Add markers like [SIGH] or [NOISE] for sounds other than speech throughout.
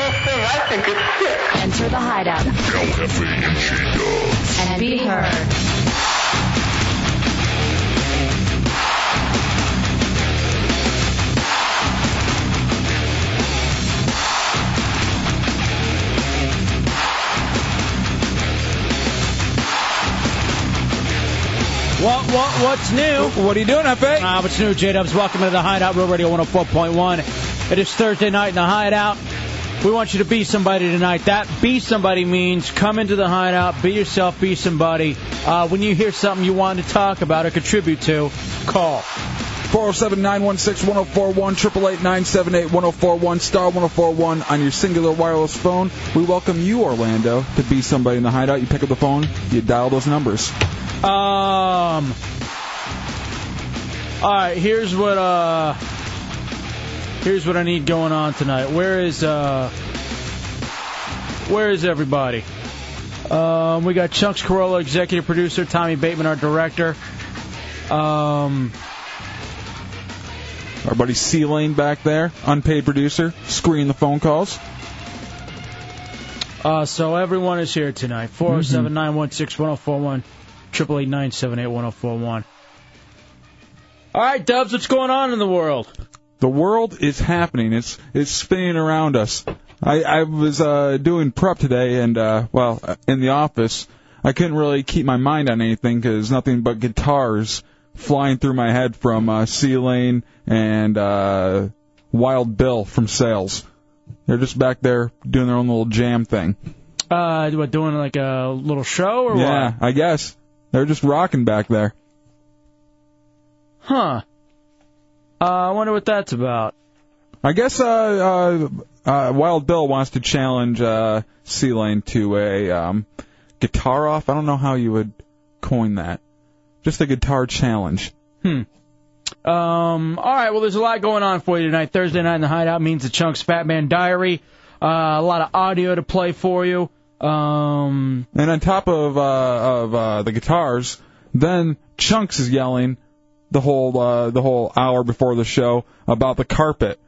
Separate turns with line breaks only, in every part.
I think it's sick.
Enter the hideout
El Jefe and She Dubs.
and be heard.
What, what, what's new?
What are you doing, F.A.?
Uh, what's new, J Dubs? Welcome to the Hideout, Real Radio 104.1. It is Thursday night in the Hideout. We want you to be somebody tonight. That be somebody means come into the Hideout, be yourself, be somebody. Uh, when you hear something you want to talk about or contribute to, call.
407 916 1041, 888 978 1041, star 1041 on your singular wireless phone. We welcome you, Orlando, to be somebody in the hideout. You pick up the phone, you dial those numbers.
Um. All right, here's what uh, here's what I need going on tonight. Where is uh, where is everybody? Um, we got Chunks Corolla, executive producer, Tommy Bateman, our director. Um,
Our buddy C Lane back there, unpaid producer, screening the phone calls.
uh, so everyone is here tonight. Four zero seven nine one six one zero four one, triple eight nine seven eight one zero four one. All right, Dubs, what's going on in the world?
The world is happening. It's it's spinning around us. I, I was uh, doing prep today, and uh, well, in the office, I couldn't really keep my mind on anything because nothing but guitars flying through my head from uh, C Lane and uh, Wild Bill from Sales. They're just back there doing their own little jam thing.
Uh, what doing like a little show or what?
Yeah, I guess they're just rocking back there.
Huh. Uh, I wonder what that's about.
I guess uh, uh, uh, Wild Bill wants to challenge uh, C Lane to a um, guitar off. I don't know how you would coin that. Just a guitar challenge.
Um, all right, well, there's a lot going on for you tonight. Thursday night in the Hideout means the Chunks Fat Man Diary. Uh, a lot of audio to play for you. Um,
And on top of uh, of uh, the guitars, then Chunks is yelling the whole uh, the whole hour before the show about the carpet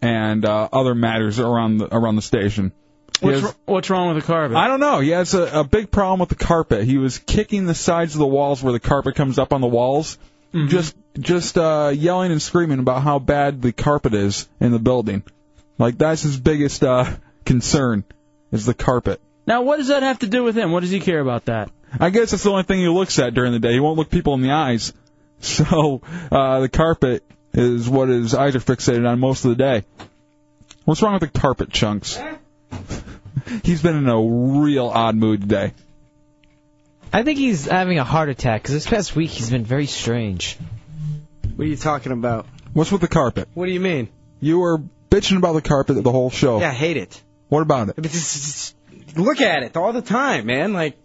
and uh, other matters around the around the station. He
what's,
has-
wr- what's wrong with the carpet?
I don't know. He has a, a big problem with the carpet. He was kicking the sides of the walls where the carpet comes up on the walls, just just uh, yelling and screaming about how bad the carpet is in the building. Like that's his biggest uh, concern is the carpet.
now, what does that have to do with him? What does he care about that?
I guess that's the only thing he looks at during the day. He won't look people in the eyes, [LAUGHS] so uh, the carpet is what his eyes are fixated on most of the day. What's wrong with the carpet, chunks? [LAUGHS] He's been in a real odd mood today.
I think he's having a heart attack because this past week he's been very strange.
What are you talking about?
What's with the carpet?
What do you mean?
You were bitching about the carpet the whole show.
Yeah, I hate it.
What about it?
But this is- Look at it all the time, man. Like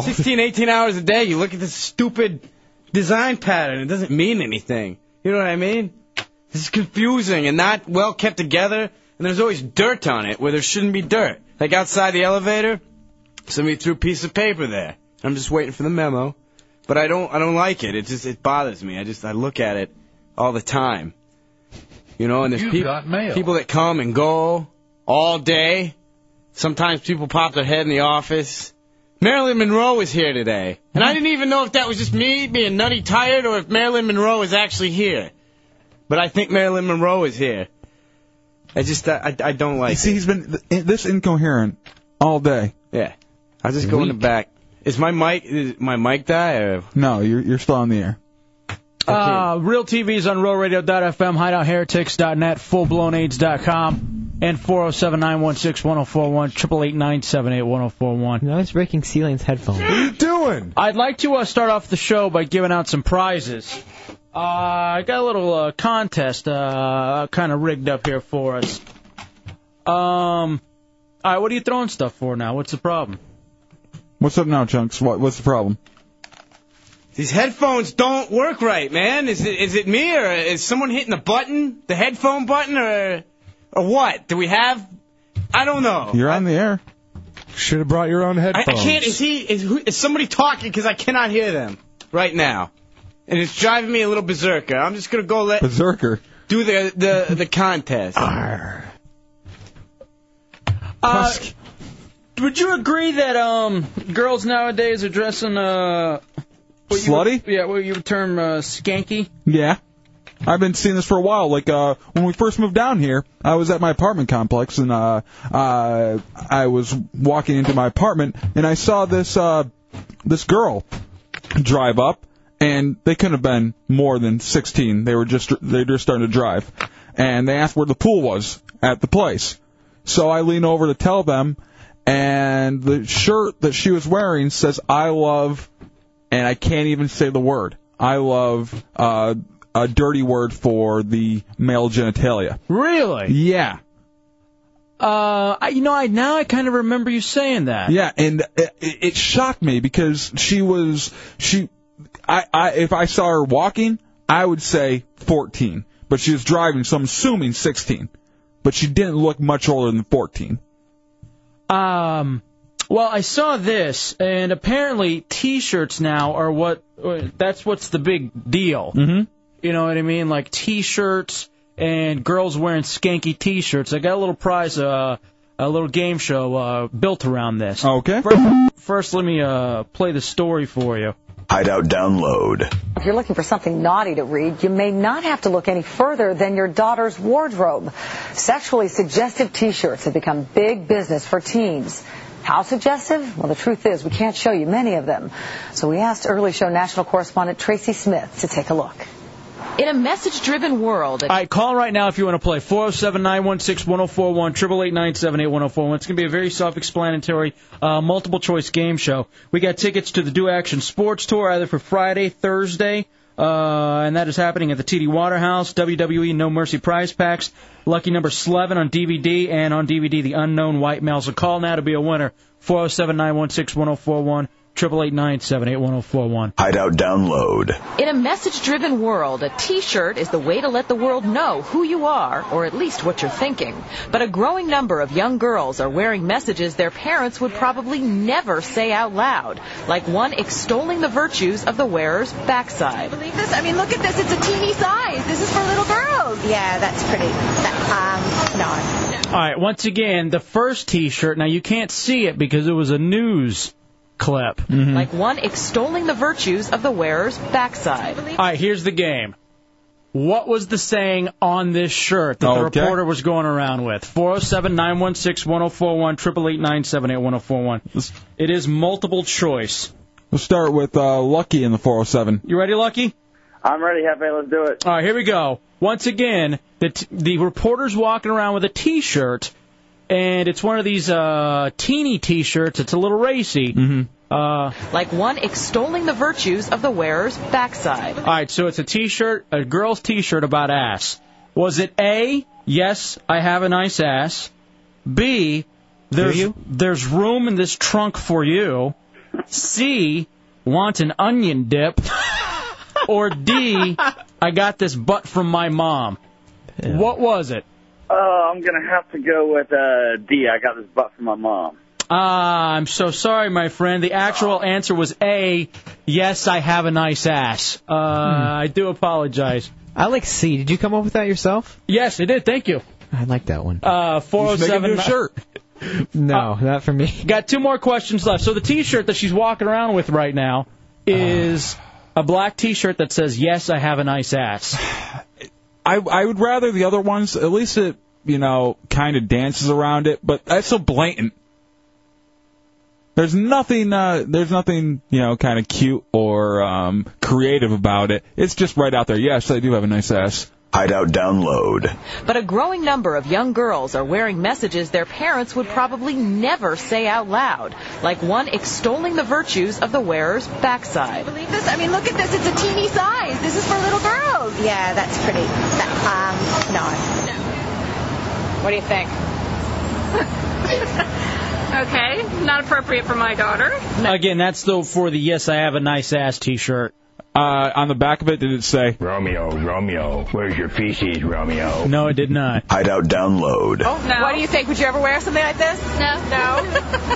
16, 18 hours a day, you look at this stupid design pattern. It doesn't mean anything. You know what I mean? This is confusing and not well kept together, and there's always dirt on it where there shouldn't be dirt. Like outside the elevator, somebody threw a piece of paper there. I'm just waiting for the memo, but I don't, I don't like it. It just, it bothers me. I just, I look at it all the time. You know, and there's peop- people that come and go all day. Sometimes people pop their head in the office. Marilyn Monroe was here today. And I didn't even know if that was just me being nutty tired or if Marilyn Monroe is actually here. But I think Marilyn Monroe is here. I just, uh, I, I, I don't
You
like
see,
it.
he's been th- this incoherent all day.
Yeah. I'll just go in the back. Is my mic, is my mic die or?
No, you're, you're still on the air.
Uh, Real TV is on RealRadio.fm, HideoutHeretics.net, FullBlownAids.com, and 407 916 1041, 888 978 1041.
You know, I was breaking Celine's headphones.
[GASPS]
What are you doing?
I'd like to uh, start off the show by giving out some prizes. Uh, I got a little uh, contest uh, kind of rigged up here for us. Um, all right, what are you throwing stuff for now? What's the problem?
What's up now, chunks? What, what's the problem?
These headphones don't work right, man. Is it, is it me or is someone hitting the button? The headphone button or, or what? Do we have? Oh, I don't know.
You're on the air.
Should have brought your own
I, I
headphones.
can't. Is he? Is, who, is somebody talking? Because I cannot hear them right now, and it's driving me a little berserker. I'm just gonna go let
Berserker.
do the the the contest.
Uh, Uh, would you agree that um, girls nowadays are dressing uh, what you would-
Slutty?
yeah, what you would term uh, skanky.
Yeah. I've been seeing this for a while. Like uh when we first moved down here, I was at my apartment complex and uh uh I was walking into my apartment and I saw this uh this girl drive up and they couldn't have been more than 16. They were just they were just starting to drive. And they asked where the pool was at the place. So I lean over to tell them and the shirt that she was wearing says I love and I can't even say the word. I love uh, a dirty word for the male genitalia.
Really?
Yeah,
Uh, I, you know, I now I kind of remember you saying that.
yeah, and it, it shocked me because she was she. I, I if I saw her walking, I would say 14, but she was driving, so I'm assuming 16. But she didn't look much older than 14.
Um, well, I saw this, and apparently T-shirts now are what. uh, That's what's the big deal.
Mm-hmm.
You know what I mean? Like T-shirts and girls wearing skanky T-shirts. I got a little prize, uh, a little game show uh, built around this.
Okay.
First, let me uh, play the story for you.
Hideout download.
If you're looking for something naughty to read, you may not have to look any further than your daughter's wardrobe. Sexually suggestive t-shirts have become big business for teens. How suggestive? Well, the truth is we can't show you many of them. So we asked early show national correspondent Tracy Smith to take a look.
In a message-driven world,
All right, call right now if you want to play. 407 916 1041, 888 978 1041. It's going to be a very self explanatory, uh, multiple choice game show. We got tickets to the Do Action Sports Tour either for Friday, Thursday, uh, and that is happening at the TD Waterhouse, WWE No Mercy Prize Packs, Lucky Number 11 on DVD, and on DVD, The Unknown White Male. So call now to be a winner. 407 916 1041, 888 978 1041.
Hideout download.
in a message-driven world, a T-shirt is the way to let the world know who you are, or at least what you're thinking. But a growing number of young girls are wearing messages their parents would probably never say out loud, like one extolling the virtues of the wearer's backside.
Believe this? I mean, look at this. It's a teeny size. This is for little girls. Yeah, that's pretty. That- um, no.
All right, once again, the first T-shirt. Now you can't see it because it was a news clip.
Like one extolling the virtues of the wearer's backside.
All right, here's the game. What was the saying on this shirt that the
Okay.
reporter was going around with? 407 916 1041, 888 978
Let's-
1041. It is multiple choice.
We'll start with uh, Lucky in the 407.
You ready, Lucky?
I'm ready, Hefe. Let's do it.
All right, here we go. Once again, the, t- the reporter's walking around with a T-shirt, and it's one of these uh, teeny T-shirts. It's a little racy. Mm-hmm. Uh,
Like one extolling the virtues of the wearer's backside.
All right, so it's a T-shirt, a girl's T-shirt about ass. Was it A? Yes, I have a nice ass. B. There's there's room in this trunk for you. C. Want an onion dip? or D. I got this butt from my mom. What was it?
Oh, I'm gonna have to go with uh, D. I got this butt from my mom.
Ah, I'm so sorry, my friend. The actual answer was A. Yes, I have a nice ass. Uh, I do apologize.
I like Hmm. C. Did you come up with that yourself?
Yes, it did. Thank you.
I like that one. Oh.
Uh,
Just make
407.
a new shirt.
No, not for me.
Got two more questions left. So the T-shirt that she's walking around with right now is a black T-shirt that says "Yes, I have a nice ass."
I I would rather the other ones. At least it you know kind of dances around it, but that's so blatant. There's nothing. Uh, there's nothing you know kind of cute or um, creative about it. It's just right out there. Yes, I do have a nice ass.
Hideout download.
But a growing number of young girls are wearing messages their parents would probably never say out loud, like one extolling the virtues of the wearer's backside.
Believe this? I mean, look at this. It's a teeny size. This is for little girls. Yeah, that's pretty. That- um, no.
What do you think?
[LAUGHS] Okay, not appropriate for my daughter.
Again, that's the for the "Yes, I have a nice ass" T-shirt.
Uh, on the back of it, did it say?
Romeo, Romeo, where's your feces, Romeo?
No, it did not.
Hideout download.
Oh,
Oh, No.
What do you think? Would you ever wear something like this?
No. [LAUGHS] No.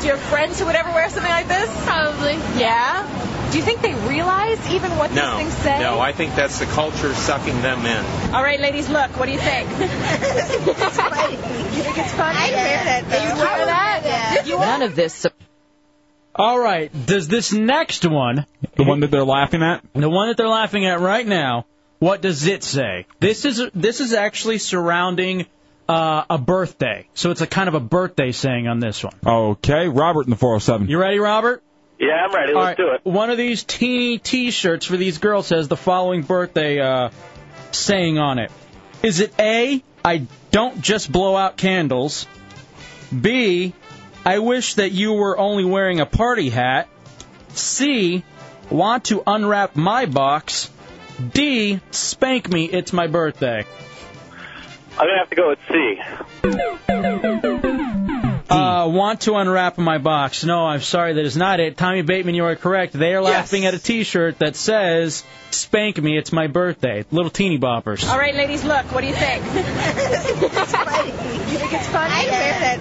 Do you have friends who would ever wear something like this?
Probably.
Yeah. Do you think they realize even what these things say?
No, I think that's the culture sucking them in.
All right, [LAUGHS] ladies, look. What do you think?
I wear that. Though. You wear that?
None of this. Su-
All right. Does this next one, the one that they're laughing at, the one that they're laughing at right now, what does it say? This is this is actually surrounding uh, a birthday, so it's a kind of a birthday saying on this one.
Okay, Robert in the 407.
You ready, Robert?
Yeah, I'm ready.
All
Let's
right,
do it.
One of these teeny T-shirts for these girls has the following birthday uh, saying on it. Is it A? I don't just blow out candles. B. I wish that you were only wearing a party hat. C. Want to unwrap my box. D. Spank me. It's my birthday.
I'm gonna have to go with C.
Uh, want to unwrap my box. No, I'm sorry, that is not it. Tommy Bateman, you are correct. They are laughing at a T-shirt that says "Spank me, it's my birthday." Little teeny boppers.
All right, ladies, look. What do
[LAUGHS]
you think? you think it's funny? I wear that.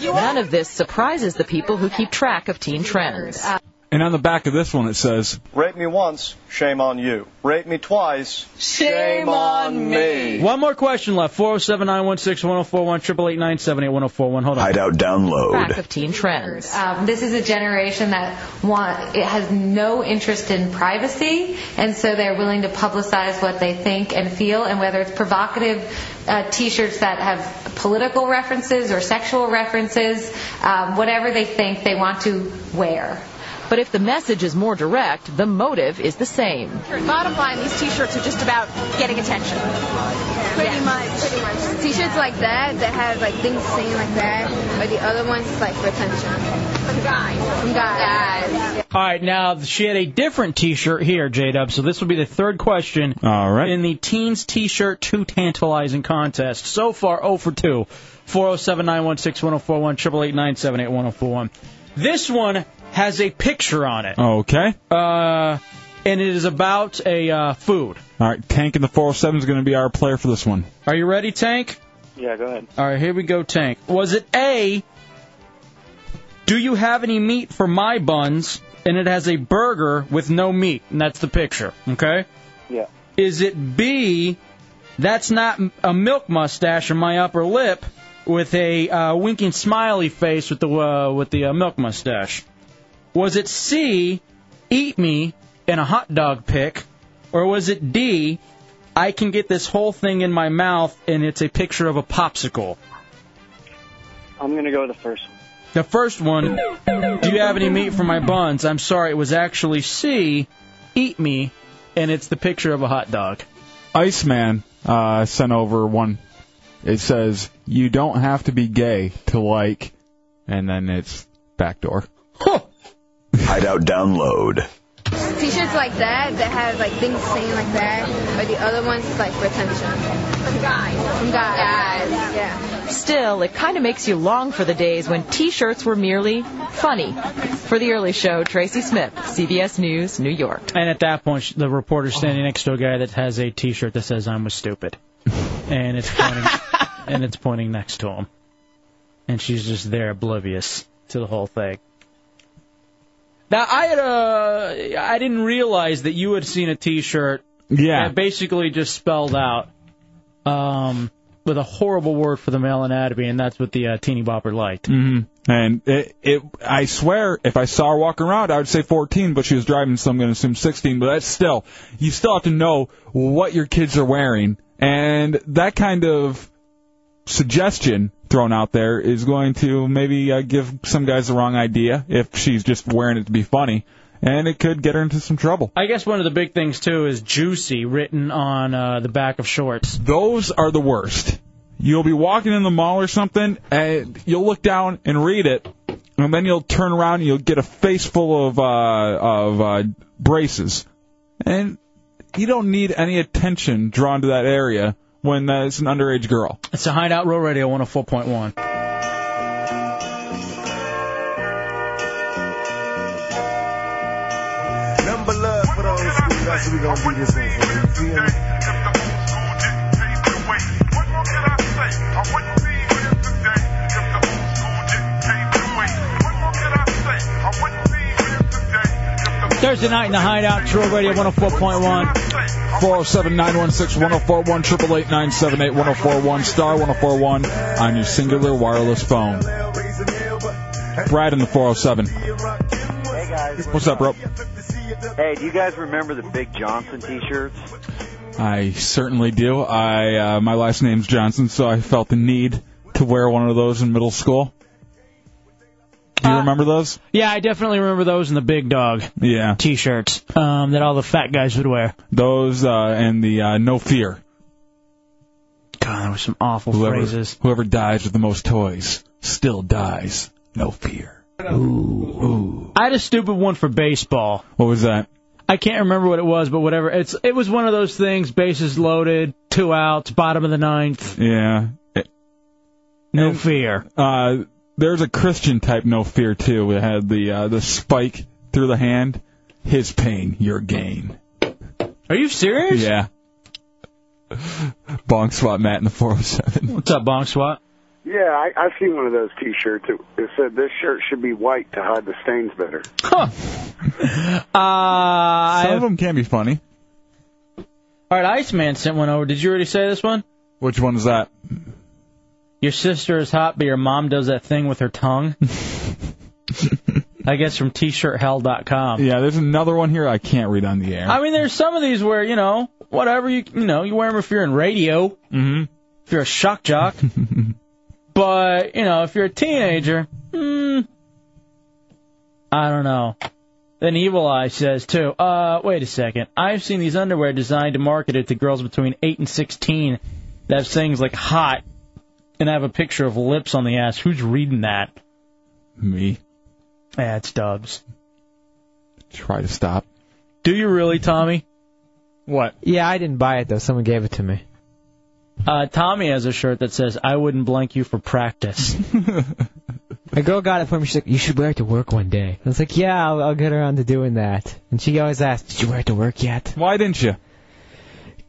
You wear that?
None of this surprises the people who keep track of teen trends.
And on the back of this one, it says,
Rape me once, shame on you. Rape me twice, shame on me.
One more question left. 407 916 1041 Hold on.
Hideout download.
Track of teen trends.
Um, this is a generation that want it has no interest in privacy, and so they're willing to publicize what they think and feel, and whether it's provocative uh, T-shirts that have political references or sexual references, um, whatever they think they want to wear.
But if the message is more direct, the motive is the same.
Bottom line, these T-shirts are just about getting attention.
Pretty much. Pretty much. T-shirts like that that have like things saying like that, or the other ones like for attention. From guys. From guys.
All right, now she had a different T-shirt here, J Dub. So this will be the third question. All right. In the teens T-shirt too tantalizing contest, so far 0 for oh 2. 407 916 1041 This one has a picture on it,
okay.
uh, and it is about a uh, food.
All right, Tank in the 407 is going to be our player for this one.
Are you ready, Tank?
Yeah, go ahead.
All right, here we go, Tank. Was it A, do you have any meat for my buns? And it has a burger with no meat, and that's the picture, okay?
Yeah.
Is it B, that's not m- a milk mustache or my upper lip with a uh, winking smiley face with the, uh, with the uh, milk mustache? Was it C, eat me in a hot dog pic? Or was it D, I can get this whole thing in my mouth and it's a picture of a popsicle?
I'm gonna go with the first one.
The first one, do you have any meat for my buns? I'm sorry, it was actually C, eat me, and it's the picture of a hot dog.
Iceman uh, sent over one. It says, You don't have to be gay to like, and then it's backdoor.
Hideout download.
T-shirts like that that have like things saying like that, or the other ones like for attention. From guys. From guys. Guys. Yeah.
Still, it kind of makes you long for the days when T-shirts were merely funny. For the early show, Tracy Smith, CBS News, New York.
And at that point, sh- the reporter's standing next to a guy that has a T-shirt that says "I'm a stupid," and it's pointing, and it's pointing next to him, and she's just there, oblivious to the whole thing. Now, I had a, I didn't realize that you had seen a T-shirt
yeah.
that basically just spelled out, um, with a horrible word for the male anatomy, and that's what the uh, teeny bopper liked.
hmm And it, it, I swear, if I saw her walking around, I would say 14, but she was driving, so I'm going to assume 16. But that's still, you still have to know what your kids are wearing, and that kind of suggestion thrown out there is going to maybe uh, give some guys the wrong idea if she's just wearing it to be funny, and it could get her into some trouble.
I guess one of the big things too is "juicy" written on uh, the back of shorts.
Those are the worst. You'll be walking in the mall or something, and you'll look down and read it, and then you'll turn around and you'll get a face full of uh, of uh, braces, and you don't need any attention drawn to that area when uh, it's an underage girl.
It's a Hideout Row Radio 104.1.
Number love for the old school. That's what we gonna be this is. You feel me?
Thursday night in the Hideout, True Radio 104.1.
407 916 1041, 888 oh 978 1041, star 1041 on your singular wireless phone. Brad in the 407. What's up, Rope?
Hey, do you guys remember the Big Johnson T-shirts?
I certainly do. I uh, my last name's Johnson, so I felt the need to wear one of those in middle school. Do you remember those?
Yeah, I definitely remember those in the big dog
yeah.
T-shirts um, that all the fat guys would wear.
Those uh, and the uh, No Fear.
God, there were some awful
whoever,
phrases.
Whoever dies with the most toys still dies. No fear.
I had a stupid one for baseball.
What was that?
I can't remember what it was, but whatever. It's it was one of those things: bases loaded, two outs, bottom of the ninth.
Yeah.
No fear.
Uh, there's a Christian type No Fear too. It had the uh, the spike through the hand. His pain, your gain.
Are you serious?
Yeah. Bonk swat Matt in the 407.
What's up, Bonk swat?
Yeah, I, I've seen one of those T-shirts. It, it said this shirt should be white to hide the stains better.
[LAUGHS] Uh, I
Some of them can be funny.
All right, Iceman sent one over. Did you already say this one?
Which one is that?
Your sister is hot, but your mom does that thing with her
[LAUGHS]
tongue. I guess from t-shirthell.com.
Yeah, there's another one here I can't read on the air.
I mean, there's some of these where you know, whatever you you know, you wear them if you're in radio,
mm-hmm.
if you're a shock jock. but you know, if you're a teenager, mm, I don't know. Then Evil Eye says too. Uh, wait a second. I've seen these underwear designed and marketed to girls between eight and sixteen that have things like hot and have a picture of lips on the ass. Who's reading that?
Me.
Yeah, it's Dubs.
Try to stop.
Do you really, Tommy?
What?
Yeah, I didn't buy it though. Someone gave it to me.
Uh, Tommy has a shirt that says, I wouldn't blank you for
[LAUGHS]
practice.
A girl got it for me. She's like, "You should wear it to work one day." I was like, "Yeah, I'll, I'll get around to doing that." And she always asks, "Did you wear it to work yet?"
Why didn't you?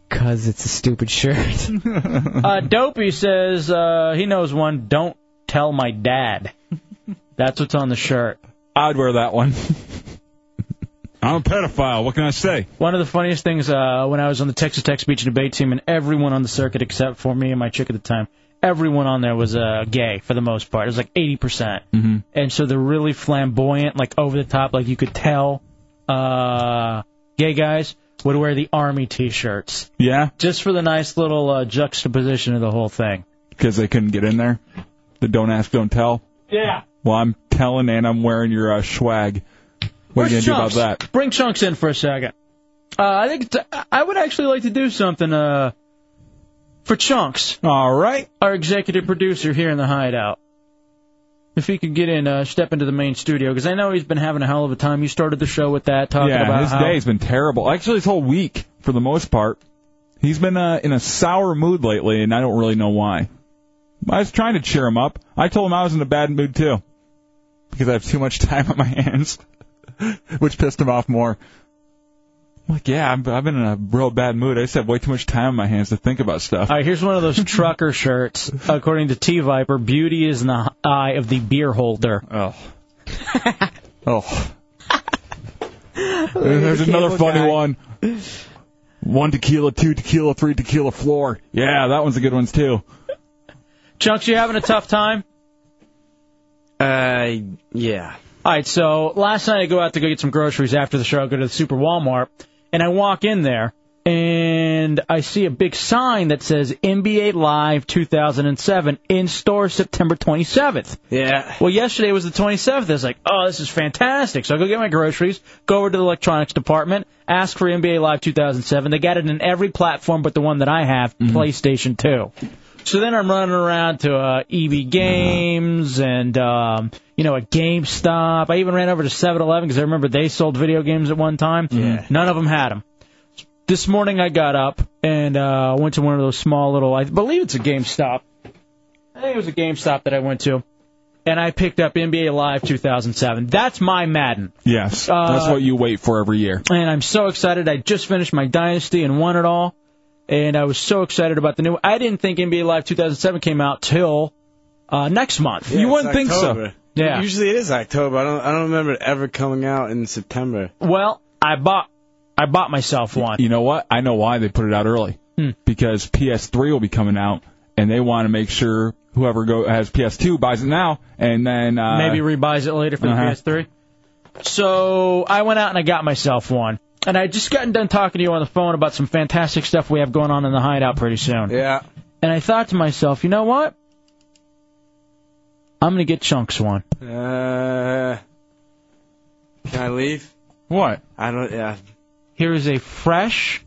Cause it's a
[LAUGHS]
stupid shirt.
uh, Dopey says, uh, he knows one, don't tell my dad. That's what's on the shirt.
I'd wear that one. [LAUGHS] I'm a pedophile. What can I say?
One of the funniest things uh, when I was on the Texas Tech speech and debate team, and everyone on the circuit except for me and my chick at the time, everyone on there was uh, gay for the most part. It was like 80%.
Mm-hmm.
And so they're really flamboyant, like over the top, like you could tell uh, gay guys would wear the Army t shirts
Yeah,
just for the nice little uh, juxtaposition of the whole thing.
because they couldn't get in there. The don't ask, don't tell.
Yeah.
Well, I'm telling, and I'm wearing your uh, swag. What are you gonna do about that?
Bring chunks in for a second. Uh, I think it's, I would actually like to do something uh, for chunks.
All right.
Our executive producer here in the hideout. If he could get in, uh, step into the main studio, because I know he's been having a hell of a time. You started the show with that, talking
yeah,
about
his
how-
day's been terrible. Actually, his whole week, for the most part, he's been uh, in a sour mood lately, and I don't really know why. I was trying to cheer him up. I told him I was in a bad mood too, because I have too much [LAUGHS] time on my hands, which pissed him off more. I'm like, yeah, I've, I've been in a real bad mood. I just have way too much time on my hands to think about stuff.
All right, here's one of those trucker shirts. According to T Viper, beauty is in the eye of the beer holder. [LAUGHS]
Oh. Oh. [LAUGHS] There's another funny one. One tequila, two tequila, three tequila floor. Yeah, that one's a good one too.
Chunks, you having a tough time?
Uh, yeah.
All right, so last night I go out to go get some groceries after the show. I go to the Super Walmart, and I walk in there, and I see a big sign that says NBA Live 2007 in store September 27th.
Yeah.
Well, yesterday was the 27th. I was like, oh, this is fantastic. So I go get my groceries, go over to the electronics department, ask for NBA Live 2007. They got it in every platform but the one that I have, PlayStation 2. So then I'm running around to uh, EB Games and um, you know a GameStop. I even ran over to 7-Eleven because I remember they sold video games at one time.
Yeah.
None of them had them. This morning I got up and uh, went to one of those small little. I believe it's a GameStop. I think it was a GameStop that I went to, and I picked up NBA Live 2007. That's my Madden.
Yes,
Uh,
that's what you wait for every year.
And I'm so excited. I just finished my dynasty and won it all. And I was so excited about the new. I didn't think NBA Live 2007 came out till uh, next month.
You wouldn't think so.
Yeah.
Usually it is October. I don't. I don't remember it ever coming out in September.
Oh.
Well, I bought I bought myself one.
You know what? I know why they put it out early.
Hmm.
Because PS3 will be coming out, and they want to make sure whoever go has PS2 buys it now, and then uh,
Maybe rebuys it later for the
Uh-huh.
PS3. So I went out and I got myself one. And I had just gotten done talking to you on the phone about some fantastic stuff we have going on in the hideout pretty soon.
Yeah.
And I thought to myself, you know what? I'm going to get Chunks one.
Uh, can I leave?
What?
I don't. Yeah.
Here is a fresh,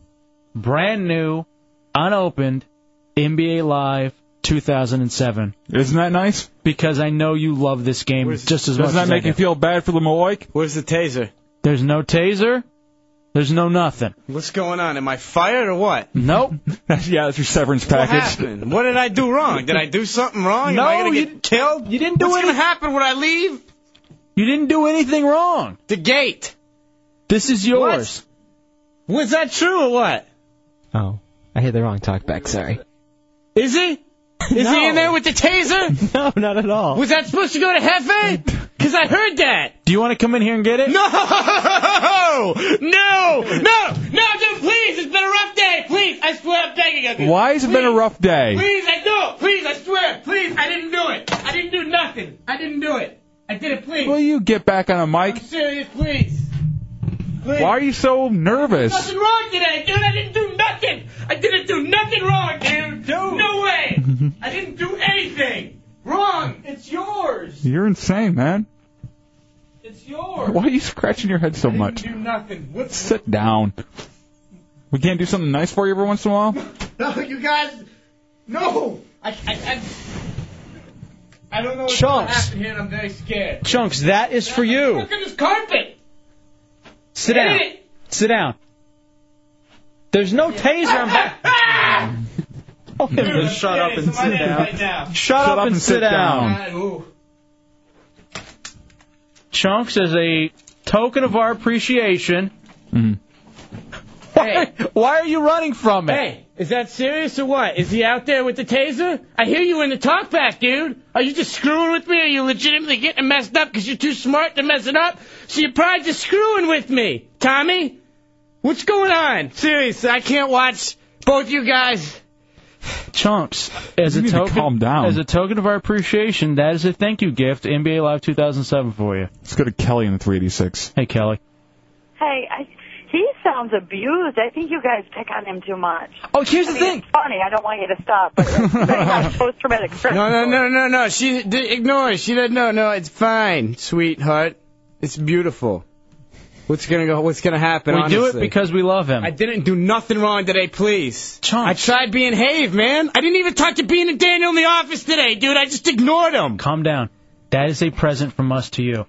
brand new, unopened NBA Live 2007.
Isn't that nice?
Because I know you love this game just as much
Doesn't that
as I
make
do.
you feel bad for the Maloik?
Where's the taser?
There's no taser. There's no nothing.
What's going on? Am I fired or what?
Nope. [LAUGHS]
yeah, that's your severance
What
package.
happened? What did I do wrong? Did I do something wrong?
No,
Am I gonna
you-
get killed?
You didn't do
What's
anything-
gonna happen when I leave?
You didn't do anything wrong.
The gate.
This is yours.
Was that true or what?
Oh, I hit the wrong talkback. Sorry.
Is he? Is he in there with the
[LAUGHS]
taser?
No, not at all.
Was that supposed to go to Hefe? Because I heard that.
Do you want to come in here and get it?
No!
[LAUGHS]
No! No! No, dude, please! It's been a rough day! Please! I swear I'm begging of you!
Why has it been a rough day?
Please, I do! Please, I swear! Please, I didn't do it! I didn't do nothing! I didn't do it! I did it, please!
Will you get back on a mic?
I'm serious, please! Please!
Why are you so nervous?
Nothing wrong today, dude! I didn't do nothing! I didn't do nothing wrong, dude! No way!
Mm-hmm.
I didn't do anything! Wrong! It's yours!
You're insane, man.
It's yours!
Why are you scratching your head so much?
Do nothing! What's
Sit down. We can't do something nice for you every once in a while?
No, you guys, no! I, I, I, I don't know what's going to
Chunks.
happen here, and I'm very scared.
Chunks, that is for you.
Look at this carpet.
Sit down. Sit down. There's no taser. I'm back.
Ah! Dude,
shut
Oh, up and sit down. Right now.
Shut, up, and, sit, down.
God, ooh.
Chunks, as a token of our appreciation.
Mm-hmm.
Why, why are you running from it?
Hey, is that serious or what? Is he out there with the taser? I hear you in the talkback, dude. Are you just screwing with me? Are you legitimately getting messed up because you're too smart to mess it up? So you're probably just screwing with me, Tommy. What's going on? Seriously, I can't watch both you guys.
Chunks, as
You
a
need to
token,
calm down.
as a token of our appreciation, that is a thank you gift, NBA Live 2007 for you.
Let's go to Kelly in the 386.
Hey, Kelly.
Hey, I, he sounds abused. I think you guys pick on him too much.
Oh, here's
I the thing. It's funny. I don't want you to stop. But post traumatic stress.
No, no, no, no, no. She d- ignore. it. She doesn't. No, no. It's fine, sweetheart. It's beautiful. What's gonna go? What's gonna happen?
we do it
honestly?
because we love him.
I didn't do nothing wrong today. Please. I tried being Have, man. I didn't even talk to Bean and Daniel in the office today, dude. I just ignored them.
Calm down. That is a present from us to you.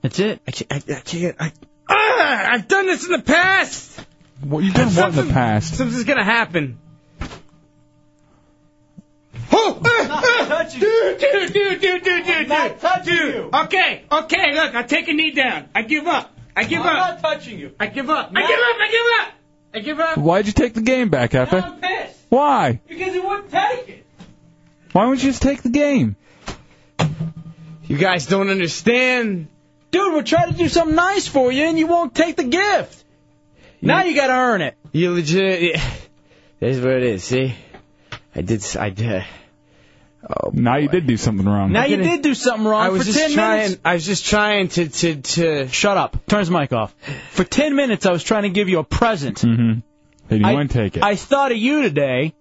That's it.
I can't. I, I can't. I, ah, I've done this in the past.
What you done what in the past?
Something's gonna happen. Oh, uh, uh, dude, dude, dude, dude, dude, dude, dude, dude. Okay, okay. Look, I take a knee down. I give up. I give up. I'm not touching you. I give up. I give up. I give up. I give up.
Why'd you take the game back, Hefe?
I'm pissed
Why?
because he wouldn't take it.
Why wouldn't you just take the game?
You guys don't understand.
Dude, we're trying to do something nice for you, and you won't take the gift. Now you gotta earn it.
You legit. That's what it is. See, I did. s- I did. Oh,
Now you did do something wrong.
Now you
didn't-
did do something wrong
I was
for
just
ten
trying.
minutes.
I was just trying to to to.
Shut up. Turn his mic off. For ten minutes, I was trying to give you a present.
Mm-hmm. And you
I-
wouldn't take it.
I thought of you today,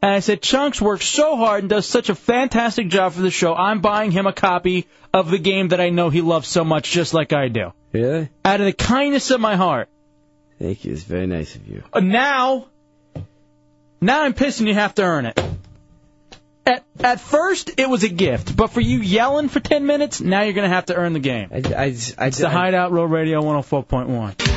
and I said, Chunks works so hard and does such a fantastic job for the show. I'm buying him a copy of the game that I know he loves so much, just like I do.
Really?
Out of the kindness of my heart.
Thank you. It's very nice of you.
Uh, now, now I'm pissed and you have to earn it. At, at first, it was a gift, but for you yelling for 10 minutes, now you're going to have to earn the game.
I, I, I,
It's the Hideout Road Radio 104.1.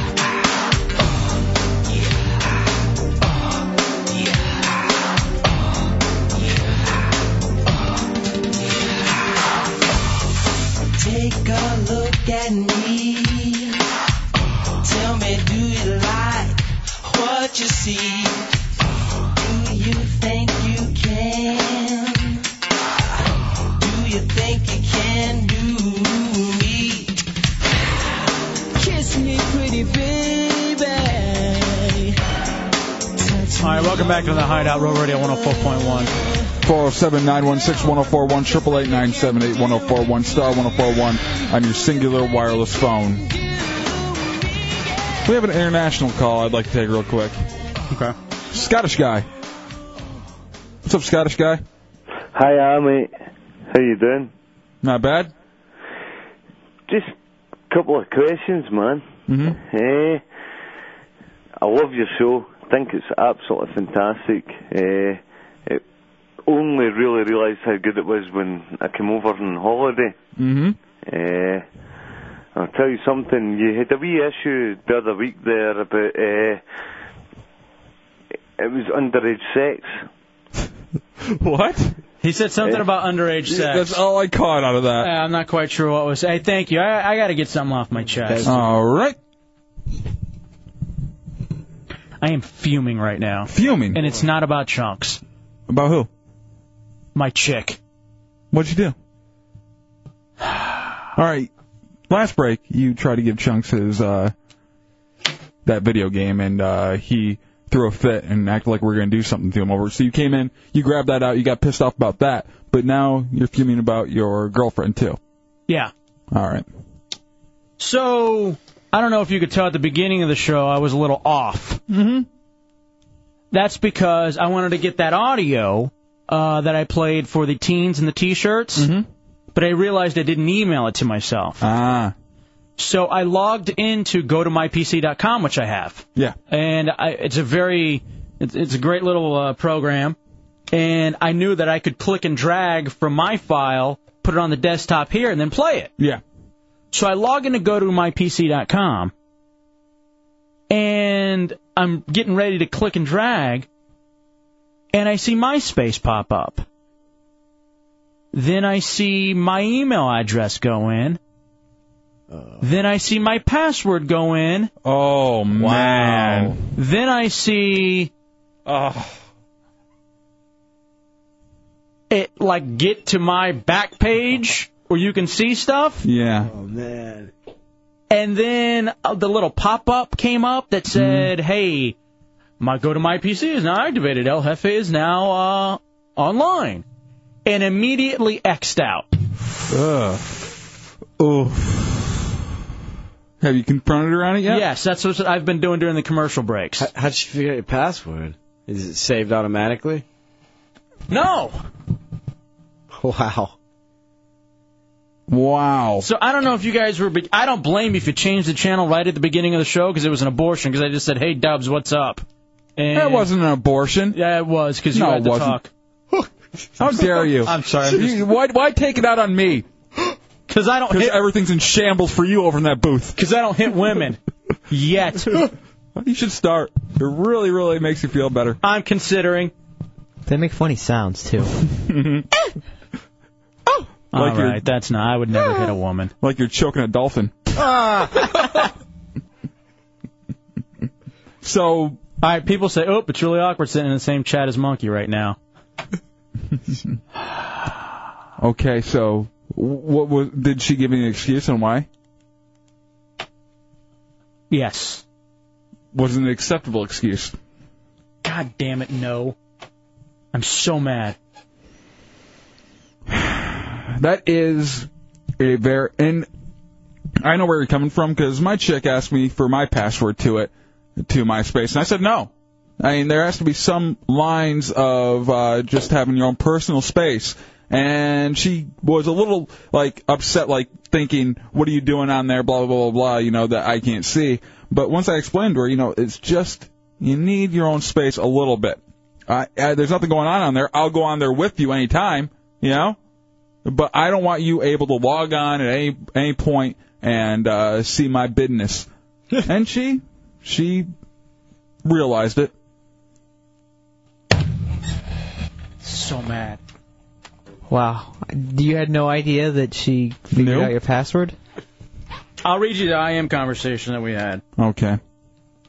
Take a look at me. Tell me, do you like what you see? Do you think you can? Do you think you can do me? Kiss me, pretty baby. Touch
All right, welcome back to the Hideout Road Radio 104.1.
407 916 1041, 888 978 1041, star 1041 on your singular wireless phone. We have an international call I'd like to take real quick. Okay. Scottish guy. What's up, Scottish guy?
Hi, uh, mate. How you doing?
Not bad.
Just a couple of questions, man.
Mm-hmm.
Eh, I love your show. think it's absolutely fantastic. Eh, it only really realised how good it was when I came over on holiday.
Mm-hmm.
Eh, I'll tell you something. You had a wee issue the other week there about eh, it was underage sex. Eh?
What?
He said something about underage sex.
That's all I caught out of that.
Yeah, I'm not quite sure what was. Hey, thank you. I, I got to get something off my chest.
All right.
I am fuming right now.
Fuming?
And it's not about chunks.
About who?
My chick.
What'd you do? All right. Last break, you tried to give Chunks his uh, that video game, and uh, he threw a fit and acted like we are going to do something to him over. it. So you came in, you grabbed that out, you got pissed off about that, but now you're fuming about your girlfriend too.
Yeah.
All right.
So I don't know if you could tell at the beginning of the show I was a little off. Mm-hmm. That's because I wanted to get that audio uh, that I played for the teens and the T-shirts, mm-hmm. but I realized I didn't email it to myself.
Ah.
So I logged into GoToMyPC.com, which I have,
Yeah.
and I, it's a very it's, it's a great little uh, program, and I knew that I could click and drag from my file, put it on the desktop here, and then play it.
Yeah.
So I log in to go to mypc.com, and I'm getting ready to click and drag, and I see MySpace pop up. Then I see my email address go in. Then I see my password go in.
Oh man.
Then I see.
Oh.
It like get to my back page where you can see stuff.
Yeah.
man.
And then uh, the little pop up came up that
Mm-hmm.
said, "Hey, my go to my PC is now activated. El Jefe is now uh, online," and immediately xed out.
Ugh. Oof. Have you confronted her on it yet?
Yes, that's what I've been doing during the commercial breaks.
How'd you figure out your password? Is it saved
[LAUGHS]
automatically?
No.
Wow.
Wow.
So I don't know if you guys were. Be- I don't blame you if you changed the channel right at the beginning of the show because it was an abortion. Because I just said, "Hey Dubs, what's up?" And
That wasn't an abortion.
Yeah, it was because you
No,
had
it
to
wasn't.
talk.
How dare you?
I'm sorry, I'm just-
You- Why, why take it out on me?
Because I don't.
Because everything's in shambles for you over in that booth.
Because I don't hit
[LAUGHS]
women yet.
you should start. It really, really makes you feel better.
I'm considering.
They make funny sounds
[LAUGHS]
too. [LAUGHS]
All
Oh, Like
right,
you're-
that's not. I would never hit a woman.
Like you're Ah. choking a dolphin. Ah. [LAUGHS] So,
all right, people say, "Oh, it's really awkward sitting in the same chat as Monkey right now."
Okay, so what was? Did she give you an excuse on why?
Yes.
Was it an acceptable excuse?
God damn it, no. I'm so mad.
That is a very and I know where you're coming from because my chick asked me for my password to it to MySpace, and I said no. I mean, there has to be some lines of uh, just having your own personal space. And she was a little like upset, like thinking, "What are you doing on there?" Blah blah blah blah. You know that I can't see. But once I explained to her, you know, it's just you need your own space a little bit. I, I, there's nothing going on on there. I'll go on there with you anytime. You know but I don't want you able to log on at any any point and uh, see my
[LAUGHS]
business. and she she realized it.
So mad.
Wow. You had no idea that she figured
Nope.
out your password?
I'll read you the IM conversation that we had
Okay.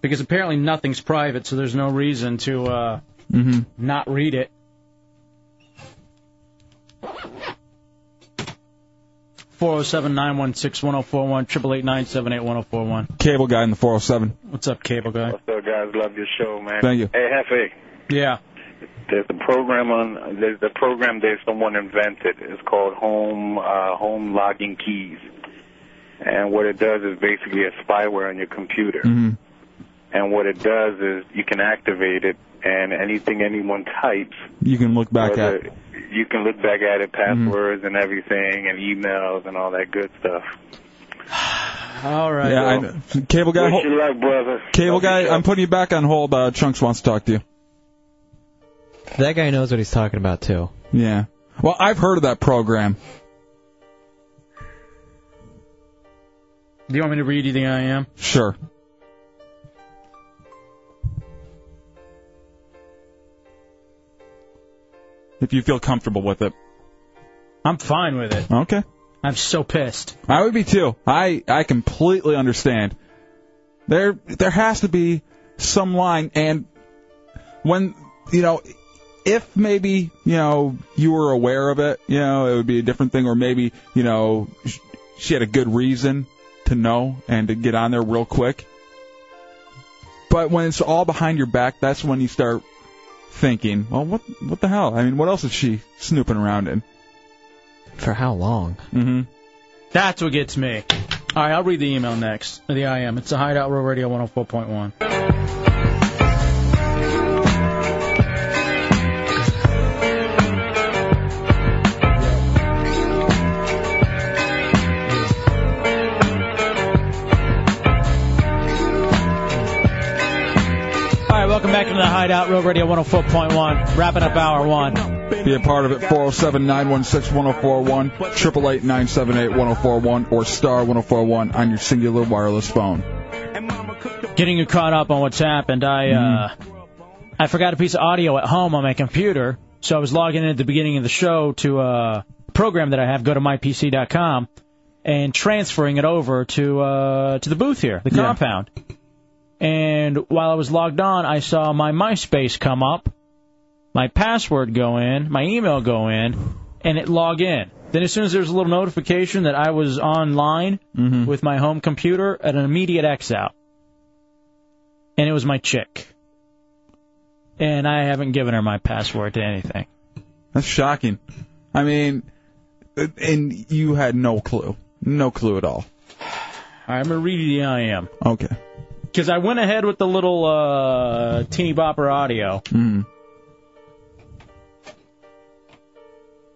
because apparently nothing's private, so there's no reason to uh,
Mm-hmm.
not read it. 407 916 1041, 888 978 1041.
Cable guy in the 407.
What's up, cable guy?
So guys, love your show, man.
Thank you.
Hey, Hefe,
Yeah.
there's a program on there's a program that someone invented. It's called Home uh, Home Login Keys, and what it does is basically a spyware on your computer.
Mm-hmm.
And what it does is you can activate it, and anything anyone types,
You can look back
whether-
at. Mm-hmm.
you can look back at it, passwords and everything, and emails and all that good stuff.
All right.
Yeah, I
Well,
know. cable guy.
Wish
hol-
you luck, brother.
Cable guy, I'm putting you back on hold. Uh, Trunks wants to talk to you.
That guy knows what he's talking about too.
Yeah. Well, I've heard of that program.
Do you want me to read you the I am?
Sure. If you feel comfortable with it.
I'm fine with it.
Okay.
I'm so pissed.
I would be too. I I completely understand. There there has to be some line and when you know if maybe, you know, you were aware of it, you know, it would be a different thing or maybe, you know, sh- she had a good reason to know and to get on there real quick. But when it's all behind your back, that's when you start thinking, well, what what the hell? I mean, what else is she snooping around in?
For how long?
Mhm.
That's what gets me. All right, I'll read the email next. The I am. It's a Hideout Row Radio 104.1. All right, welcome back to the Hideout Row Radio 104.1. Wrapping up hour one.
Be a part of it. 407 916 1041, 888 978 1041, or star 1041 on your singular wireless phone.
getting you caught up on what's happened. I uh, I forgot a piece of audio at home on my computer, so I was logging in at the beginning of the show to uh, a program that I have. Go to mypc.com and transferring it over to uh, to the booth here, the compound. And while I was logged on, I saw my MySpace come up, my password go in, my email go in, and it log in. Then as soon as there was a little notification that I was online with my home computer, an immediate X out and it was my chick. And I haven't given her my password to anything.
That's shocking. I mean, and you had no clue. No clue at all.
I'm going to read you the I am.
Okay.
Because I went ahead with the little uh, teeny bopper audio.
Mm.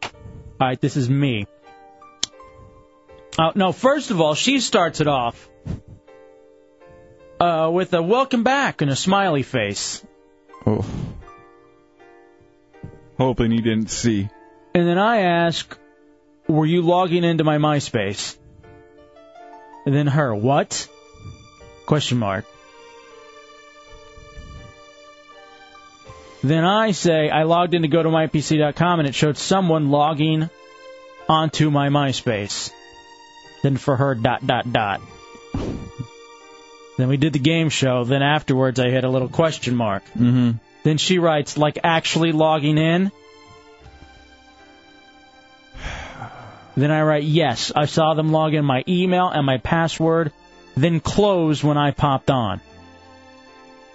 All right, this is me. Uh, no, first of all, she starts it off uh, with a welcome back and a smiley face.
Oh. Hoping you didn't see.
And then I ask, were you logging into my MySpace? And then her, what? Question mark. Then I say, I logged in to go to mypc.com and it showed someone logging onto my MySpace. Then for her, dot, dot, dot. Then we did the game show. Then afterwards, I hit a little question mark.
Mm-hmm.
Then she writes, like actually logging in? Then I write, yes, I saw them log in my email and my password, then close when I popped on.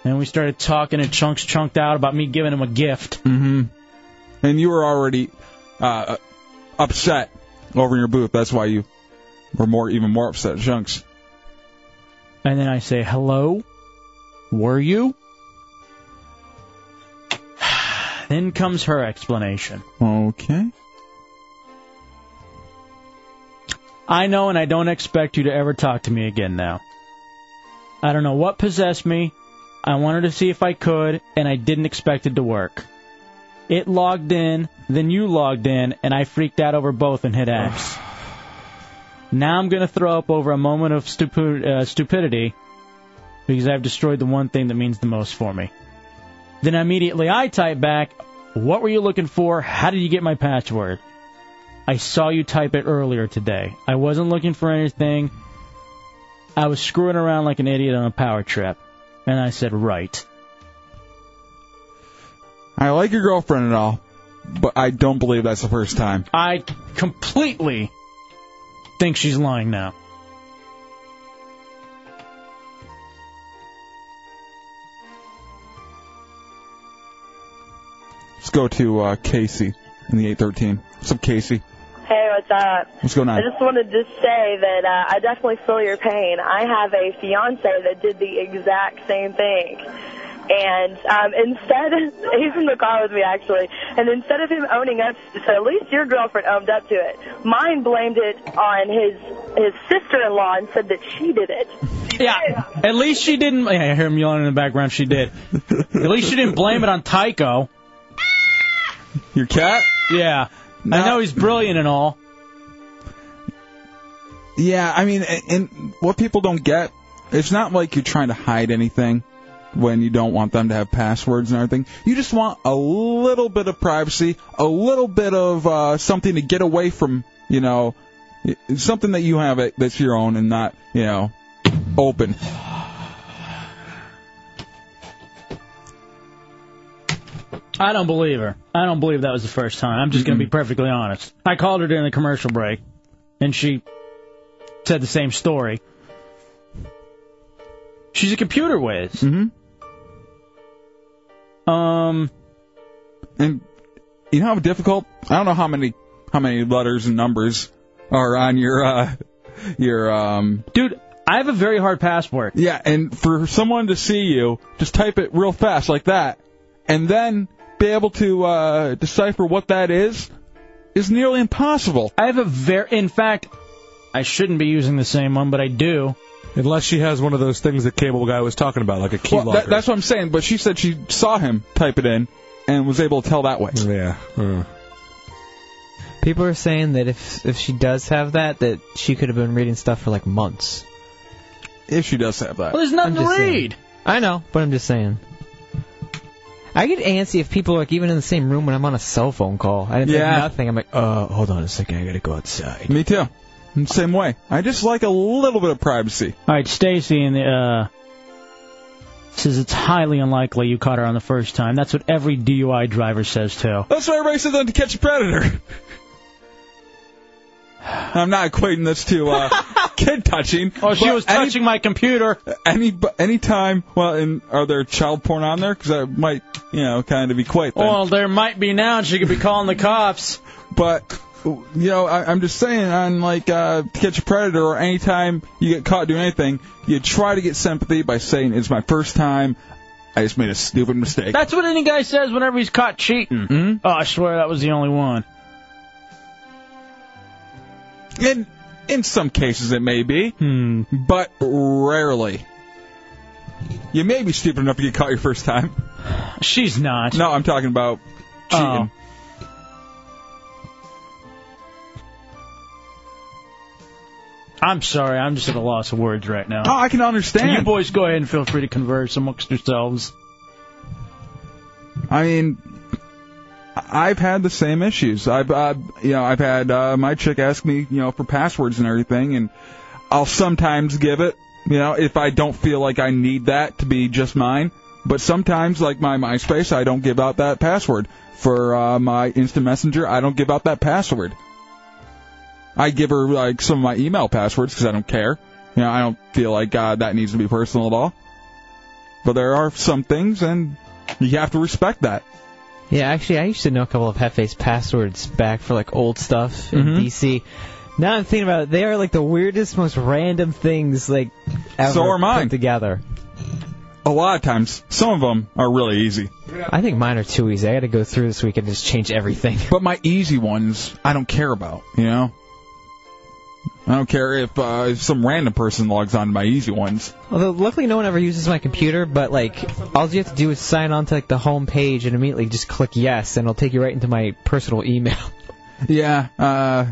And we started talking, and Chunks chunked out about me giving him a gift.
Mm-hmm. And you were already uh, upset over in your booth. That's why you were more, even more upset. Junks.
And then I say, hello? Were you? [SIGHS] then comes her explanation.
Okay.
I know and I don't expect you to ever talk to me again now. I don't know what possessed me. I wanted to see if I could, and I didn't expect it to work. It logged in, then you logged in, and I freaked out over both and hit X. now I'm going to throw up over a moment of stupu- uh, stupidity because I've destroyed the one thing that means the most for me. Then immediately I type back, What were you looking for? How did you get my password? I saw you type it earlier today. I wasn't looking for anything. I was screwing around like an idiot on a power trip. And I said, right.
I like your girlfriend and all, but I don't believe that's the first time.
I completely think she's lying now.
Let's go to uh, Casey in the 813. What's up, Casey?
Hey, what's up?
What's going on?
I just wanted to say that uh, I definitely feel your pain. I have a fiance that did the exact same thing. And um, instead, [LAUGHS] he's in the car with me actually. And instead of him owning up, so at least your girlfriend owned up to it. Mine blamed it on his his sister-in-law and said that she did it.
Yeah. At least she didn't. Yeah, I hear him yelling in the background. She did. At least she didn't blame it on Tycho.
Your cat?
Yeah. I know he's brilliant and all.
Yeah, I mean, a- and what people don't get, it's not like you're trying to hide anything when you don't want them to have passwords and everything. You just want a little bit of privacy, a little bit of uh, something to get away from, you know, y- something that you have it- that's your own and not, you know, open.
I don't believe her. I don't believe that was the first time. I'm just going to be perfectly honest. I called her during the commercial break, and she said the same story. She's a computer whiz.
Mm-hmm.
Um,
and you know how difficult? I don't know how many how many letters and numbers are on your uh your um.
Dude, I have a very hard password.
Yeah, and for someone to see you, just type it real fast like that, and then be able to uh decipher what that is is nearly impossible.
I have a very, in fact, I shouldn't be using the same one, but I do.
Unless she has one of those things the cable guy was talking about, like a key
Well,
locker.
that, that's what I'm saying. But she said she saw him type it in and was able to tell that way.
Yeah.
People are saying that if if she does have that, that she could have been reading stuff for like months.
If she does have that,
Well, there's nothing
I'm just
to
saying.
read.
I know, but I'm just saying. I get antsy if people are like even in the same room when I'm on a cell phone call. I didn't
Yeah.
say nothing. I'm like, uh, hold on a second, I gotta go outside.
Me too. I'm the same way. I just like a little bit of privacy.
All right, Stacy in the, uh, says it's highly unlikely you caught her on the first time. That's what every DUI driver says too.
That's why everybody says that to catch a predator. [SIGHS] I'm not equating this to uh,
[LAUGHS]
kid touching.
Oh, she was touching my computer.
Any any time. Well, and are there child porn on there? Because I might, you know, kind of equate. Them.
Well, there might be now, and she could be calling the cops.
But you know, I, I'm just saying, on like uh, to catch a predator, or any time you get caught doing anything, you try to get sympathy by saying it's my first time. I just made a stupid mistake.
That's what any guy says whenever he's caught cheating.
Hmm?
Oh, I swear that was the only one.
In in some cases it may be,
Mm-hmm.
but rarely. You may be stupid enough to get caught your first time.
She's not. Oh.
No, I'm talking about cheating.
I'm sorry, I'm just at a loss of words right now.
Oh, I can understand.
You boys go ahead and feel free to converse amongst yourselves.
I mean, I've had the same issues. I've, uh, you know, I've had uh, my chick ask me, you know, for passwords and everything, and I'll sometimes give it, you know, if I don't feel like I need that to be just mine. But sometimes, like my MySpace, I don't give out that password. For uh, my instant messenger, I don't give out that password. I give her like some of my email passwords because I don't care. You know, I don't feel like uh, that needs to be personal at all. But there are some things, and you have to respect that.
Yeah, actually, I used to know a couple of Hefe's passwords back for like old stuff
Mm-hmm.
in DC. Now I'm thinking about it, they are like the weirdest, most random things like ever
So are mine.
put together.
A lot of times, some of them are really easy.
I think mine are too easy. I got to go through this week and just change everything.
[LAUGHS] But my easy ones, I don't care about. You know, I don't care if, uh, if some random person logs on to my easy ones.
Although luckily no one ever uses my computer, but like all you have to do is sign on to like the home page and immediately just click yes, and it'll take you right into my personal email.
Yeah, uh,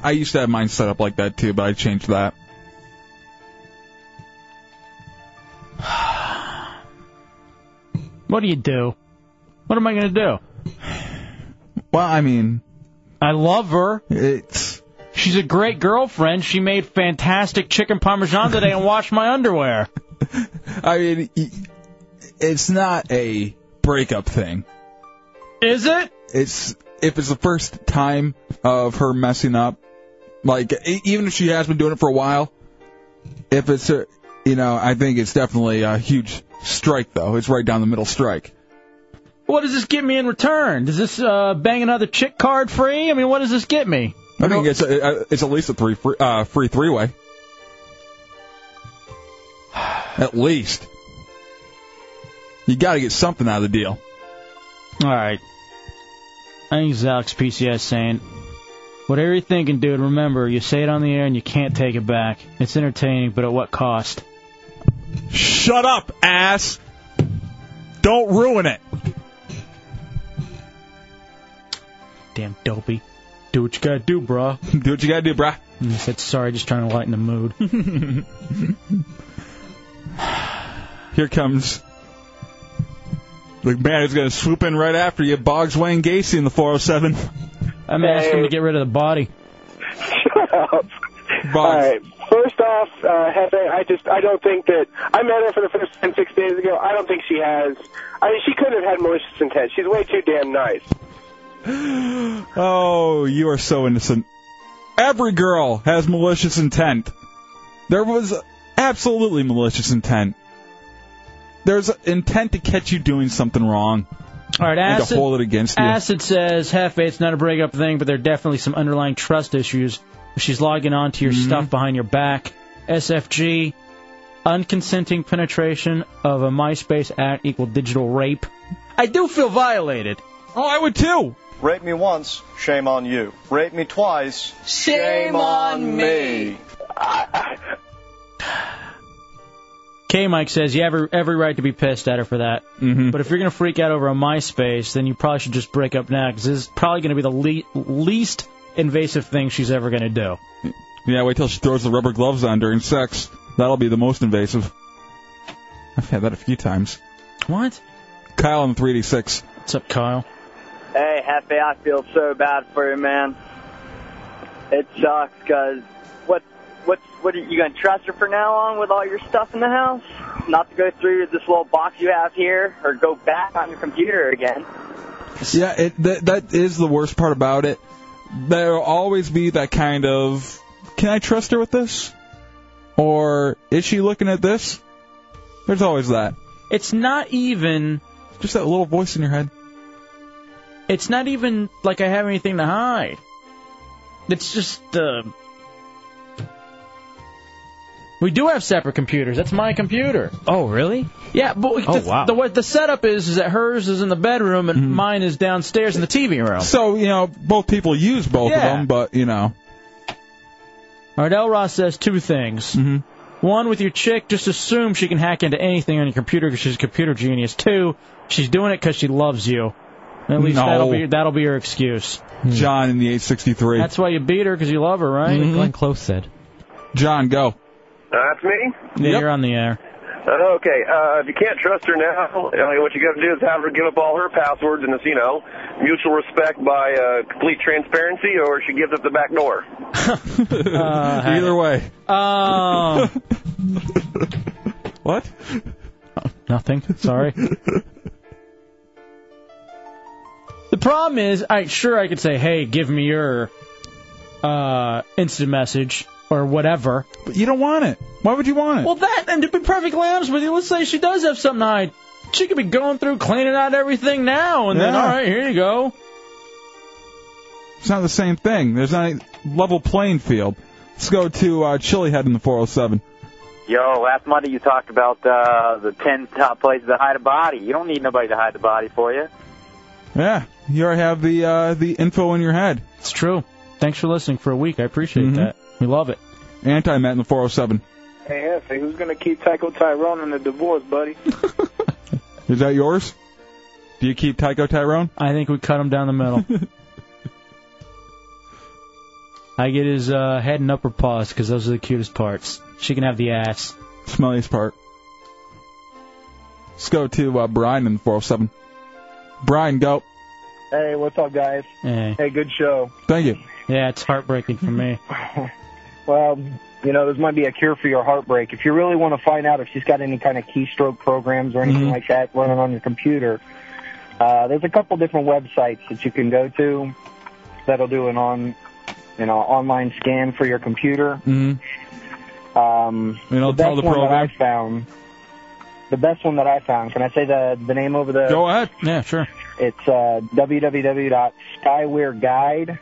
I used to have mine set up like that too, but I changed that.
What do you do? What am I going to
do? Well, I mean,
I love her.
It's
she's a great girlfriend. She made fantastic chicken parmesan today and washed my underwear.
I mean, y- it's not a breakup thing.
Is it?
It's if it's the first time of her messing up, Like e- even if she has been doing it for a while, if it's her, you know, I think it's definitely a huge strike though. It's right down the middle strike.
What does this get me in return? Does this uh, bang another chick card free? I mean, what does this get me?
I think it's uh, it's at least a three free, uh, free three way. [SIGHS] At least. You got to get something out of the deal.
All right. I think it's Alex PCS saying, whatever you're thinking, dude, remember, you say it on the air and you can't take it back. It's entertaining, but at what cost?
Shut up, ass. Don't ruin it.
Damn dopey. Do what you gotta do, bruh. [LAUGHS]
do what you gotta do, bruh.
And he said, sorry, just trying to lighten the mood. [LAUGHS]
Here comes the man who's going to swoop in right after you, Boggs Wayne Gacy in the 407.
I'm asking him to get rid of the body.
Shut up. All right. First off, uh, Hefe, I just I don't think that I met her for the first time six days ago. I don't think she has. I mean, she couldn't have had malicious intent. She's way too damn nice.
Oh, you are so innocent. Every girl has malicious intent. There was absolutely malicious intent. There's intent to catch you doing something wrong.
All right,
and to
acid,
hold it against you.
acid says Hefe, it's not a breakup thing, but there are definitely some underlying trust issues. She's logging on to your
Mm-hmm.
stuff behind your back. SFG, unconsenting penetration of a MySpace act equal digital rape. I do feel violated.
Oh, I would too.
Rape me once, shame on you. Rape me twice, shame on me.
K Mike says you have every- every right to be pissed at her for that.
Mm-hmm.
But if you're going to freak out over a MySpace, then you probably should just break up now 'cause this is probably going to be the le- least invasive thing she's ever going to do.
Yeah, wait till she throws the rubber gloves on during sex. That'll be the most invasive. I've had that a few times.
What?
Kyle in 386.
What's up, Kyle?
Hey, Hefe, I feel so bad for you, man. It sucks 'cause what, what's, what are you gonna trust her for now on with all your stuff in the house? Not to go through this little box you have here, or go back on your computer again.
Yeah, it, that, that is the worst part about it. There'll always be that kind of, can I trust her with this? Or is she looking at this? There's always that.
It's not even.
Just that little voice in your head.
It's not even like I have anything to hide. It's just uh, we do have separate computers. That's my computer.
Oh, really?
Yeah, but
Oh,
the,
wow.
the what the setup is is that hers is in the bedroom
Mm-hmm.
and mine is downstairs in the TV room.
So, you know, both people use both
Yeah.
of them, but, you know.
All right, L. Ross says two things. Mm-hmm. One, with your chick, just assume she can hack into anything on your computer because she's a computer genius. Two, she's doing it because she loves you. At least
No.
that'll be that'll be her excuse.
John in the 863.
That's why you beat her because you love her, right?
Mhm. Glenn
Close said.
John, go.
That's me.
Yeah, you're on the air.
Okay, uh, if you can't trust her now, I mean, what you got to do is have her give up all her passwords and it's, you know, mutual respect by uh, complete transparency, or she gives up the back door.
Hmm.
[LAUGHS] Uh,
Either way.
Oh.
[LAUGHS] what?
Nothing. Sorry. the problem is, I sure I could say, "Hey, give me your uh, instant message or whatever."
But you don't want it. Why would you want it?
Well, that and to be perfectly honest with you, let's say she does have something to hide. She could be going through cleaning out everything now, and then
Yeah.
all right, here you go.
It's not the same thing. There's not a level playing field. Let's go to uh, Chili Head in the 407.
Yo, last Monday you talked about uh, the 10 top places to hide a body. You don't need nobody to hide the body for you.
Yeah, you already have the uh, the info in your head.
It's true. Thanks for listening for a week. I appreciate that. We love it.
Anti Matt in the 407.
Hey, Hefe, who's going to keep Tycho Tyrone in the divorce, buddy?
Is that yours? Do you keep Tycho Tyrone?
I think we cut him down the
[LAUGHS]
middle. I get his uh, head and upper paws because those are the cutest parts. She can have the ass.
Smelliest part. Let's go to uh, Brian in the 407. Brian, go.
Hey, what's up, guys?
Eh.
Hey, good show.
Thank you.
Yeah, it's heartbreaking for me.
Well, you know, this might be a cure for your heartbreak. If you really want to find out if she's got any kind of keystroke programs or anything
Mhm.
like that running on your computer, uh, there's a couple different websites that you can go to that'll do an on
you know, online scan for your computer.
Mm-hmm.
Um,
And I'll
the
tell
best
the
one that
program.
I found. The best one that I found. Can I say the the name over the?
Go ahead. Yeah, sure.
It's uh, www.skywareguide.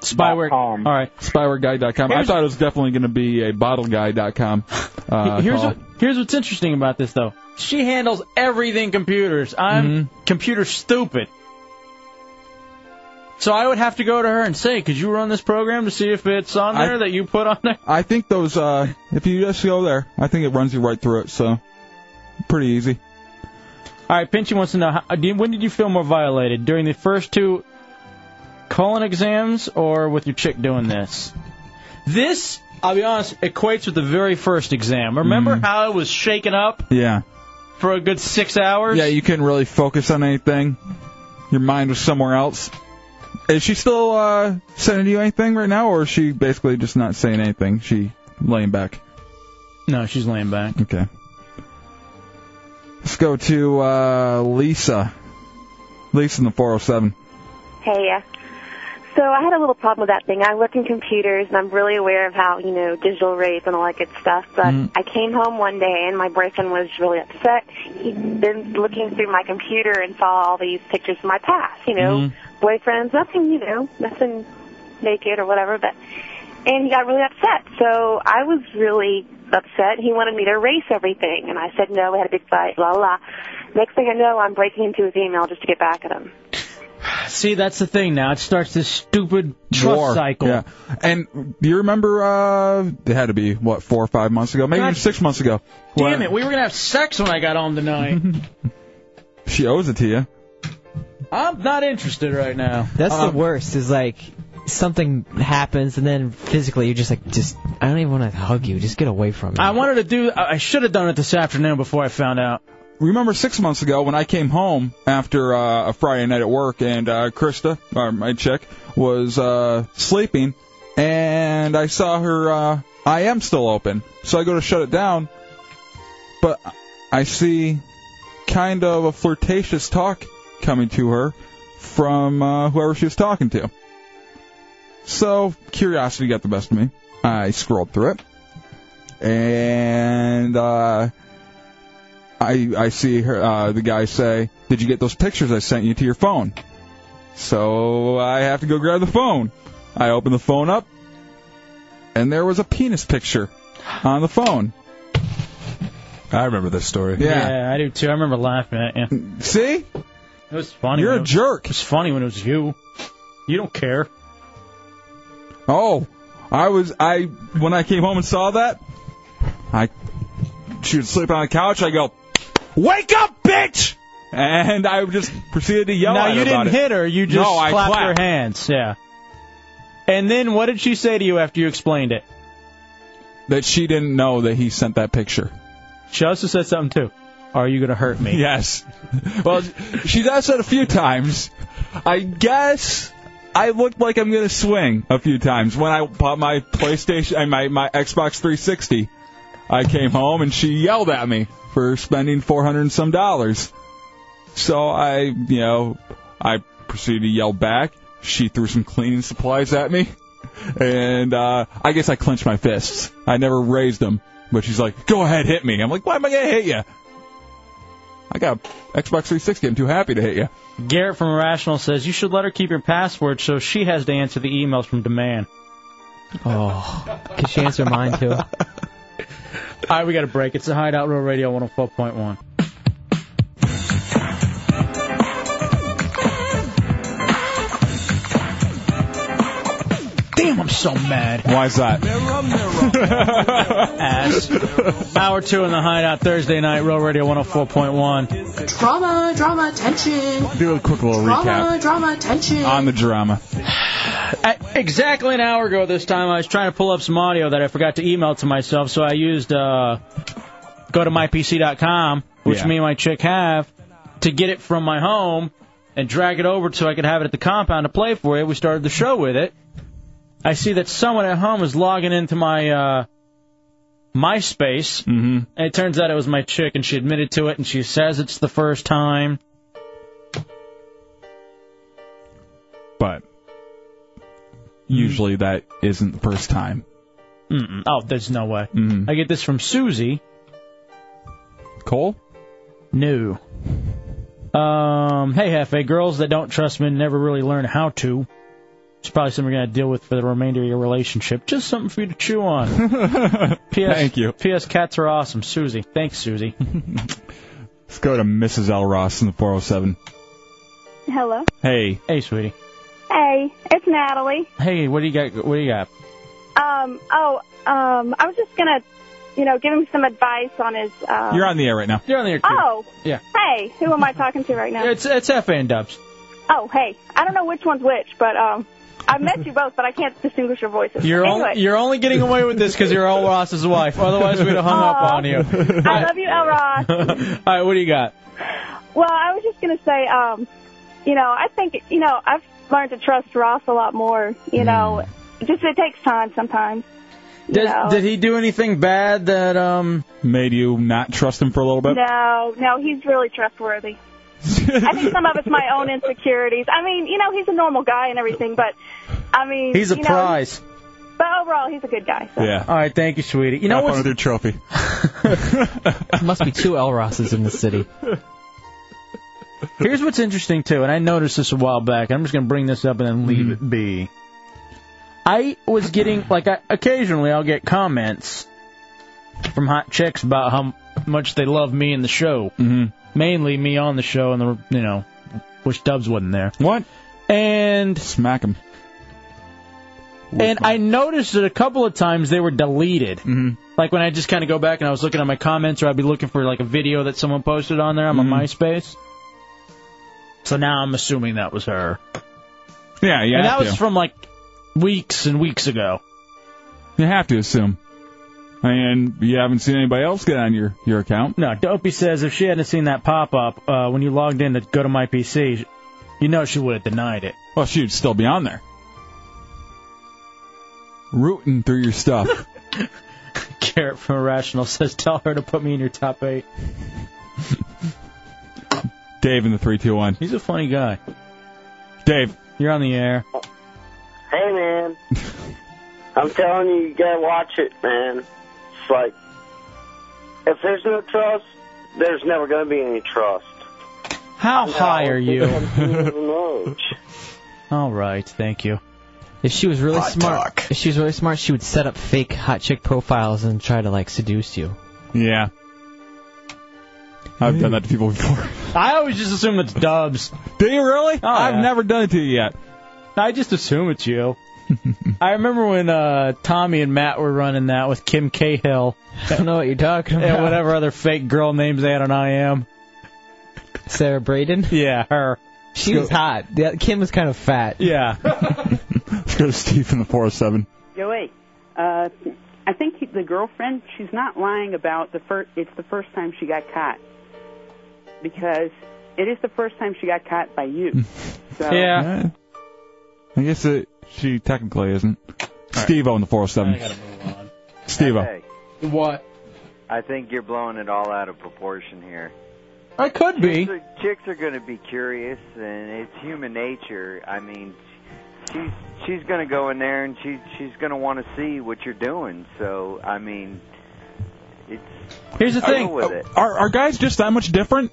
Spyware. All right, spywareguide.com. I
Here's-
thought it was definitely going to be a bottleguy.com. Uh,
here's
call.
what, here's what's interesting about this though. [LAUGHS] She handles everything computers. I'm computer stupid. So I would have to go to her and say, "Could you run this program to see if it's on there that you put on there?"
I think those. Uh, if you just go there, I think it runs you right through it. So pretty easy.
All right, Pinchy wants to know how, do you- when did you feel more violated during the first two colon exams or with your chick doing this? This, I'll be honest, equates with the very first exam. Remember how I was shaken up
Yeah.
for a good six hours?
Yeah, you couldn't really focus on anything. Your mind was somewhere else. Is she still uh, sending you anything right now, or is she basically just not saying anything? She laying back.
No, she's laying back.
Okay. Let's go to uh, Lisa. Lisa in the 407.
Hey, yeah. So I had a little problem with that thing. I work in computers, and I'm really aware of how you know digital rape and all that good stuff. But
Mm.
I came home one day, and my boyfriend was really upset. He'd been looking through my computer and saw all these pictures of my past. You know, boyfriends, nothing, you know, nothing naked or whatever, but and he got really upset. So I was really upset. He wanted me to erase everything and I said no, we had a big fight, blah blah blah. Next thing I know I'm breaking into his email just to get back at him.
See, that's the thing now. It starts this stupid trust
War.
cycle.
Yeah. And do you remember, uh, it had to be, what, four or five months ago? Maybe
God.
even six months ago.
Damn it, we were gonna have sex when I got home [LAUGHS] tonight.
She owes it to you.
I'm not interested right now.
That's
Um,
the worst. Is like something happens and then physically you're just like, just I don't even want to hug you. Just get away from me.
I wanted to do. I I should have done it this afternoon before I found out.
Remember six months ago when I came home after uh, a Friday night at work and uh, Krista, or my chick, was uh, sleeping and I saw her uh, I am still open. So I go to shut it down, but I see kind of a flirtatious talk coming to her from uh, whoever she was talking to. So curiosity got the best of me. I scrolled through it, and uh, I I see her uh, the guy say, "Did you get those pictures I sent you to your phone?" So I have to go grab the phone. I open the phone up, and there was a penis picture on the phone.
I remember this story.
Yeah.
I do too. I remember laughing at you.
See?
It was funny.
You're
when
a
it-
jerk.
It was funny when it was you. You don't care.
Oh, I was I when I came home and saw that, I she would sleep on the couch. I go, "Wake up, bitch!" And I just proceeded to yell.
no,
at
you
her about
didn't
it.
hit her. You just
no, I
clapped
clapped.
your hands. Yeah. And then what did she say to you after you explained it?
That she didn't know that he sent that picture.
She also said something too. Are you gonna hurt me?
Yes. Well, she's asked that a few times. I guess I looked like I'm gonna swing a few times when I bought my PlayStation and my my Xbox 360. I came home and she yelled at me for spending 400 and some dollars. So I, you know, I proceeded to yell back. She threw some cleaning supplies at me, and uh, I guess I clenched my fists. I never raised them, but she's like, "Go ahead, hit me." I'm like, "Why am I gonna hit you?" I got Xbox 360. I'm too happy to hit you.
Garrett from Irrational says you should let her keep your password so she has to answer the emails from demand.
Oh, could she answer mine too?
All right, we got a break. It's the Hideout Real Radio 104.1. Damn, I'm so mad.
Why is that?
[LAUGHS] hmm. Ass. Hour two in the Hideout Thursday night, Real Radio 104.1.
Drama, drama, tension.
Do a quick little
Drama,
recap
drama, tension.
on the drama.
At exactly an hour ago this time, I was trying to pull up some audio that I forgot to email to myself, so I used uh, go to mypc.com, which
Yeah.
me and my chick have, to get it from my home and drag it over so I could have it at the compound to play for you. We started the show with it. I see that someone at home is logging into my uh, MySpace,
mm-hmm.
and it turns out it was my chick, and she admitted to it, and she says it's the first time.
But usually that isn't the first time.
Mm-mm. Oh, there's no way.
Mm.
I get this from Susie. Cole? No. Um, hey, Hefe, girls that don't trust men never really learn how to. It's probably something you're going to deal with for the remainder of your relationship. Just something for you to chew [LAUGHS] on. P.S.
Thank you.
P.S. Cats are awesome. Susie. Thanks, Susie.
Let's go to Mrs. L. Ross in the 407.
Hello.
Hey.
[LAUGHS] Hey, sweetie.
Hey, it's Natalie.
Hey, what do you got? What do you got?
Um, oh, um, I was just gonna, you know, give him some advice on his. Uh...
You're on the air right now. You're on the air, too.
Oh,
Yeah.
hey, who am I talking to right now?
It's, it's Hefe and Dubs.
Oh, hey, I don't know which one's which, but um, I've met you both, but I can't distinguish your voices.
You're
anyway,
only you're only getting away with this because you're El Ross's wife. Otherwise, we'd have hung up on you. [LAUGHS] All
I love you, El Ross.
[LAUGHS] right, what do you got?
Well, I was just gonna say, um, you know, I think, you know, I've learned to trust Ross a lot more. You know, just it takes time sometimes. you
Did,
know.
did he do anything bad that um
made you not trust him for a little bit?
No, no, he's really trustworthy. I think some of it's my own insecurities. I mean, you know, he's a normal guy and everything, but I mean,
He's a
you know,
prize.
But overall, he's a good guy. So.
Yeah.
All right, thank you, sweetie. You know what's [LAUGHS]
your trophy.
Must be two El Rosses in the city.
Here's what's interesting too, and I noticed this a while back. I'm just going to bring this up and then leave it
Mm-hmm.
be. I was getting like I, occasionally I'll get comments from hot chicks about how much they love me and the show, mm-hmm. mainly me on the show, and the you know, wish Dubs wasn't there. What? And
smack him.
And I noticed that a couple of times they were deleted. Mm-hmm. Like when I just kind of go back and I was looking at my comments, or I'd be looking for like a video that someone posted on there on
Mm-hmm.
my MySpace. So now I'm assuming that was her.
Yeah, you
and
have
that was
to.
from like weeks and weeks ago.
You have to assume. And you haven't seen anybody else get on your, your account.
No, Dopey says if she hadn't seen that pop up uh, when you logged in to go to my PC, you know she would have denied it.
Well, she'd still be on there. Rooting through your stuff.
[LAUGHS] [LAUGHS] Garrett from Irrational says tell her to put me in your top eight.
Dave in the 321.
He's a funny guy.
Dave.
You're on the air.
Hey
[LAUGHS]
man, I'm telling you, you gotta watch it, man. It's like if there's no trust, there's never gonna be any trust.
How high are you? [LAUGHS]
No.
All right, thank you.
If she was really
Hot
smart, if she was really smart, she would set up fake hot chick profiles and try to like seduce you.
Yeah. I've done that to people before.
[LAUGHS] I always just assume it's Dubs. Oh,
Do you really? I've never done it to you yet.
I just assume it's
[LAUGHS]
you. I remember when uh, Tommy and Matt were running that with Kim Cahill. I don't
know what you're talking
And
about.
whatever other fake girl names they had on I Am.
Sarah Braden.
Yeah, her.
She was hot. Yeah, Kim was kind of fat. [LAUGHS]
Yeah.
Let's go to Steve in the 407.
Joey, uh, I think he, the girlfriend, she's not lying about the first, it's the first time she got caught. Because it is the first time she got caught
[LAUGHS]
by you. So,
Yeah. I guess it, she technically isn't. Steve O in the 407.
I gotta
move on. Steve O.
Hey,
What?
I think you're blowing it all out of proportion here.
I could
Chicks are, chicks are going to be curious, and it's human nature. I mean, she's she's going to go in there, and she she's going to want to see what you're doing. So, I mean, it's
Here's the
I'll
thing.
go with it.
Are, are guys just that much different?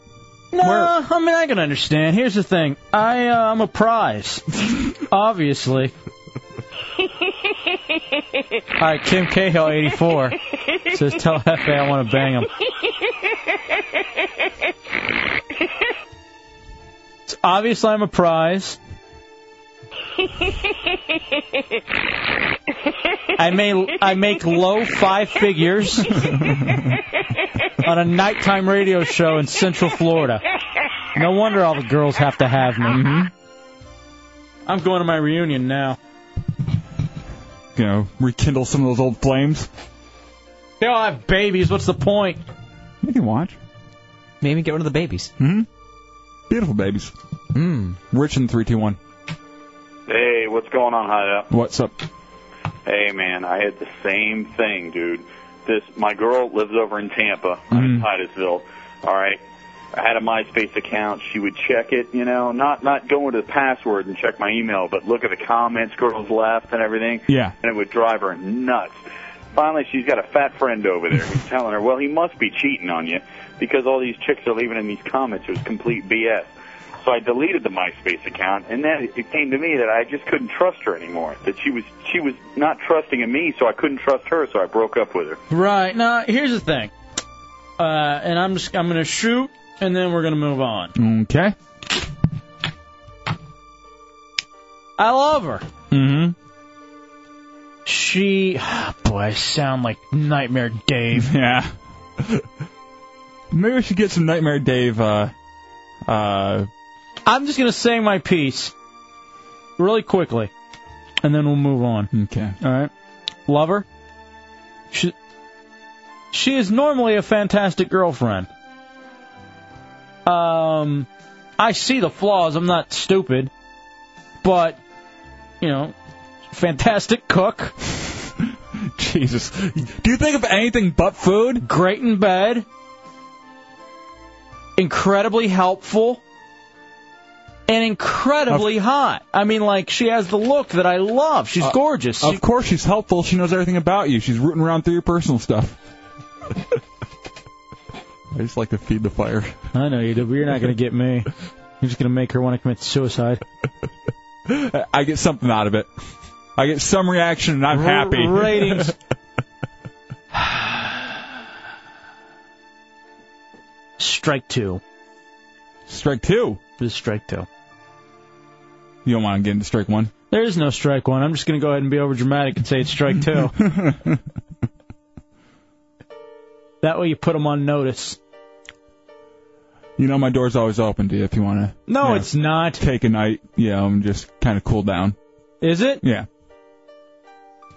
No, I mean I can understand. Here's the thing. I uh, I'm a [LAUGHS] prize, obviously. All right, Kim Cahill, 84, says tell Hefe I want to bang him. It's obviously I'm a prize. I may I make low five [LAUGHS] figures on a nighttime radio show in Central Florida. No wonder all the girls have to have me. hmm? I'm going to my reunion now.
You know, rekindle some of those old flames.
They all have babies. What's the point?
You can watch.
Maybe get one of the babies.
hmm Beautiful babies.
Mm.
Rich in 321.
Hey, what's going on, Hideout?
What's up?
Hey, man, I had the same thing, dude. This my girl lives over in Tampa. I'm in Titusville. All right,
I had a MySpace account. She would check it, you know, not not go into the password and check my email, but look at the comments, girls left and everything.
Yeah.
And it would drive her nuts. Finally, she's got a fat friend over there who's telling her, well, he must be cheating on you because all these chicks are leaving in these comments. It was complete BS. So I deleted the MySpace account, and then it came to me that I just couldn't trust her anymore. That she was she was not trusting in me, so I couldn't trust her. So I broke up
[LAUGHS]
with her.
Right. Now, here's the thing. Uh, and I'm just I'm gonna shoot, and then we're gonna move on.
Okay.
I love her.
Mm-hmm.
She, [SIGHS] boy, I sound like Nightmare Dave.
[LAUGHS] Yeah. Maybe we should get some Nightmare Dave. Uh, uh,
I'm just gonna say my piece, really quickly, and then we'll move on.
okay.
All right. Love her. She, she is normally a fantastic girlfriend. Um, I see the flaws. I'm not stupid, but you know, fantastic cook.
[LAUGHS] Jesus, do you think of anything but food?
Great in bed. Incredibly helpful. And incredibly hot. I mean, like she has the look that I love. She's
Uh,
gorgeous. She-
Of course, she's helpful. She knows everything about you. She's rooting around through your personal stuff. [LAUGHS] I just like to feed the fire.
I know you do, but you're not going to get me. You're just going to make her want to commit suicide.
I get something out of it. I get some reaction, and I'm happy. [LAUGHS]
ratings. Strike two.
strike two.
This is strike two.
You don't want to get into strike one.
There is no strike one. I'm just going to go ahead and be over dramatic and say it's strike
[LAUGHS]
two. that way you put them on notice.
You know my door's always open to you if you want to.
No, it's not.
Take a night. Yeah, I'm just kind of cool down.
Is it?
Yeah.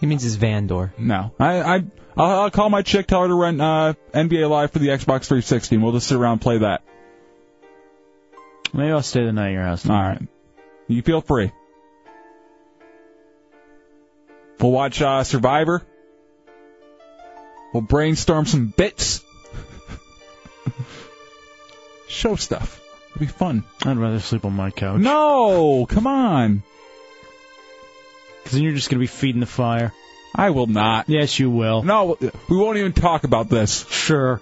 He means his van door.
No, I I I'll, I'll call my chick, tell her to rent uh, NBA Live for the Xbox 360, and we'll just sit around and play that.
Maybe I'll stay the night at your house.
All right. You feel free. We'll watch uh, Survivor. We'll brainstorm some bits. [LAUGHS] Show stuff. It'll be fun.
I'd rather sleep on my couch.
No, come on.
Because then you're just going to be feeding the fire.
I will not.
Yes, you will.
No, we won't even talk about this.
Sure.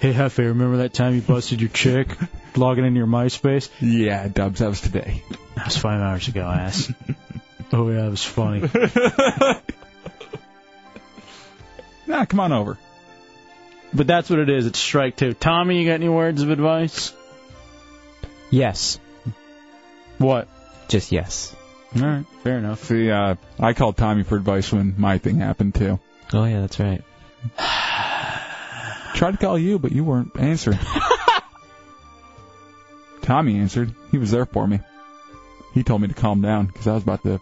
Hey, Hefe, remember that time you busted your chick
[LAUGHS]
logging into your MySpace?
Yeah, Dubs, that was today.
That was five hours ago,
[LAUGHS]
ass. oh, yeah, that was funny.
Nah, come on over.
But that's what it is. It's strike two. Tommy, you got any words of advice?
Yes.
What?
Just yes.
All right, fair enough.
See, uh, I called Tommy for advice when my thing happened too.
Oh yeah, that's right.
[SIGHS] Tried to call you, but you weren't
[LAUGHS]
answering. Tommy answered. He was there for me. He told me to calm down because I was about to.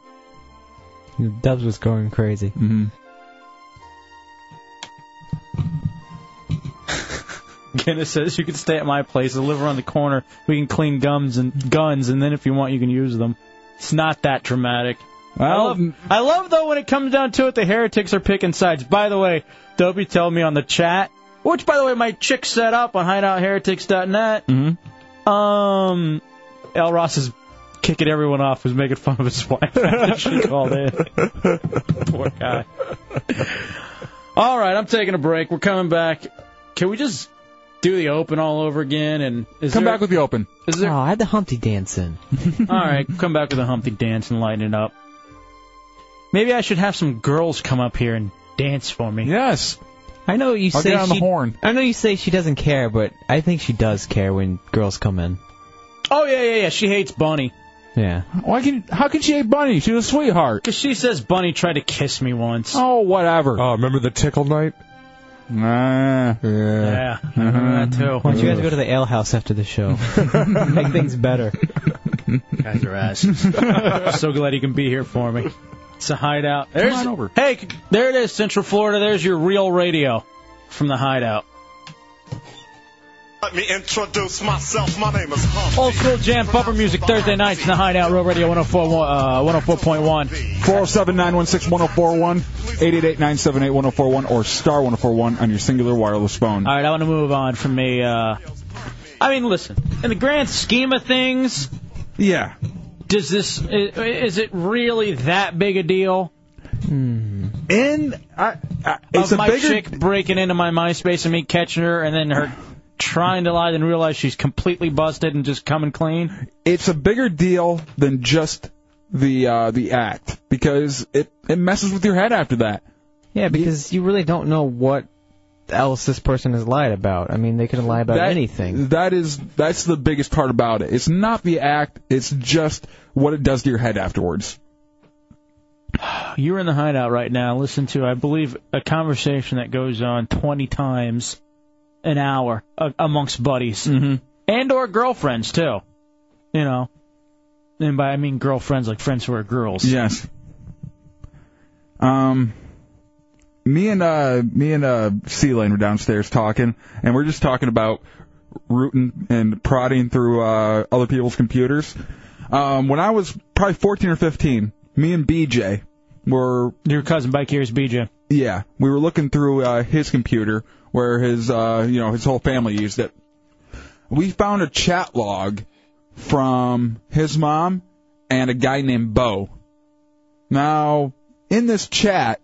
Dubs was going crazy.
Mm-hmm.
[LAUGHS] Kenna says you can stay at my place. I live around the corner. We can clean gums and guns, and then if you want, you can use them. It's not that dramatic. I
Well,
love, I love though when it comes down to it, the heretics are picking sides. By the way, Dopey tell me on the chat, which by the way, my chick set up on hideoutheretics.net. Mm-hmm. Um, L Ross is kicking everyone off, was making fun of his
[LAUGHS]
wife after she called in. [LAUGHS] Poor guy. All right, I'm taking a break. We're coming back. Can we just do the open all over again? And is
Come
there-
back with the open.
Is there-
Oh, I had the Humpty dance in.
[LAUGHS] all right, come back with a Humpty dance and lighten it up. Maybe I should have some girls come up here and dance for me.
Yes.
I know you
I'll
say
get on the
she-
horn.
I know you say she doesn't care, but I think she does care when girls come in.
Oh yeah, yeah, yeah. She hates Bunny
Yeah.
Why can? How can she hate Bunny? She's a sweetheart.
because she says Bunny tried to kiss me once.
Oh, whatever.
Oh, remember the tickle night?
Nah.
Yeah.
Uh, Yeah,
[LAUGHS]
I
Uh-huh.
remember that too.
Why don't you guys go to the ale house after the show? Make things better.
[LAUGHS] Guys are
[LAUGHS]
asses. [LAUGHS] so glad you can be here for me. It's a hideout. There's,
on over.
Hey, c- there it is, Central Florida. There's your real radio from the hideout.
Let me introduce myself. My name is Hump.
Old school jam bumper music Thursday nights in the hideout. Real Radio 104, uh, 104.1.
407 916 1041, 888 oh 978 1041, or star 1041 on your singular wireless phone.
All right, I want to move on from a uh, I mean, listen, in the grand scheme of things,
yeah.
Does this i- is it really that big a deal?
And I, I it's
of
a
my
bigger-
chick breaking into my MySpace and me catching her, and then her trying to lie and realize she's completely busted and just coming clean.
It's a bigger deal than just the uh, the act because it it messes with your head after that.
Yeah, because you really don't know what else this person has lied about. I mean, they could lie about
That-
anything.
That is that's the biggest part about it. It's not the act. It's just what it does to your head afterwards.
You're in the hideout right now. Listen to, I believe, a conversation that goes on 20 times an hour a- amongst buddies
Mm-hmm.
and or girlfriends too. You know, and by I mean girlfriends, like friends who are girls.
Yes. Um, me and uh, me and uh, C Lane were downstairs talking, and we're just talking about rooting and prodding through uh, other people's computers. Um, when I was probably 14 or 15, me and BJ were
your cousin back here is BJ.
Yeah, we were looking through uh, his computer where his uh, you know his whole family used it. We found a chat log from his mom and a guy named Bo. Now, in this chat,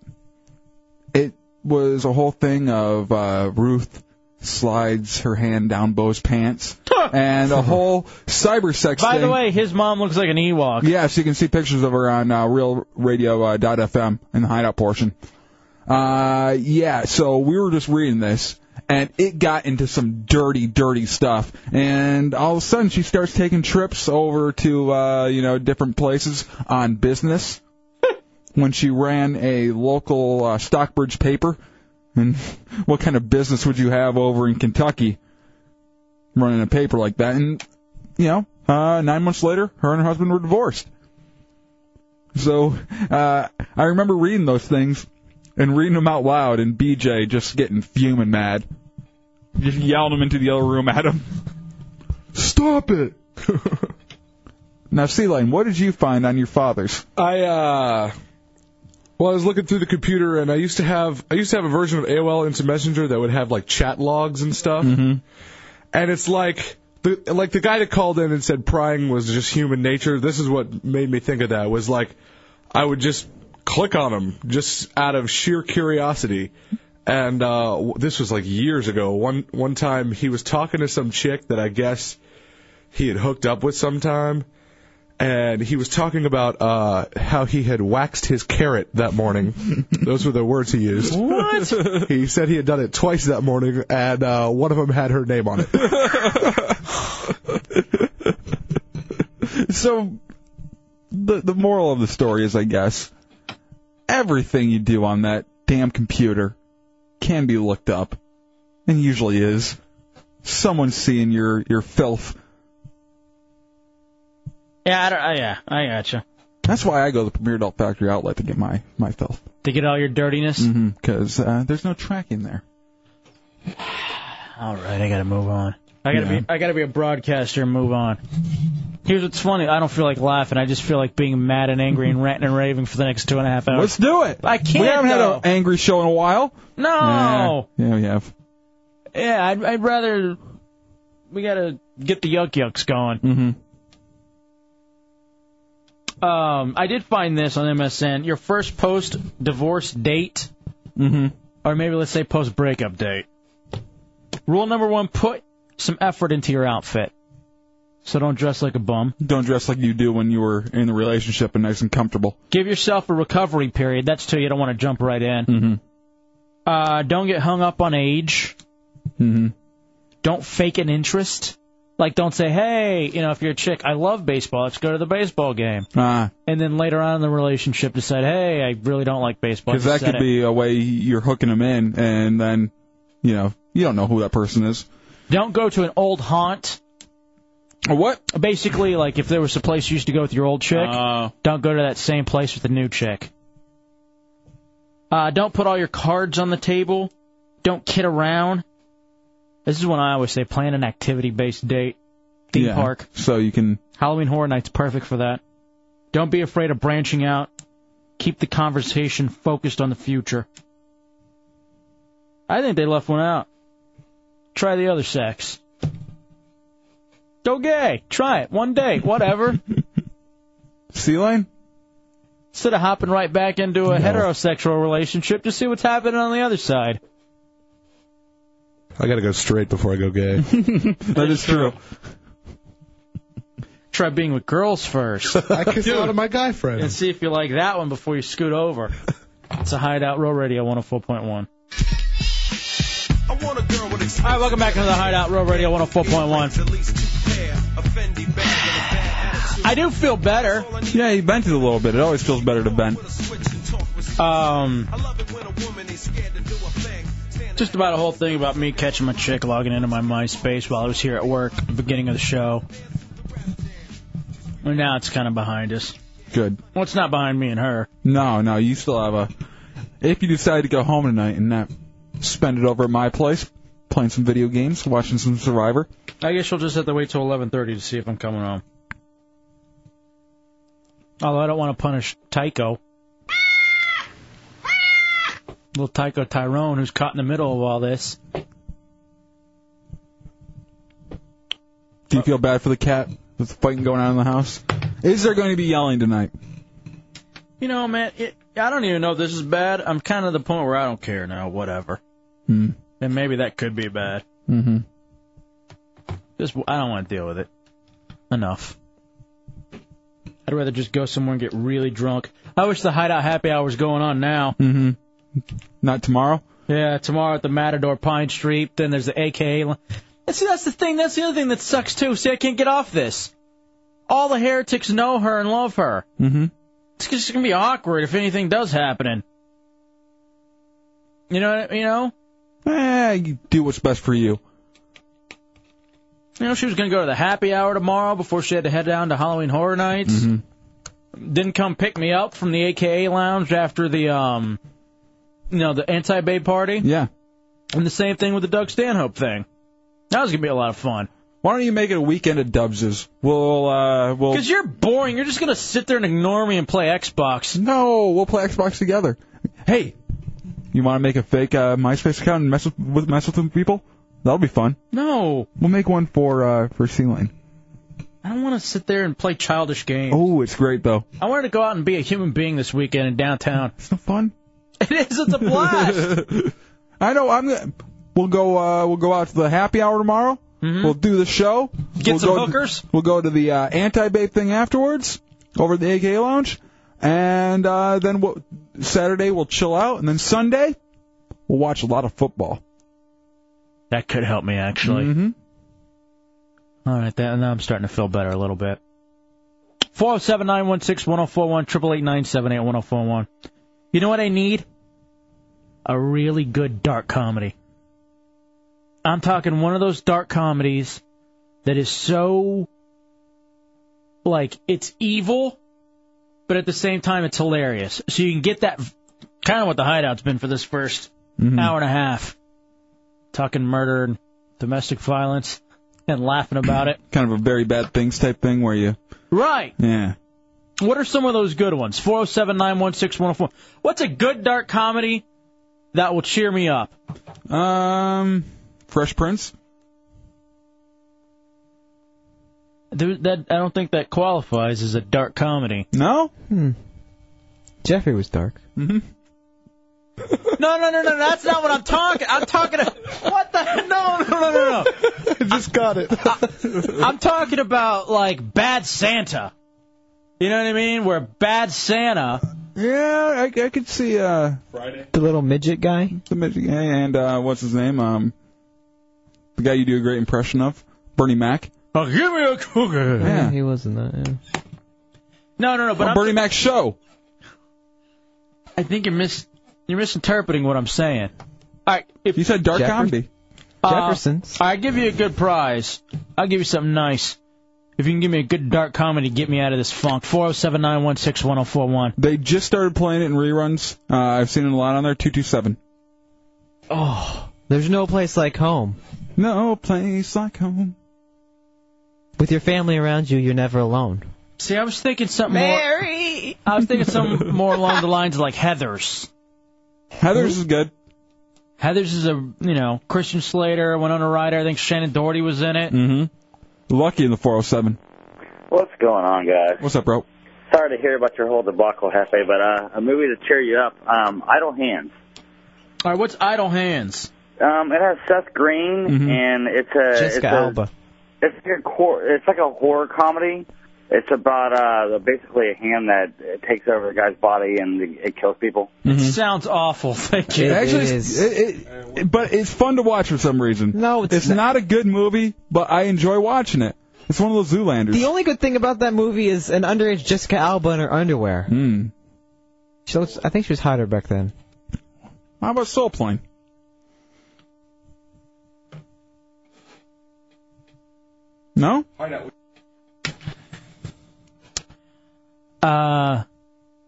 it was a whole thing of uh, Ruth slides her hand down Bo's pants and a whole cyber sex
By the
thing.
way, his mom looks like an Ewok.
Yes, you can see pictures of her on uh, realradio.fm in the hideout portion. Uh, yeah, so we were just reading this, and it got into some dirty, dirty stuff. And all of a sudden, she starts taking trips over to, uh, you know, different places on business when she ran a local uh, Stockbridge paper. And [LAUGHS] what kind of business would you have over in Kentucky running a paper like that? And you know, uh, nine months later, her and her husband were divorced. So uh, I remember reading those things and reading them out loud, and BJ just getting fuming mad, just yelling them into the other room at him.
[LAUGHS]
Stop it! now, C Lane, what did you find on your father's?
I uh well, I was looking through the computer, and I used to have I used to have a version of AOL Instant Messenger that would have like chat logs and stuff. Mm-hmm. And it's like the like the guy that called in and said prying was just human nature. This is what made me think of that was like I would just click on them just out of sheer curiosity. And uh, w- this was like years ago. One one time he was talking to some chick that I guess he had hooked up with sometime and he was talking about uh, how he had waxed his carrot that [LAUGHS] morning. Those were the words he used.
What?
[LAUGHS] he said he had done it twice that morning, and uh, one of them had her name on it.
so the the moral of the story is, I guess, everything you do on that damn computer can be looked up, and usually is. Someone's seeing your your filth.
Yeah, I don't, I, yeah, I gotcha.
That's why I go to the Premier Adult Factory outlet to get my my filth.
To get all your dirtiness.
Because uh, there's no tracking there.
All right, I gotta move on. I gotta
Yeah.
be I gotta be a broadcaster and move on. Here's what's funny. I don't feel like laughing. I just feel like being mad and angry and ranting and raving for the next two and a half hours.
Let's do it.
I can't.
We haven't had
though.
an angry show in a while.
No.
Yeah, yeah we have.
Yeah, I'd, I'd rather. We gotta get the yuck yucks going.
Mm-hmm.
Um, I did find this on MSN. Your first post divorce date,
Mm-hmm.
or maybe let's say post breakup date. Rule number one: put some effort into your outfit. So don't dress like a bum.
Don't dress like you do when you were in the relationship and nice and comfortable.
Give yourself a recovery period. That's till you don't want to jump right in.
Mm-hmm.
Uh, don't get hung up on age.
Mm-hmm.
Don't fake an interest. Like, don't say, hey, you know, if you're a chick, I love baseball. Let's go to the baseball game.
Ah,
And then later on in the relationship, decide, hey, I really don't like baseball.
because that
Just said
could
it.
be a way you're hooking them in, and then you know you don't know who that person is.
Don't go to an old haunt.
A what?
Basically, like if there was a place you used to go with your old chick,
Uh.
don't go to that same place with the new chick. Uh, don't put all your cards on the table. Don't kid around. This is when I always say plan an activity-based date. Theme
Yeah,
park.
So you can.
Halloween Horror Night's perfect for that. Don't be afraid of branching out. Keep the conversation focused on the future. I think they left one out. Try the other sex. Go gay. Try it one day. Whatever.
See Lane?
Instead of hopping right back into a heterosexual relationship, just see what's happening on the other side.
[LAUGHS] I gotta go straight before I go gay.
[LAUGHS]
that
is true. Try being with girls first.
[LAUGHS] I kissed a lot of my guy friends.
And see if you like that one before you scoot over. It's a Hideout Row Radio 104.1. All right, welcome back to the Hideout Row Radio 104.1. I do feel better.
Yeah, he bent it a little bit. It always feels better to bend.
Um, just about a whole thing about me catching my chick logging into my MySpace while I was here at work at the beginning of the show. Well, now it's kind of behind us.
Good.
Well, it's not behind me and her.
No, no, you still have a. If you decide to go home tonight and not spend it over at my place, playing some video games, watching some Survivor.
I guess you'll just have to wait till 11:30 to see if I'm coming home. Although I don't want to punish Tycho. Little Tycho Tyrone, who's caught in the middle of all this.
Do you feel bad for the cat with the fighting going on in the house? Is there going to be yelling tonight?
You know, man, it, I don't even know if this is bad. I'm kind of the point where I don't care now. Whatever.
Hmm.
And maybe that could be bad.
Mm-hmm.
Just I don't want to deal with it. Enough. I'd rather just go somewhere and get really drunk. I wish the hideout happy hour was going on now.
Mm-hmm. Not tomorrow.
Yeah, tomorrow at the Matador Pine Street. Then there's the AKA. li- And see, that's the thing. That's the other thing that sucks too. See, I can't get off this. All the heretics know her and love her.
Mm-hmm.
It's just gonna be awkward if anything does happen. You know, what I- you know,
Eh, you do what's best for you.
you know, she was gonna go to the happy hour tomorrow before she had to head down to Halloween Horror Nights.
Mm-hmm.
Didn't come pick me up from the AKA lounge after the um, you know, the anti bay party.
Yeah.
And the same thing with the Doug Stanhope thing. That was gonna be a lot of fun.
Why don't you make it a weekend of Dubses? We'll uh, we'll.
Because you're boring. You're just gonna sit there and ignore me and play Xbox.
No, we'll play Xbox together. Hey, you want to make a fake uh, MySpace account and mess with, with mess with some people? That'll be fun.
No,
we'll make one for uh, for Sealine.
I don't want to sit there and play childish games.
Oh, it's great though.
I wanted to go out and be a human being this weekend in
[LAUGHS]
downtown. It's
no fun.
[LAUGHS] It is. It's a blast.
[LAUGHS] I know. I'm. gonna- We'll go. Uh, we'll go out to the happy hour tomorrow. We'll do the show.
Mm-hmm. Get
we'll
some
go to-
hookers?
we'll go to the uh, anti-babe thing afterwards, over at the AKA lounge, and uh, then we'll, Saturday we'll chill out, and then Sunday we'll watch a lot of football.
that could help me actually.
Mm-hmm.
All right, that, now I'm starting to feel better a little bit. Four zero seven nine one six one zero four one triple eight nine seven eight one zero four one. You know what I need? A really good dark comedy. I'm talking one of those dark comedies that is so like it's evil, but at the same time it's hilarious. So you can get that kind of what the hideout's been for this 1st hour and a half, talking murder and domestic violence and laughing about
[CLEARS THROAT]
it.
Kind of a very bad things type thing where you.
Right.
Yeah.
What are some of those good ones? Four zero seven nine one six one zero four. What's a good dark comedy that will cheer me up?
Um, Fresh Prince.
There- that I don't think that qualifies as a dark comedy.
No.
Hmm. Jeffrey was dark.
Mm-hmm.
[LAUGHS] No, no, no, no. That's not what I'm talking. I'm talking. What the? No, no, no,
[LAUGHS]
no, no.
I just got it.
I'm talking about like Bad Santa. You know what I mean? Where Bad Santa.
Yeah, I, I could see uh
Friday.
The little midget guy.
The midget guy and uh, what's his name? Um, the guy you do a great impression of, Bernie Mac.
Oh, give me a cougar.
Yeah.
He wasn't that. Yeah.
No, no, no. But
On
I'm-
Oh, Bernie Mac's show.
I think you're mis you're misinterpreting what I'm saying. All right, if
you said dark
Jeffer-
comedy.
Uh,
Jefferson's.
I give you a good prize. I'll give you something nice. If you can give me a good dark comedy, get me out of this funk. Four zero seven nine one six one zero four one.
They just started playing it in reruns. Uh, I've seen it a lot on there. Two two seven.
Oh, there's no place like home.
No place like home.
With your family around you, you're never alone.
See, I was thinking something more. I was thinking something more along the lines of like Heather's.
Heather's is good.
Heather's is a you know Christian Slater, Winona Ryder. I think Shannon Doherty was in it.
Mm-hmm. Lucky in the 407.
What's going on, guys?
What's up, bro?
Sorry to hear about your whole debacle, Hefe, but uh, a movie to cheer you up. Um, Idle Hands.
All right, what's Idle Hands?
Um, it has Seth Green,
Mhm.
and it's a it's
Jessica
a,
Alba.
It's like a cor- it's like a horror comedy. It's about uh basically a hand that uh, takes over a guy's body and it kills people.
It
Mm-hmm.
sounds awful. [LAUGHS] Thank you.
Actually, It, it, it- but it's fun to watch for some reason. No, it's, not. a good movie, but I enjoy watching it. It's one of those Zoolanders.
The only good thing about that movie is an underage Jessica Alba in her underwear.
Hmm.
She looks, I think she was hotter back then.
How about Soul Plane? No?
Uh,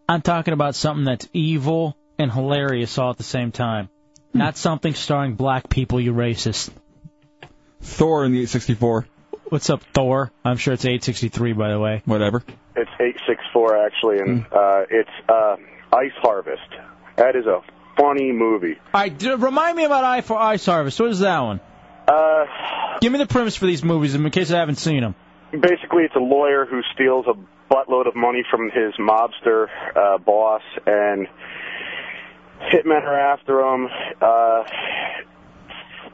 I'm talking about something that's evil and hilarious all at the same time. Not something starring black people, you racist.
Thor in the 864.
What's up, Thor? I'm sure it's 863, by the way.
Whatever.
It's eight six four actually, and uh, it's uh, Ice Harvest. That is a funny movie.
All right, d- remind me about Eye for Eye Harvest. What is that one?
Uh,
Give me the premise for these movies in case I haven't seen them.
Basically, it's a lawyer who steals a buttload of money from his mobster uh, boss, and hitmen are after him. Uh,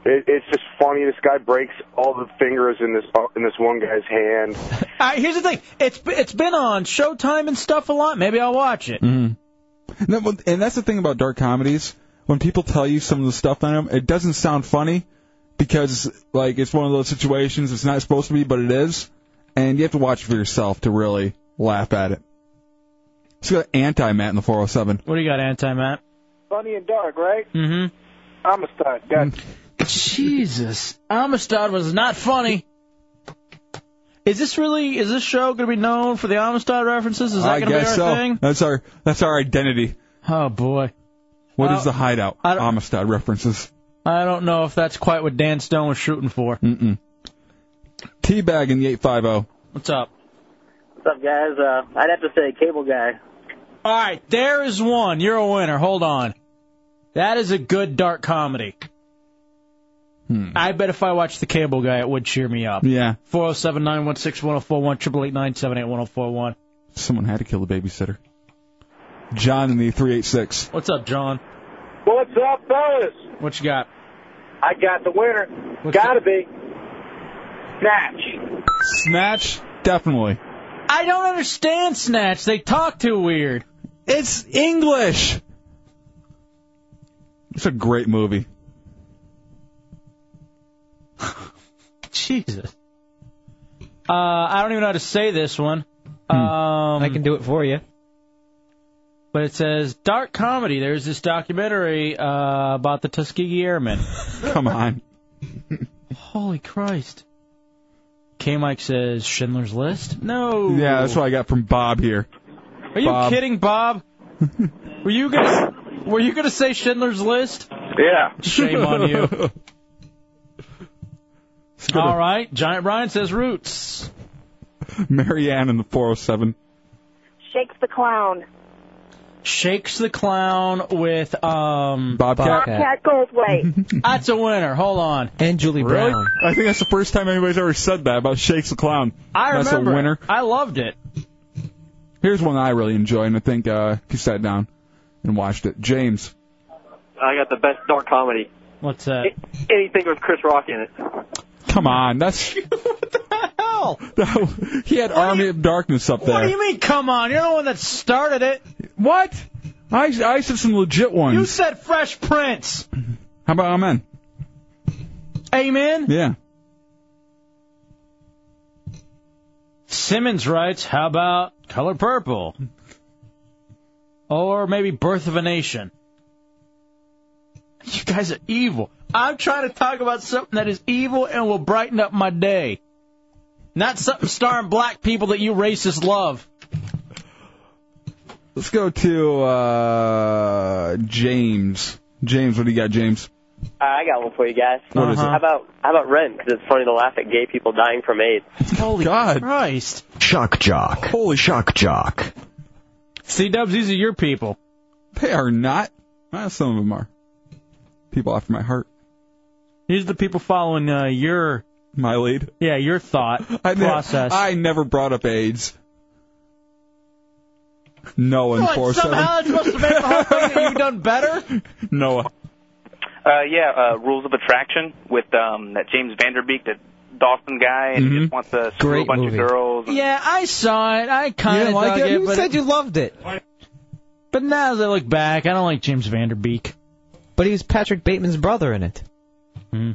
it, it's just funny. This guy breaks all the fingers in this uh, in this one guy's hand.
All right, here's the thing. It's it's been on Showtime and stuff a lot. Maybe I'll watch it.
Mm. No, but- and that's the thing about dark comedies. When people tell you some of the stuff on them, it doesn't sound funny because like it's one of those situations it's not supposed to be, but it is, and you have to watch it for yourself to really laugh at it. Let's go to anti Matt in the 407.
What do you got, Anti Matt?
Funny and dark, right?
Mm-hmm.
I'm a stud. God.
Jesus, Amistad was not funny. Is this really? Is this show going to be known for the Amistad references? Is that
I
going to be
guess
our
so.
thing?
That's our that's our identity.
Oh boy.
What is
Uh,
the hideout? Amistad references.
I don't know if that's quite what Dan Stone was shooting for.
Mm-mm. Teabag in the oh. 850.
What's up?
What's up, guys? Uh, I'd have to say Cable Guy.
All right, there is one. You're a winner. Hold on. That is a good dark comedy.
Hmm.
I bet if I watched The Cable Guy, it would cheer me up.
Yeah.
407 916 1041, 888 978 1041.
Someone had to kill the babysitter. John in the 386.
What's up, John?
What's up, fellas?
What you got?
I got the winner. Gotta be. Snatch.
Snatch, definitely.
I don't understand Snatch. They talk too weird.
It's English. It's a great movie.
[LAUGHS] Jesus. Uh, I don't even know how to say this one.
Hmm.
Um, I can
do it for you.
But it says dark comedy. There's this documentary uh, about the Tuskegee Airmen.
Come on.
Holy Christ. K Mike says Schindler's List. No.
Yeah, that's what I got from Bob here.
Are you
Bob.
kidding,
[LAUGHS]
Bob? were you gonna Were you gonna say Schindler's List?
Yeah.
Shame on
[LAUGHS]
you.
go to-
All right, Giant Brian says Roots.
Marianne in the 407.
Shakes the clown.
Shakes the clown with um
Bobcat.
Bobcat
[LAUGHS]
Goldthwait.
That's a winner. Hold on.
And Julie
Really? I think that's the first time anybody's ever said that about Shakes the Clown.
I
that's
remember.
a winner.
I loved it.
Here's one I really enjoy, and I think uh, if you sat down and watched it. James.
I got the best dark comedy.
What's that?
Anything with Chris Rock in it.
Come
[LAUGHS]
on, that's.
Hell.
[LAUGHS] That- he had Army of Darkness up there.
What do you mean? Come on, you're the one that started it.
What? I, I said some legit ones.
You said Fresh Prince.
How about Amen?
Amen.
Yeah.
Simmons writes, "How about Color Purple?" Or maybe Birth of a Nation. You guys are evil. I'm trying to talk about something that is evil and will brighten up my day. Not something starring black people that you racists love.
Let's go to uh, James. James, what do you got, James?
Uh, I got one for you guys.
What is it?
How about how about Ren? Because it's funny to laugh at gay people dying from AIDS.
Holy God. Christ.
Shock jock. Holy shock jock.
C Dubs, these are your people.
They are not. Well, some of them are. People after my heart.
These are the people following uh, your
my lead.
Yeah, your thought
I ne-
process.
I never brought up AIDS. Noah in four
Somehow
seven.
it's supposed to make the whole thing that you've done better.
[LAUGHS] Noah.
Uh, yeah, uh, Rules of Attraction with um, that James Vanderbeek, that Dawson guy, and he just wants to screw a bunch of girls.
Yeah, I saw it. I kind of
didn't like
dug
it?
it.
Who
but
said you
loved it? But now that I look back, I don't like James Vanderbeek. But he was Patrick Bateman's brother in it. Hmm.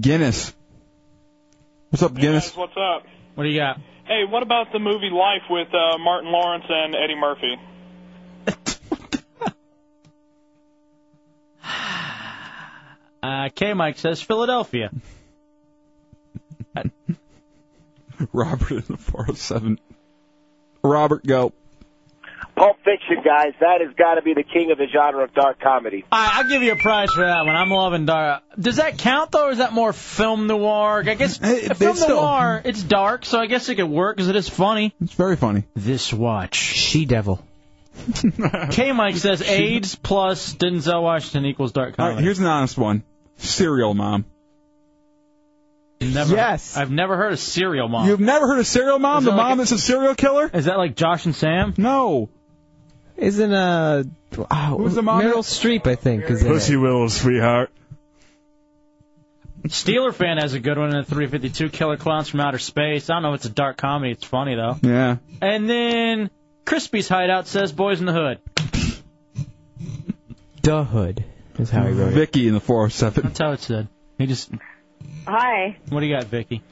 Guinness. What's up, Guinness?
What's up?
What do you got?
Hey, what about the movie Life with uh, Martin Lawrence and Eddie Murphy?
Uh, K Mike says Philadelphia.
Robert in the four oh seven. Robert, go.
Pulp Fiction, guys, that has got to be the king of the genre of dark comedy.
All right, I'll give you a prize for that one. I'm loving Dara. Does that count though, or is that more film noir? I guess film
still-
noir. It's dark, so I guess it could work because it is funny.
It's very funny.
This watch. She devil. K Mike says AIDS plus Denzel Washington equals dark
All right,
comedy.
here's an honest one. Serial mom.
Never, yes. I've never heard of serial mom.
You've never heard of serial mom?
Is
The
that like
mom that's a serial killer?
Is that like Josh and Sam?
No.
Isn't uh, oh,
Who's the mom
Meryl Streep, I think, is in it.
Willow, sweetheart.
Steeler fan has a good one in the 352 Killer Clowns from Outer Space. I don't know. It's a dark comedy. It's funny though.
Yeah.
And then Crispy's Hideout says Boys in the Hood.
Duh Hood is how he wrote it.
Vicky in the 407.
That's how it said. He just.
Hi.
What do you got, Vicky?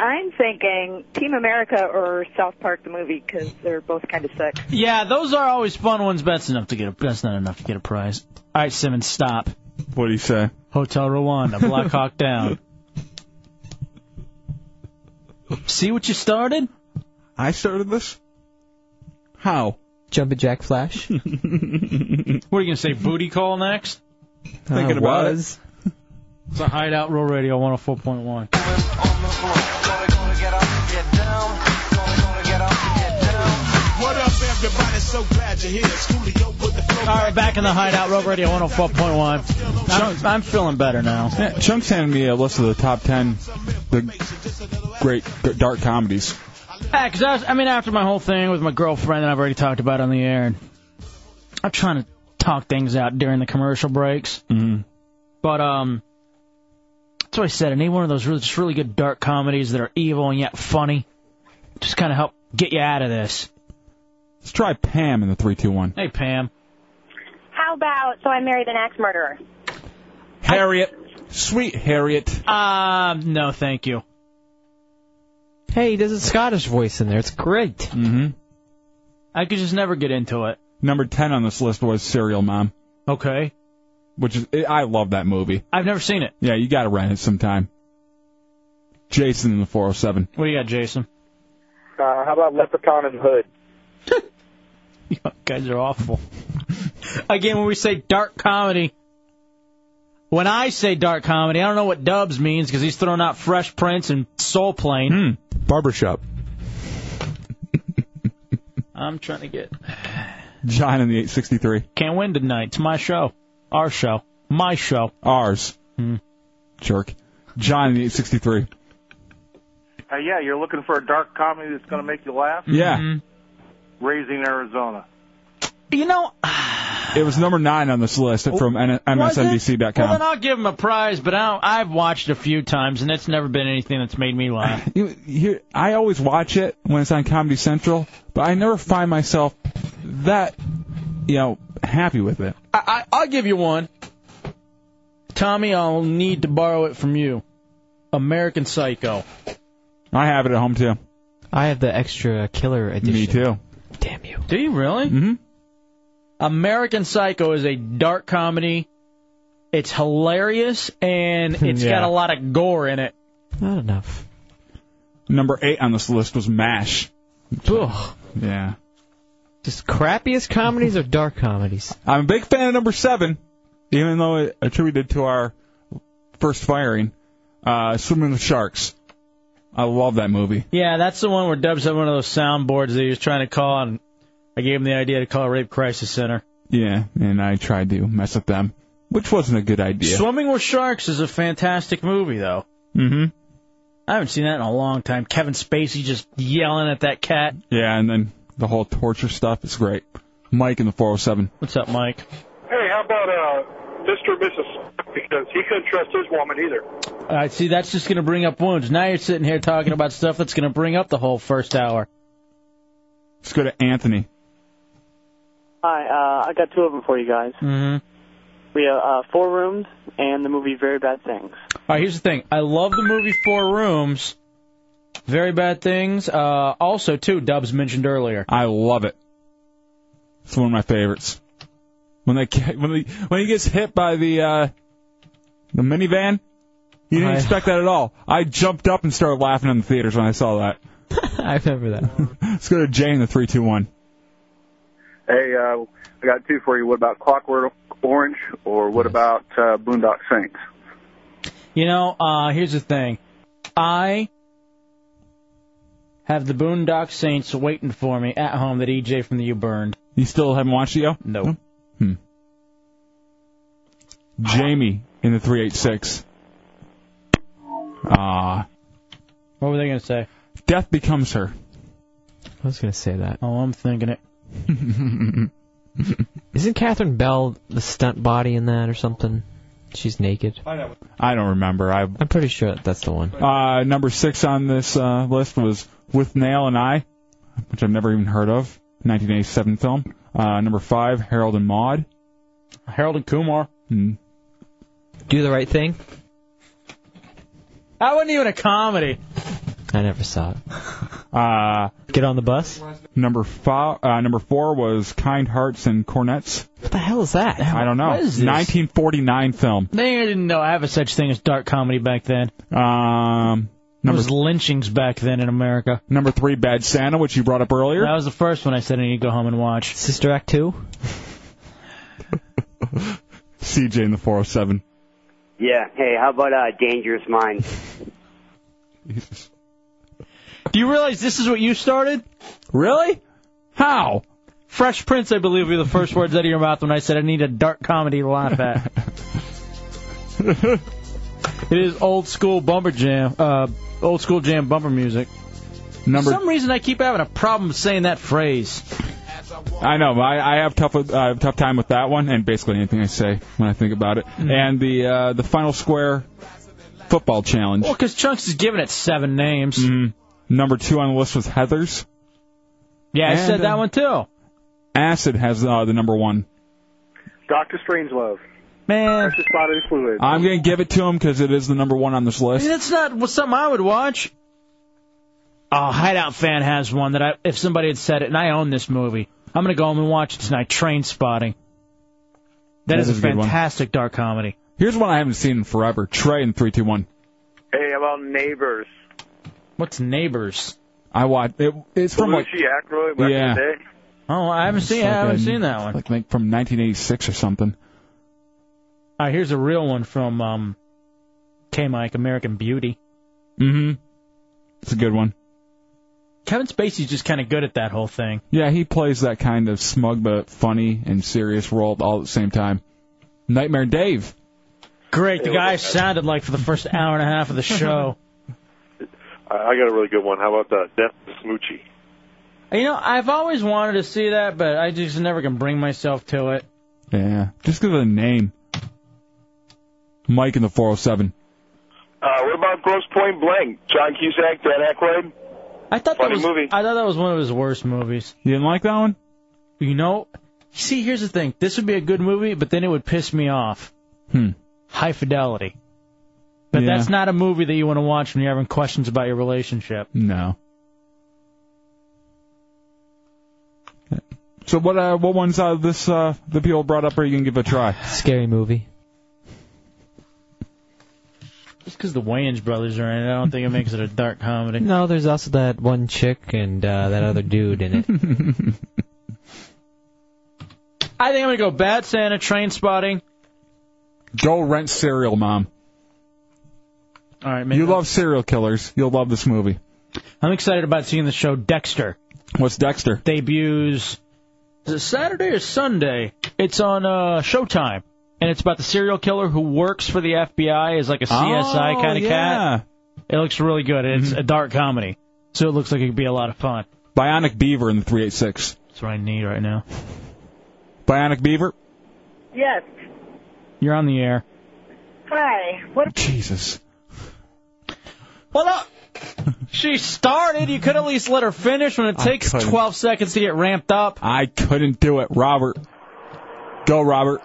I'm thinking Team America or South Park the movie because they're both kind of sick.
Yeah, those are always fun ones. but That's enough to get a. That's not enough to get a prize. All right, Simmons, stop.
What do you say?
Hotel Rwanda, Black Hawk Down. See what you started?
I started this. How?
Jumpin'
[LAUGHS]
Jack Flash.
What are you gonna say? Booty call next?
Thinking about it. was.
It's a Hideout Roll Radio 104.1.
What up, everybody? So glad you're here. Schoolio with the flow.
All right, back in the Hideout Road Radio 104.1. I'm, I'm feeling better now.
Yeah, Chunk handed me a list of the top 10 the great dark comedies.
Yeah, 'cause I, was, I mean, after my whole thing with my girlfriend that I've already talked about on the air, and I'm trying to talk things out during the commercial breaks.
Mm.
But um, that's what I said. I need one of those really, just really good dark comedies that are evil and yet funny. Just kind of help get you out of this.
Let's try Pam in the 321.
Hey, Pam.
How about So I Married an Axe Murderer?
Harriet. Sweet Harriet.
Um, no, thank you.
Hey, he does a Scottish voice in there. It's great.
Mm-hmm.
I could just never get into it.
Number 10 on this list was Serial Mom.
Okay.
Which is, I love that movie.
I've never seen it.
Yeah, you gotta rent it sometime. Jason in the 407.
What do you got, Jason?
Uh, how about Leprechaun and Hood?
You guys are awful. Again, when we say dark comedy, when I say dark comedy, I don't know what Dubs means because he's throwing out Fresh Prince and Soul Plane. Hmm.
Barbershop.
[LAUGHS] I'm trying to get.
John in the 863.
Can't win tonight. It's my show. Our show. My show. Hmm.
Ours. Jerk. John in the 863.
Uh, yeah, you're looking for a dark comedy that's going to make you laugh?
Yeah.
Raising Arizona.
Hmm. You know, [SIGHS]
It was number 9 on this list from N-
Was it? Well, then
MSNBC.com.
I'll give him a prize, but I don't, I've watched a few times, and it's never been anything that's made me laugh.
You, here, I always watch it when it's on Comedy Central, but I never find myself that, you know, happy with it.
[LAUGHS] I, I, I'll give you one. Tommy, I'll need to borrow it from you. American Psycho.
I have it at home too.
I have the extra killer edition.
Me too.
Do you really? Mm-hmm. American Psycho is a dark comedy. It's hilarious [LAUGHS] and it's
Yeah.
got a lot of gore in it.
Not enough. Number 8 on this list was MASH.
Ugh.
Yeah.
Just crappiest comedies or dark comedies?
I'm a big fan of number seven, even though it attributed to our first firing. Uh, Swimming with Sharks. I love that movie.
Yeah, that's the one where Dubs had one of those soundboards that he was trying to call, and I gave him the idea to call Rape Crisis Center.
Yeah, and I tried to mess with them, which wasn't a good idea.
Swimming with Sharks is a fantastic movie, though.
mm-hmm.
I haven't seen that in a long time. Kevin Spacey just yelling at that cat.
Yeah, and then the whole torture stuff is great. Mike in the 407.
What's up, Mike?
Hey, how about uh, Mr. and Mrs. Because he couldn't trust his woman either.
All right, see, that's just going to bring up wounds. Now you're sitting here talking about stuff that's going to bring up the whole first hour.
Let's go to Anthony.
Hi, uh, I got two of them for you guys.
Mm-hmm.
We have uh, Four Rooms and the movie Very Bad Things.
All right, here's the thing. I love the movie Four Rooms. Very bad things. Uh, also, too, Dubs mentioned earlier.
I love it. It's one of my favorites. When they ca- when he when he gets hit by the uh, the minivan, you didn't
I-
expect that at all. I jumped up and started laughing in the theaters when I saw that.
[LAUGHS] I remember that.
[LAUGHS] Let's go to Jay in the three two one.
Hey, uh, I got two for you. What about Clockwork Orange, or what about uh, Boondock Saints?
You know, uh, here's the thing. I have the Boondock Saints waiting for me at home that EJ from the U burned.
You still haven't watched it, yo?
No.
Hmm. Jamie in the three eight six. Ah,
What were they going to say?
death becomes her.
I was gonna say that.
Oh, I'm thinking it.
Isn't Catherine Bell the stunt body in that or something? She's naked.
I don't remember. I
I'm pretty sure that's the one.
Uh, number six on this uh, list was With Nail and I, which I've never even heard of. 1987 film. Uh, number five, Harold and Maude.
Harold and Kumar.
Mm.
Do the right thing.
That wasn't even a comedy.
I never saw it.
[LAUGHS] Uh,
Get on the bus.
Number five, uh, number four was Kind Hearts and Cornets.
What the hell is that?
I don't know.
What is this?
1949 film.
They didn't know I have a such thing as dark comedy back then.
Um,
There was lynchings back then in America.
Number three, Bad Santa, which you brought up earlier.
That was the first one I said I need to go home and watch.
Sister Act two.
CJ in the 407.
Yeah. Hey, how about uh, Dangerous Minds?
Do you realize this is what you started?
Really? How?
Fresh Prince, I believe, were the first words out of your mouth when I said I need a dark comedy to laugh at.
[LAUGHS]
it is old school bumper jam, uh, old school jam bumper music.
Number-
For some reason, I keep having a problem saying that phrase.
I know. but I, I have tough with, I have tough time with that one, and basically anything I say when I think about it.
Mm-hmm.
And the uh, the final square football challenge. Mm-hmm.
Well, because Chunks is giving it seven names.
Number two on the list was Heather's.
Yeah, I said
And,
that
uh,
one too.
Acid has uh, the number one.
Doctor Strangelove.
Man,
Precious bodily fluid.
I'm gonna give it to him because it is the number one on this
I mean,
list.
that's not was something I would watch. Oh, Hideout fan has one that I, if somebody had said it, and I own this movie, I'm gonna go home and watch it tonight. Train Spotting. that
That
is,
is a
a
good one.
fantastic dark comedy.
Here's one I haven't seen in forever. Trey in three two one.
Hey, how about Neighbors.
What's Neighbors?
I watched it. It's from like
Lucy Ackroyd back
Yeah.
in the day.
Oh, I haven't seen. I haven't
like a-
seen that one.
Like, like from 1986 or something.
All right, here's a real one from um, K Mike, American Beauty.
Mm-hmm. It's a good one.
Kevin Spacey's just kind of good at that whole thing.
Yeah, he plays that kind of smug but funny and serious role all at the same time. Nightmare Dave.
Great, the guy sounded like for the first hour and a half of the show.
I I got a really good one. How about the Death of Smoochie?
[LAUGHS] you know, I've always wanted to see that, but I just never can bring myself to it.
Yeah, just give it a name. Mike in the 407.
Uh, what about Gross Point Blank? John Cusack, Dan Aykroyd.
I thought that
Funny
was,
[LAUGHS] movie.
I thought that was one of his worst movies.
You didn't like that one?
You know, see, here's the thing. This would be a good movie, but then it would piss me off.
Hmm.
High Fidelity. But
Yeah.
that's not a movie that you want to watch when you're having questions about your relationship.
No. So what uh, what ones out of this uh, the people brought up are you gonna give a try?
Scary movie.
Just because the Wayans brothers are in it, I don't think it makes it a dark comedy.
No, there's also that one chick and uh, that other dude in it.
[LAUGHS]
I think I'm gonna go Bad Santa, Train Spotting.
Go rent Serial Mom.
All right, man.
You love serial killers. You'll love this movie.
I'm excited about seeing the show Dexter.
What's Dexter?
Debuts is it Saturday or Sunday? It's on uh, Showtime, and it's about the serial killer who works for the FBI as like a CSI
Oh,
kind of
yeah. Mm-hmm.
cat. It looks really good. It's a dark comedy, so it looks like it could be a lot of fun.
Bionic Beaver in the 386.
That's what I need right now.
Bionic Beaver,
Yes.
you're on the air.
Hi. What?
Jesus.
Well,
[LAUGHS]
no, she started. You could at least let her finish when it
I
takes
couldn't.
12 seconds to get ramped up.
I couldn't do it, Robert. Go, Robert.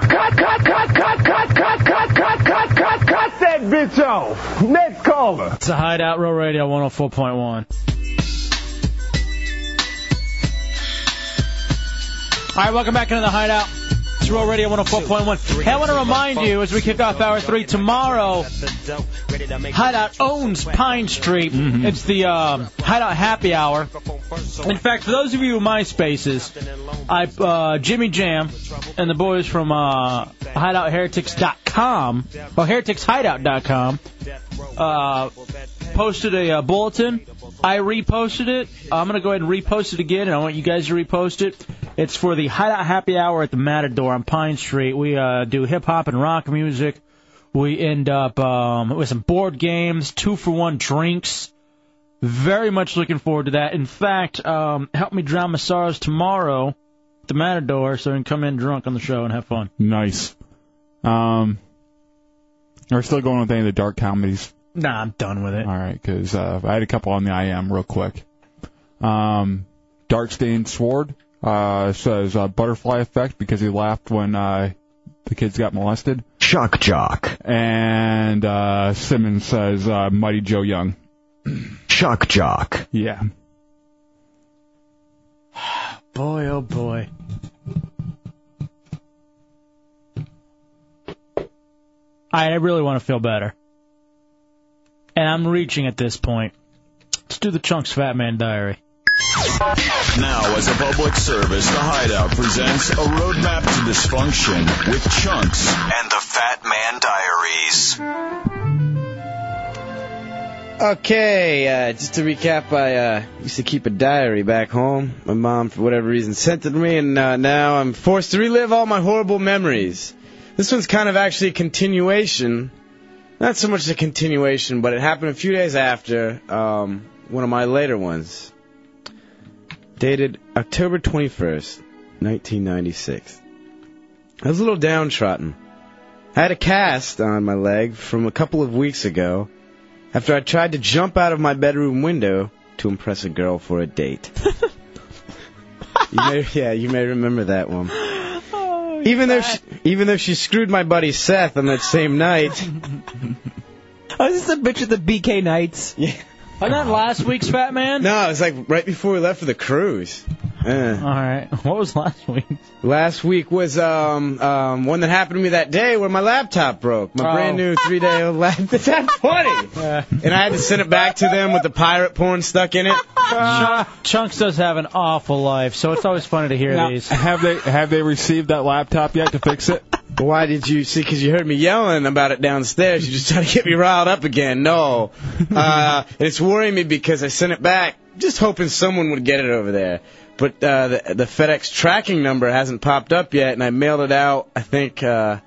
Cut, cut, cut, cut, cut, cut, cut, cut, cut, cut, cut that bitch off. Next caller.
It's a Hideout Row Radio 104.1. All right, welcome back into the Hideout. It's Row Radio 104.1. Hey, I want to remind you as we kick off hour three tomorrow. Hideout owns Pine Street. It's the um, Hideout Happy Hour. In fact, for those of you in MySpaces, I uh, Jimmy Jam and the boys from uh, HideoutHeretics.com or HereticsHideout.com uh, posted a uh, bulletin. I reposted it. I'm gonna go ahead and repost it again, and I want you guys to repost it. It's for the Hideout Happy Hour at the Matador on Pine Street. We uh, do hip hop and rock music. We end up um, with some board games, two for one drinks. Very much looking forward to that. In fact, um, help me drown my sorrows tomorrow at the Matador, so I can come in drunk on the show and have fun.
Nice. Um, we're still going with any of the dark comedies.
Nah, I'm done with it.
All right, because uh, I had a couple on the IM real quick. Um, Darkstained Sword uh, says uh, butterfly effect because he laughed when uh, the kids got molested.
Shock Jock.
And uh, Simmons says uh, Mighty Joe Young.
Shock Jock.
Yeah.
Boy, oh boy. I I really want to feel better. And I'm reaching at this point. Let's do the Chunks Fat Man Diary.
Now, as a public service, The Hideout presents a roadmap to dysfunction with Chunks and the Fat Man Diaries.
Okay, uh, just to recap, I uh, used to keep a diary back home. My mom, for whatever reason, sent it to me, and uh, now I'm forced to relive all my horrible memories. This one's kind of actually a continuation. Not so much a continuation, but it happened a few days after um, one of my later ones. Dated October 21st, 1996. I was a little downtrodden. I had a cast on my leg from a couple of weeks ago after I tried to jump out of my bedroom window to impress a girl for a
[LAUGHS]
date. you may, yeah, you may remember that one.
Oh,
even though she, even though she screwed my buddy Seth on that same night.
Oh, is this a bitch at the BK Nights?
Yeah.
Wasn't that last week's Fat Man?
No, it was like right before we left for the cruise. All
right. [LAUGHS] What was last week?
Last week was um, um, one that happened to me that day where my laptop broke. My Oh. brand new three day old [LAUGHS] laptop. That's funny.
Uh,
And I had to send it back to them with the pirate porn stuck in it.
Chunks does have an awful life, so it's always funny to hear
Now,
these.
have they have
[LAUGHS]
they received that laptop yet to
[LAUGHS]
fix it?
Why did you see? Because you heard me yelling about it downstairs. You just trying to get me riled up again.
[LAUGHS]
No, uh, and it's worrying me because I sent it back, just hoping someone would get it over there. But uh, the, the FedEx tracking number hasn't popped up yet, and I mailed it out. I think, uh,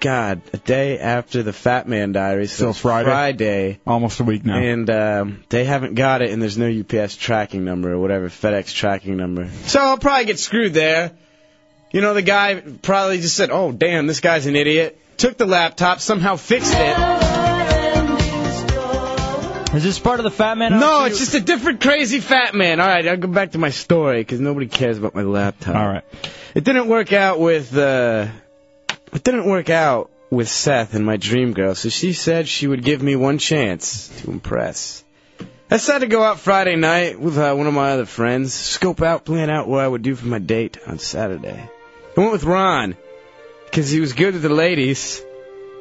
God, a day after the Fat Man Diaries. So
Still
it's
Friday?
Friday.
Almost a week now.
And um, they haven't got it, and there's no UPS tracking number or whatever FedEx tracking number. So I'll probably get screwed there. You know, the guy probably just said, "Oh, damn, this guy's an idiot." Took the laptop, somehow fixed it.
Is this part of the Fat Man?
No, it's just a different crazy fat man. All right, I'll go back to my story because nobody cares about my laptop. All
right.
It didn't work out with. Uh, it didn't work out with Seth and my dream girl, so she said she would give me one chance to impress. I decided to go out Friday night with uh, one of my other friends, scope out, plan out what I would do for my date on Saturday. I went with Ron, because he was good with the ladies.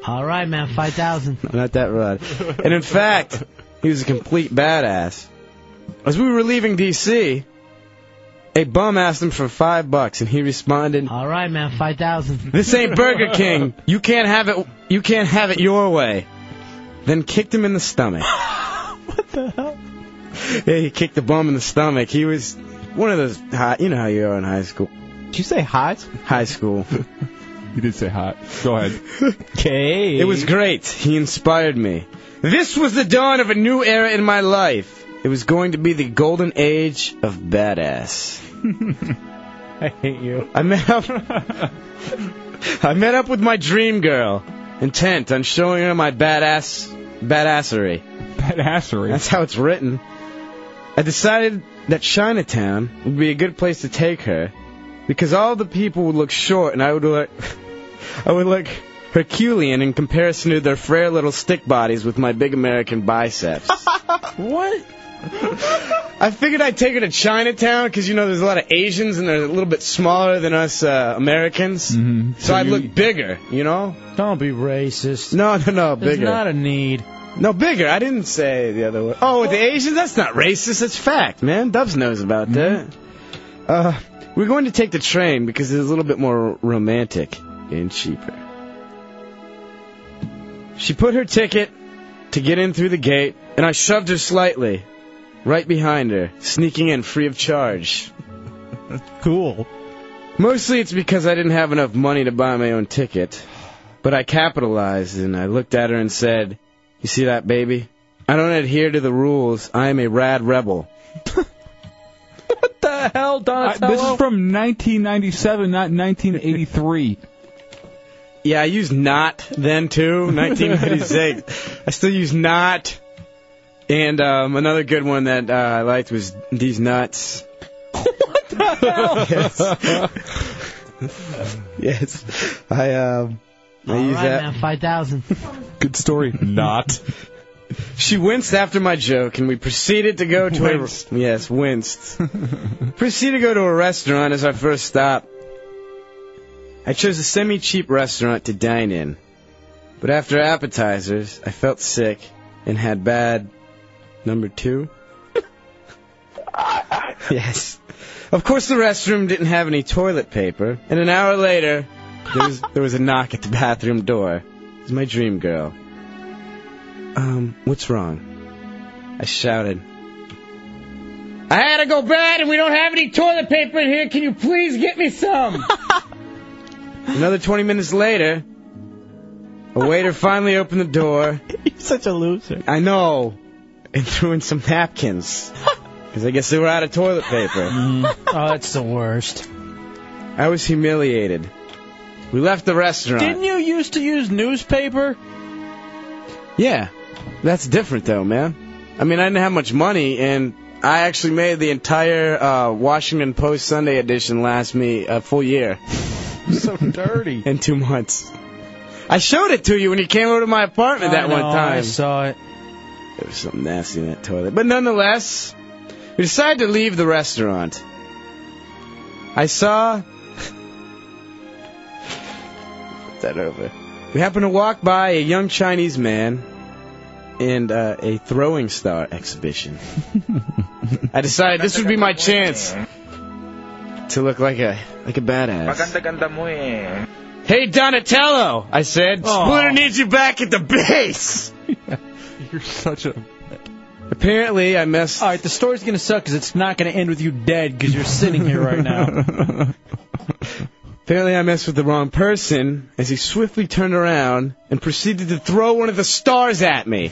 All right, man, 5,000.
No, [LAUGHS] not that Ron. And in fact, he was a complete badass. As we were leaving D.C., a bum asked him for five bucks, and he responded,
All right, man, 5,000.
this ain't Burger King. You can't have it. You can't have it your way. Then kicked him in the stomach.
what the hell?
yeah, he kicked the bum in the stomach. He was one of those hot. You know how you are in high school.
[LAUGHS]
Did you say hot?
High school.
He did say hot. Go ahead.
Okay. [LAUGHS] It was great. He inspired me. This was the dawn of a new era in my life. It was going to be the golden age of badass.
I hate you.
I met up. [LAUGHS] I met up with my dream girl, intent on showing her my badass badassery.
Badassery.
That's how it's written. I decided that Chinatown would be a good place to take her because all the people would look short and I would look [LAUGHS] I would look Herculean in comparison to their frail little stick bodies with my big American biceps.
what?
I figured I'd take her to Chinatown because you know there's a lot of Asians and they're a little bit smaller than us uh, Americans. Mm-hmm. So,
So
I'd
you-
look bigger, you know.
Don't be racist.
No, no, no,
There's
bigger.
not a need.
No, bigger. I didn't say the other way. Oh, with the Asians? That's not racist. That's fact, man. Dubs knows about
Mm-hmm.
that. Uh, we're going to take the train because it's a little bit more romantic and cheaper. She put her ticket to get in through the gate, and I shoved her slightly right behind her, sneaking in free of charge.
cool.
Mostly it's because I didn't have enough money to buy my own ticket. But I capitalized and I looked at her and said, You see that, baby? I don't adhere to the rules. I am a rad rebel.
What the hell,
I- this is from 1997, not 1983.
Yeah, I used not then too, [LAUGHS] 1996. I still use not. And um, another good one that uh, I liked was These Nuts. [LAUGHS] Yes. I, um, I use that.
five thousand.
Good [LAUGHS] story. Not. She winced after my joke, and we proceeded to go to a yes, winced. proceeded to go to a restaurant as our first stop. I chose a semi-cheap restaurant to dine in, but after appetizers, I felt sick and had bad number two. yes. Of course, the restroom didn't have any toilet paper, and an hour later, there was, there was a knock at the bathroom door. It was my dream girl. Um, what's wrong? I shouted. I had to go bad, and we don't have any toilet paper in here. Can you please get
[LAUGHS]
me some? Another 20 minutes later, a waiter finally opened the door. [LAUGHS] You're such a loser. I know. And threw in some [LAUGHS] napkins. Because I guess they were out of toilet paper. Oh, that's the worst. I was humiliated. We left the restaurant.
Didn't you used to use newspaper?
Yeah, that's different though, man. I mean, I didn't have much money, and I actually made the entire uh, Washington Post Sunday edition last me a full year. so dirty. [LAUGHS] In two months. I showed it to you when you came over to my apartment that
I
one
know,
time.
I saw it.
There was something nasty in that toilet. But nonetheless, we decided to leave the restaurant. I saw. [LAUGHS] Put that over. We happened to walk by a young Chinese man and uh, a throwing star exhibition. I decided this would be my chance to look like a like a badass. Hey Donatello, I said.
Aw.
Splinter needs you back at the base.
You're such a.
Apparently, I messed.
All right, the story's gonna suck because it's not gonna end with you dead because you're sitting here right
[LAUGHS]
now.
Apparently, I messed with the wrong person as he swiftly turned around and proceeded to throw one of the stars at me,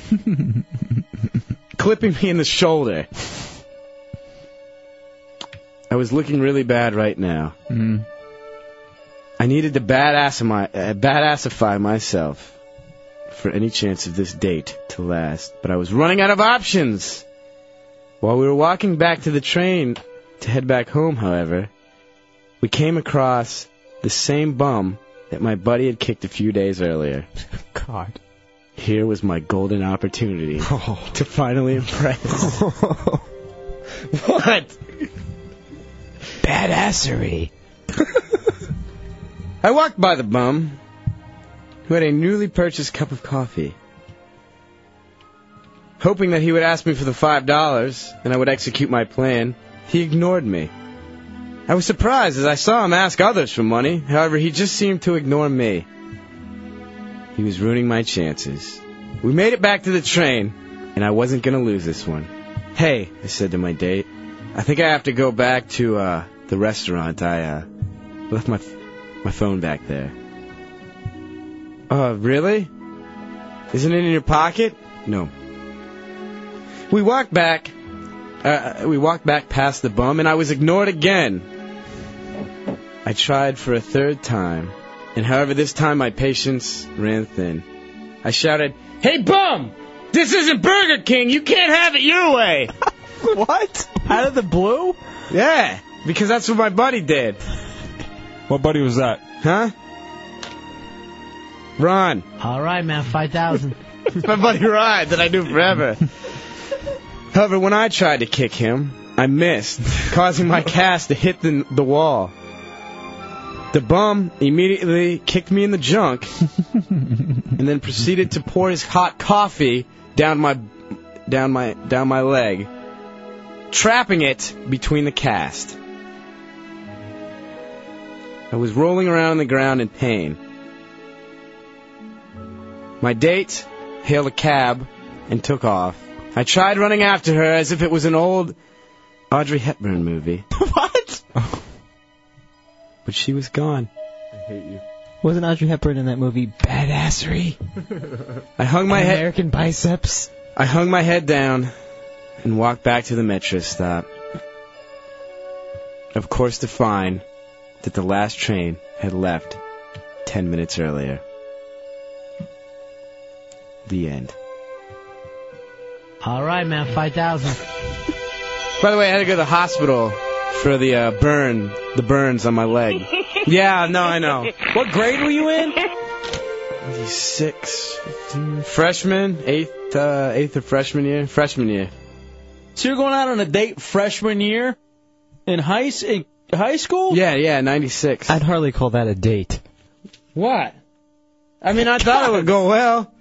clipping me in the shoulder. I was looking really bad right now.
Mm.
I needed to badass my, uh, badassify myself for any chance of this date to last, but I was running out of options. While we were walking back to the train to head back home, however, we came across the same bum that my buddy had kicked a few days earlier.
God.
Here was my golden opportunity to finally impress. what? Badassery. I walked by the bum, who had a newly purchased cup of coffee, hoping that he would ask me for the five dollars and I would execute my plan. He ignored me. I was surprised as I saw him ask others for money. However, he just seemed to ignore me. He was ruining my chances. We made it back to the train, and I wasn't gonna lose this one. Hey, I said to my date, I think I have to go back to uh, the restaurant. I uh, left my my phone back there. Uh, really? Isn't it in your pocket? No. We walked back. Uh, we walked back past the bum, and I was ignored again. I tried for a third time, and however, this time my patience ran thin. I shouted, "Hey, bum! This isn't Burger King. You can't have it your way." [LAUGHS] what? Out of the blue? Yeah, because that's what my buddy did.
What buddy was that?
Huh? Ron.
All right, man, 5,000.
It's [LAUGHS] my buddy Ryan that I knew [LAUGHS] forever. However, when I tried to kick him, I missed, causing [LAUGHS] my cast to hit the, the wall. The bum immediately kicked me in the [LAUGHS] junk and then proceeded to pour his hot coffee down my down my down my leg, trapping it between the cast. I was rolling around on the ground in pain. My date hailed a cab and took off. I tried running after her as if it was an old Audrey Hepburn movie. [LAUGHS] what? But she was gone. I hate you.
Wasn't Audrey Hepburn in that movie Badassery?
I hung my
An
head.
American biceps.
I hung my head down and walked back to the metro stop. Of course, to find that the last train had left ten minutes earlier. The end.
All right, man, 5,000.
By the way, I had to go to the hospital for the uh, burn, the burns on
[LAUGHS]
my leg. yeah, no, I know.
What grade were you in?
Six, freshman, eighth, uh, eighth of freshman year, freshman year.
So you're going out on a date freshman year in high s- in high school?
Yeah, yeah, ninety six.
I'd hardly call that a date.
What? I mean, I thought it would go well.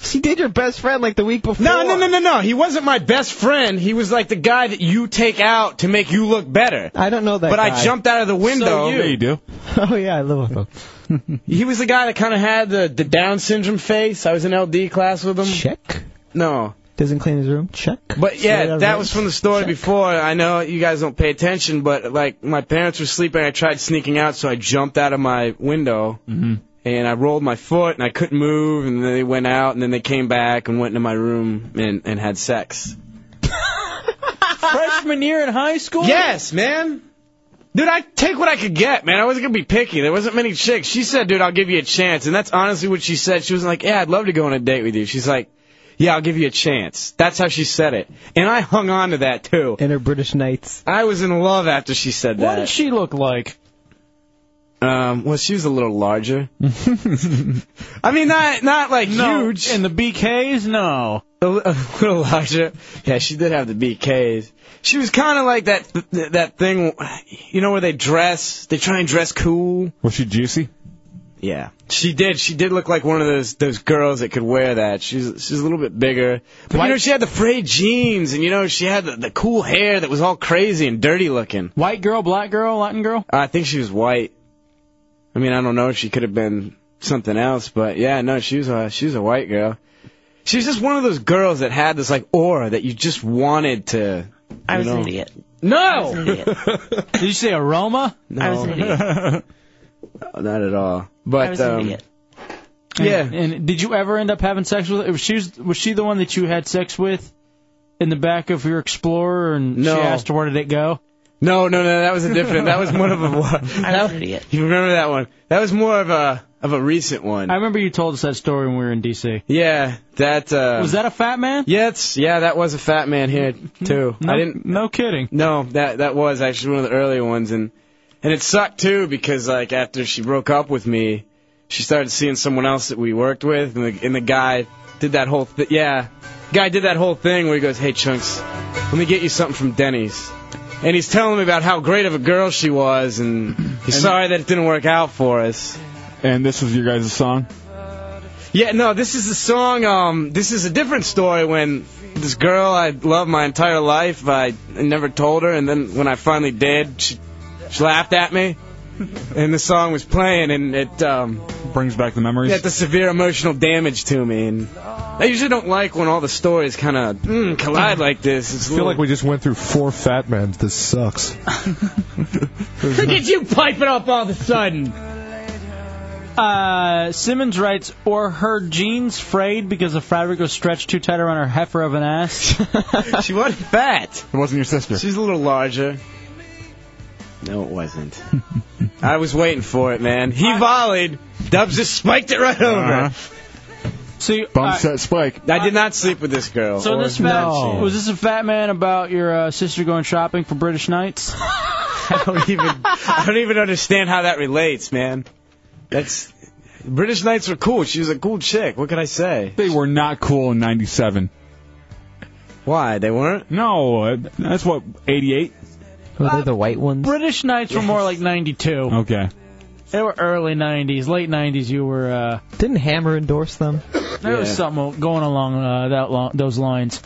She did your best friend like the week before.
No, no, no, no, no. He wasn't my best friend. He was like the guy that you take out to make you look better.
I don't know that.
but
guy.
I jumped out of the window.
do.
[LAUGHS] Oh yeah, I live with him.
He was the guy that kind of had the, the Down syndrome face. I was in LD class with him.
Check.
No.
Doesn't clean his room.
[LAUGHS]
Check. [LAUGHS]
But
Straight out
yeah,
of
that
the-
was from the story before. I know you guys don't pay attention, but like my parents were sleeping, I tried sneaking out, so I jumped out of my window and I rolled my foot and I couldn't move, and then they went out and then they came back and went into my room and, and had sex.
[LAUGHS] freshman year in high school?
Yes, man. Dude, I take what I could get, man. I wasn't gonna be picky. There wasn't many chicks. She said, "Dude, I'll give you a chance," and that's honestly what she said. She was like, "Yeah, I'd love to go on a date with you." She's like, "Yeah, I'll give you a chance." That's how she said it, and I hung on to that too.
And her British Knights.
I was in love after she said that.
What did she look like?
Um, well, she was a little larger. I mean, not not like huge.
And the BKs, no.
A, [LAUGHS] li- a little larger. Yeah, she did have the BKs. She was kind of like that th- that thing, you know, where they dress. They try and dress cool.
Was she juicy?
Yeah, she did. She did look like one of those those girls that could wear that. She's she's a little bit bigger, but you know, she had the frayed jeans, and you know, she had the, the cool hair that was all crazy and dirty looking. Uh,
White girl, black girl, Latin girl?
I think she was white. I mean, I don't know. She could have been something else, but yeah, no, she was a she was a white girl. She was just one of those girls that had this like aura that you just wanted to.
I
you
was an
know.
idiot.
No.
[LAUGHS] Did you say aroma?
No. [LAUGHS] Not at all. But
I was an
um,
idiot.
Yeah.
And, and did you ever end up having sex with her? She was, was she the one that you had sex with in the back of your Explorer and
No.
she asked where did it go?
No, no, no. That was a different. That was one
[LAUGHS]
of a. I was an idiot. You remember that one? That was more of a of a recent one.
I remember you told us that story when we were in D.C.
yeah. That uh,
Was that a fat man?
Yes, yeah, that was a fat man here too.
No-
I didn't.
No kidding.
No, that that was actually one of the earlier ones, and and it sucked too because like after she broke up with me, she started seeing someone else that we worked with, and the and the guy did that whole th- yeah, guy did that whole thing where he goes, hey chunks, let me get you something from Denny's. And he's telling me about how great of a girl she was, and he's sorry that it didn't work out for us.
And this is your guys' song?
Yeah, no, this is a song. Um, this is a different story when this girl I loved my entire life, I never told her, and then when I finally did, she, she laughed at
[LAUGHS]
me. And the song was playing, and it um,
brings back the memories.
Yeah, the severe emotional damage to me. And I usually don't like when all the stories kind of mm, collide like this. It's
I feel like we just went through four fat men. This sucks.
Look at you piping up all of a sudden.
Uh, Simmons writes, or her jeans frayed because the fabric was stretched too tight around her heifer of an
[LAUGHS]
ass.
she wasn't fat.
It wasn't your sister.
She's a little larger. No, it wasn't. [LAUGHS] I was waiting for it, man. He volleyed. Dubs just spiked it right over.
Uh-huh.
See,
Bum
I-
set spike. I did not sleep with this girl.
So
or
this fat,
she-
was this a fat man about your uh, sister going shopping for British Knights?
[LAUGHS] I don't even I don't even understand how that relates, man. That's British Knights were cool. She was a cool chick. What could I say?
They were not cool in '97.
Why they weren't?
No, uh, that's what '88.
Were they the white ones?
British Knights were more like 92.
Okay.
They were early 90s, late 90s. You were uh,
Didn't Hammer endorse them?
there was
Yeah.
something going along uh, that long, those lines.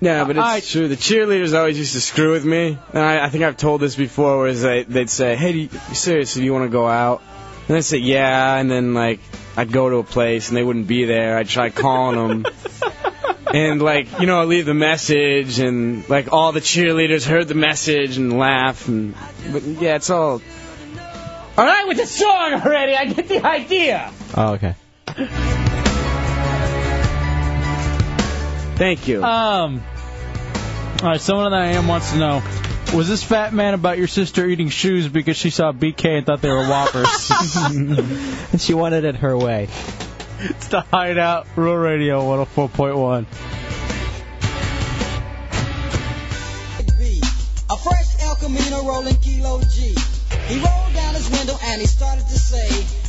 No, but it's
I-
true. The cheerleaders always used to screw with me. And I, I think I've told this before, whereas they, they'd say, "Hey, do you, seriously, do you want to go out?" And I'd say, "Yeah," and then like I'd go to a place and they wouldn't be there. I'd try
[LAUGHS]
calling them. And like you know, I leave the message, and like all the cheerleaders heard the message and laugh, and but yeah, it's all
All right, with the song already, I get the [LAUGHS] idea.
Oh, okay. Thank you.
Um. All right, someone on the AM wants to know: Was this fat man about your sister eating shoes because she saw BK and thought they were Whoppers?
and she wanted it her way.
it's the Hideout, Real Radio 104.1.
A fresh El Camino rolling Kilo G. He rolled down his window and he started to say,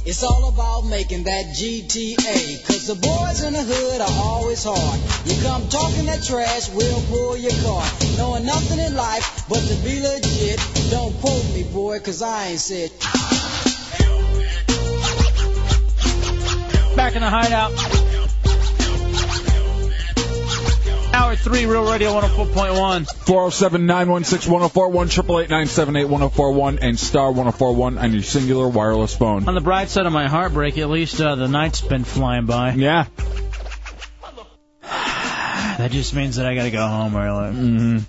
It's all about making that GTA. Cause the boys in the hood are always hard. You come talking that trash, we'll pull your card. Knowing nothing in life but to be legit. Don't quote me, boy, cause I ain't said.
Back in the Hideout. Hour three, Real Radio 104.1.
407 916 1041, 888 978 1041, and star 1041 on your singular wireless phone.
On the bright side of my heartbreak, at least uh, the night's been flying by.
Yeah.
[SIGHS] That just means that I got to go home early,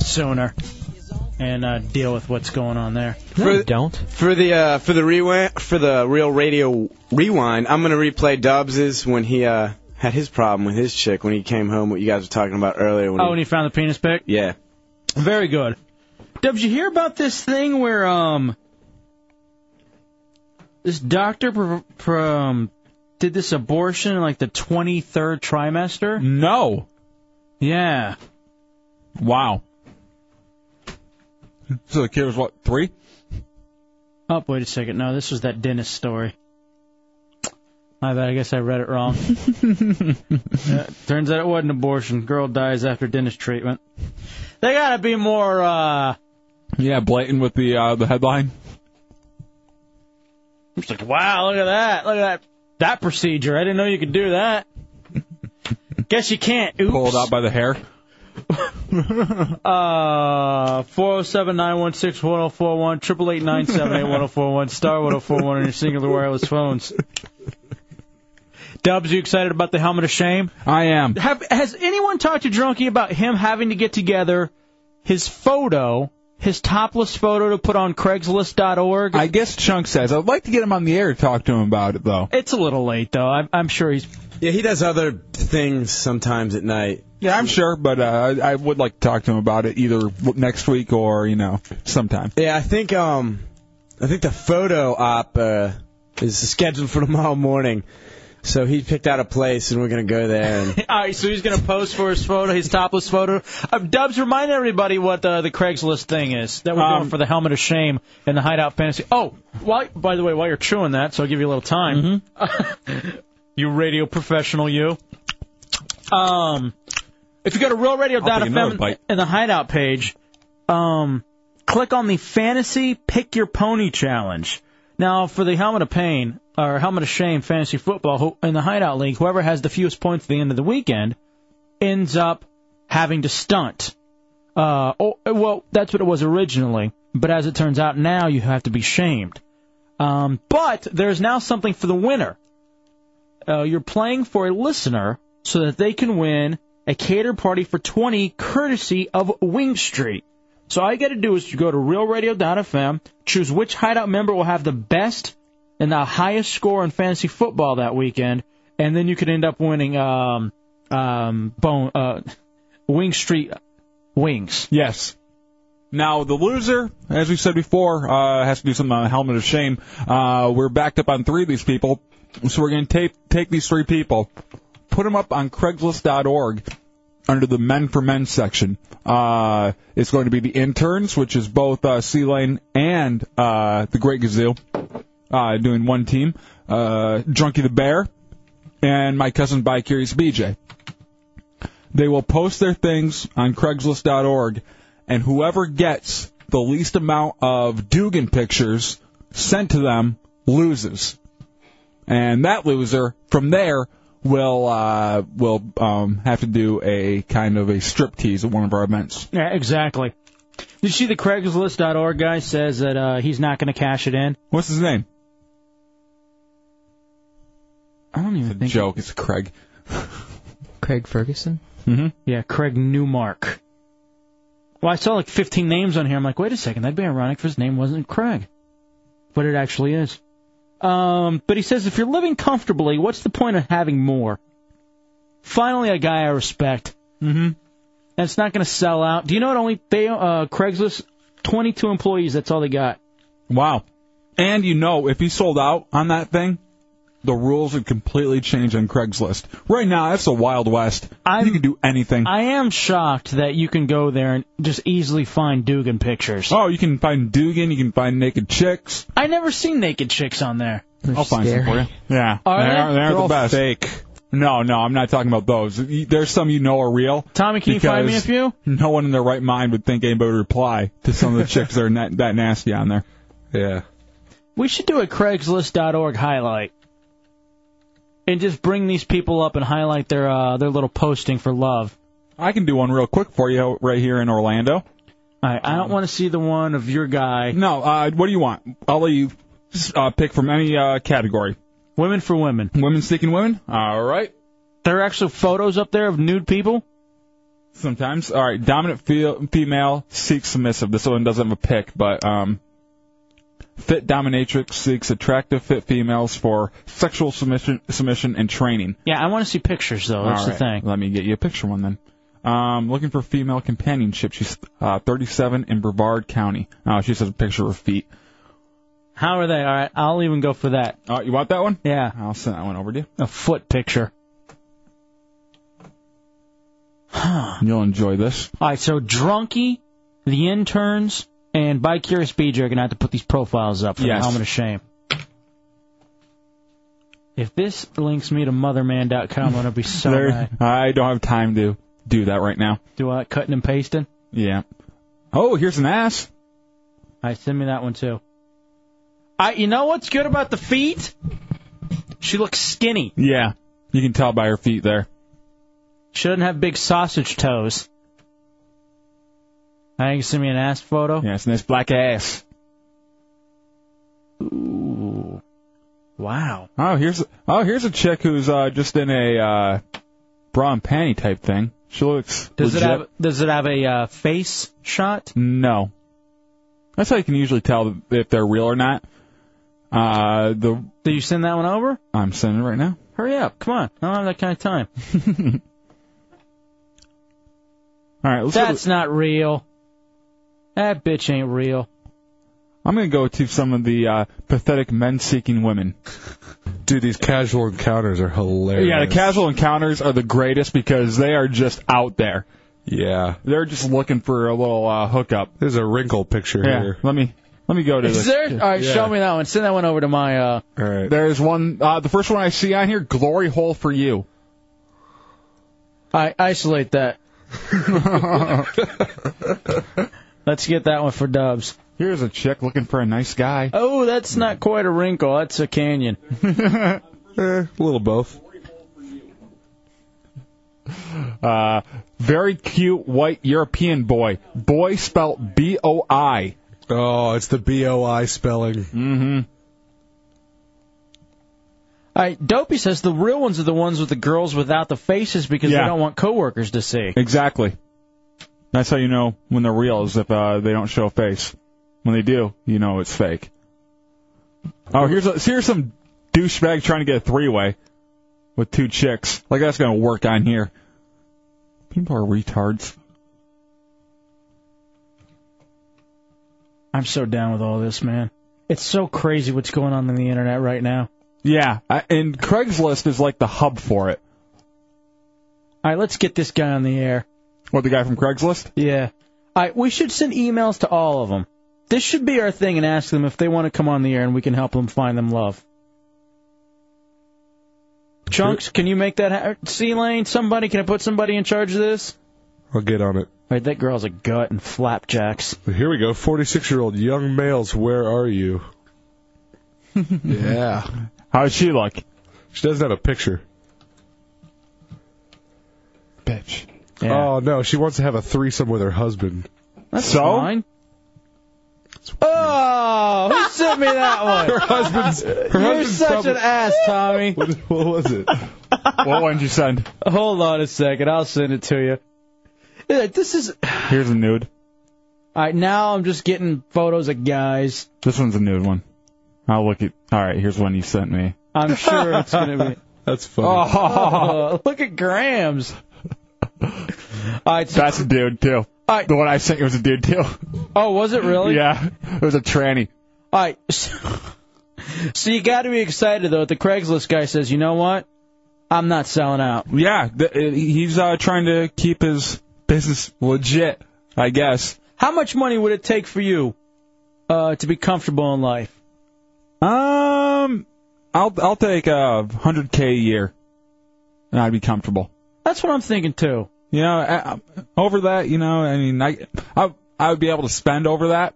sooner, and uh, deal with what's going on there.
don't. For the uh, for the rewind for the real radio rewind, I'm gonna replay Dubs's when he uh, had his problem with his chick when he came home. What you guys were talking about earlier. When
Oh, and he found the penis pic.
he, yeah.
Very good. Dub, did you hear about this thing where um this doctor pr- pr- um, did this abortion in like the 23rd trimester?
No.
Yeah.
Wow. So the kid was what, three?
Oh, wait a second. No, this was that dentist story. My bad. I guess I read it
[LAUGHS]
wrong. Yeah, Uh, turns out it wasn't abortion. Girl dies after dentist treatment. They gotta be more. uh
Yeah, blatant with the uh, the headline.
It's like, wow, look at that. Look at that. That procedure. I didn't know you could do
[LAUGHS]
that. Guess you can't. Oops.
Pulled out by the hair.
[LAUGHS] Uh, 407 916 1041, 888 978 1041, star 1041 on your singular wireless phones. Dubs, you excited about the helmet of shame?
I am.
Have, has anyone talked to Drunky about him having to get together his photo, his topless photo to put on Craigslist.org?
I guess Chunk says, I'd like to get him on the air to talk to him about it, though.
It's a little late, though. I'm, I'm sure he's.
Yeah, he does other things sometimes at night.
Yeah, I'm sure, but uh, I I would like to talk to him about it either w- next week or, you know, sometime.
Yeah, I think um, I think the photo op uh, is scheduled for tomorrow morning. So he picked out a place, and we're gonna go there. And
All right, so he's going to post for his photo, his topless photo. Uh, Dubs, remind everybody what uh, the Craigslist thing is that we're doing for the Helmet of Shame and the Hideout Fantasy. Oh, while, by the way, while you're chewing that, so I'll give you a little time.
Mm-hmm.
[LAUGHS] you radio professional, you. Um, if you go to
I'll take another
realradio.fm
bite.
in the Hideout page, um, click on the Fantasy Pick Your Pony Challenge. Now, for the Helmet of Pain or Helmet of Shame Fantasy Football who, in the Hideout League, whoever has the fewest points at the end of the weekend ends up having to stunt. Uh, oh, well, that's what it was originally, but as it turns out now, you have to be shamed. Um, but there's now something for the winner. Uh, you're playing for a listener so that they can win a cater party for 20 courtesy of Wing Street. So all you got to do is you go to realradio.fm, choose which hideout member will have the best and the highest score in fantasy football that weekend, and then you could end up winning um, um, bone uh, Wing Street wings.
Yes. Now the loser, as we said before, uh, has to do something on the helmet of shame. Uh, we're backed up on three of these people, so we're going to take take these three people, put them up on Craigslist.org under the Men for Men section. Uh, it's going to be the interns, which is both uh, C Lane and uh, the Great Gazelle, uh, doing one team. Uh, Drunky the Bear and my cousin Bi Curious BJ. They will post their things on Craigslist.org, and whoever gets the least amount of Dugan pictures sent to them loses. And that loser, from there, will uh, will um, have to do a kind of a strip tease at one of our events.
Yeah, exactly. You see, the Craigslist.org guy says that uh, he's not going to cash it in.
What's his name? I don't even think joke. It's Craig.
Craig Ferguson.
Mm-hmm. Yeah, Craig Newmark. Well, I saw like 15 names on here. I'm like, wait a second, that'd be ironic if his name wasn't Craig, but it actually is. Um, but he says if you're living comfortably, what's the point of having more? Finally, a guy I respect. Mm-hmm. And it's not going to sell out. Do you know what? Only they uh, Craigslist, 22 employees. That's all they got.
Wow. And you know, if he sold out on that thing, the rules would completely change on Craigslist. Right now, that's the Wild West. you can do anything.
I am shocked that you can go there and just easily find Dugan pictures.
Oh, you can find Dugan. You can find naked chicks.
I never seen naked chicks on there.
I'll find some for you. Yeah,
Are
they
they?
are, they are
They're
the
all
best. Fake. No, no, I'm not talking about those. You- There's some you know are real.
Tommy, can you find me a
because
few?
No one in their right mind would think anybody would reply to
[LAUGHS]
some of the chicks that are na- that nasty on there. Yeah.
We should do a Craigslist.org highlight and just bring these people up and highlight their uh, their little posting for love.
I can do one real quick for you right here in Orlando. Um,
I, I don't want to see the one of your guy.
No, uh, what do you want? I'll let you uh, pick from any uh, category.
Women for women.
Women seeking women? All right.
There are actual photos up there of nude people?
Sometimes. All right. Dominant fe- female seeks submissive. This one doesn't have a pick, but um, fit dominatrix seeks attractive fit females for sexual submission, submission and training.
Yeah, I want to see pictures though. That's
All
the
right,
thing.
Let me get you a picture one then. Um, looking for female companionship. She's uh, 37 in Brevard County. Uh, she says a picture of her feet.
How are they? All right, I'll even go for that.
Uh, you want that one?
Yeah.
I'll send that one over to you.
A foot picture.
You'll enjoy this.
All right, so Drunky, the interns, and by Curious BJ are gonna have to put these profiles up for
Yes.
the helmet of shame. If this links me to motherman.com, I'm gonna be so
There-
mad.
I don't have time to do that right now.
Do I cutting and pasting?
Yeah. Oh, here's an ass.
All right, send me that one too. I, you know what's good about the feet? She looks skinny.
Yeah. You can tell by her feet there.
She doesn't have big sausage toes. I think you send me an ass photo.
Yeah, it's a nice black ass.
Ooh. Wow.
Oh, here's oh here's a chick who's uh, just in a uh, bra and panty type thing. She looks.
Does
legit.
it have Does it have a uh, face shot?
No. That's how you can usually tell if they're real or not. Uh, the
Did you send that one over?
I'm sending it right now.
Hurry up! Come on, I don't have that kind of time.
[LAUGHS] All right, let's. go
That's
to-
not real. That bitch ain't real.
I'm gonna go to some of the uh, pathetic men seeking women.
Dude, these casual encounters are hilarious.
Yeah, the casual encounters are the greatest because they are just out there.
Yeah.
They're just looking for a little uh, hookup.
There's a wrinkle picture
Yeah,
here.
let me let me go to
Is
this.
there? All right,
Yeah.
show me that one. Send that one over to my. uh
All right.
There's one. Uh, the first one I see on here, glory hole for you.
I isolate that. [LAUGHS] Let's get that one for Dubs.
Uh-huh. Here's a chick looking for a nice guy.
[LAUGHS] Oh, that's not quite a wrinkle. That's a
[LAUGHS]
canyon.
Eh,
a little both.
Uh, very cute white European boy. Boy spelt B O I.
Oh, it's the B O I spelling.
Mm-hmm.
All right, Dopey says the real ones are the ones with the girls without the faces because
Yeah.
they don't want coworkers to see.
Exactly. That's how you know when they're real is if uh, they don't show a face. When they do, you know it's fake. Oh, here's a, here's some douchebag trying to get a three way with two chicks. Like that's gonna work on here. People are retards.
I'm so down with all this, man. It's so crazy what's going on in the internet right now.
Yeah, I, and Craigslist is like the hub for it.
All right, let's get this guy on the air.
What the guy from Craigslist?
Yeah. All right, we should send emails to all of them. This should be our thing, and ask them if they want to come on the air, and we can help them find them
[LAUGHS]
love. Chunks, can you make that happen? C Lane, somebody, can I put somebody in charge of this?
I'll get on it.
All right, that girl's a gut and flapjacks.
Here we go. 46 year old young males, where are you? yeah.
How does she look?
She doesn't have a picture.
Bitch.
Oh, no. She wants to have a threesome with her husband.
That's so? fine. Oh, who sent me that one?
Her husband's. Her
You're
husband's
such
probably-
[LAUGHS] an ass, Tommy.
What, what was it?
what one did you send?
Hold on a second, I'll send it to you. Yeah, This is.
Here's a nude.
All right, now I'm just getting photos of guys.
This one's a nude one. I'll look at. All right, here's one you sent me.
I'm sure it's going
[LAUGHS]
to be.
[LAUGHS] That's funny.
[LAUGHS] Oh, look at Grams. All right, so-
That's a dude too. The one I sent you was a dude too.
Oh, was it really?
Yeah, it was a tranny.
All right. [LAUGHS] So, so you got to be excited though. If the Craigslist guy says, "You know what? I'm not selling out."
Yeah, th- uh, he's uh, trying to keep his business legit, I guess.
How much money would it take for you uh, to be comfortable in life?
Um, I'll I'll take uh 100k a year, and I'd be comfortable.
That's what I'm thinking too.
You know, I, I- over that, you know, I mean, I, I I would be able to spend over that,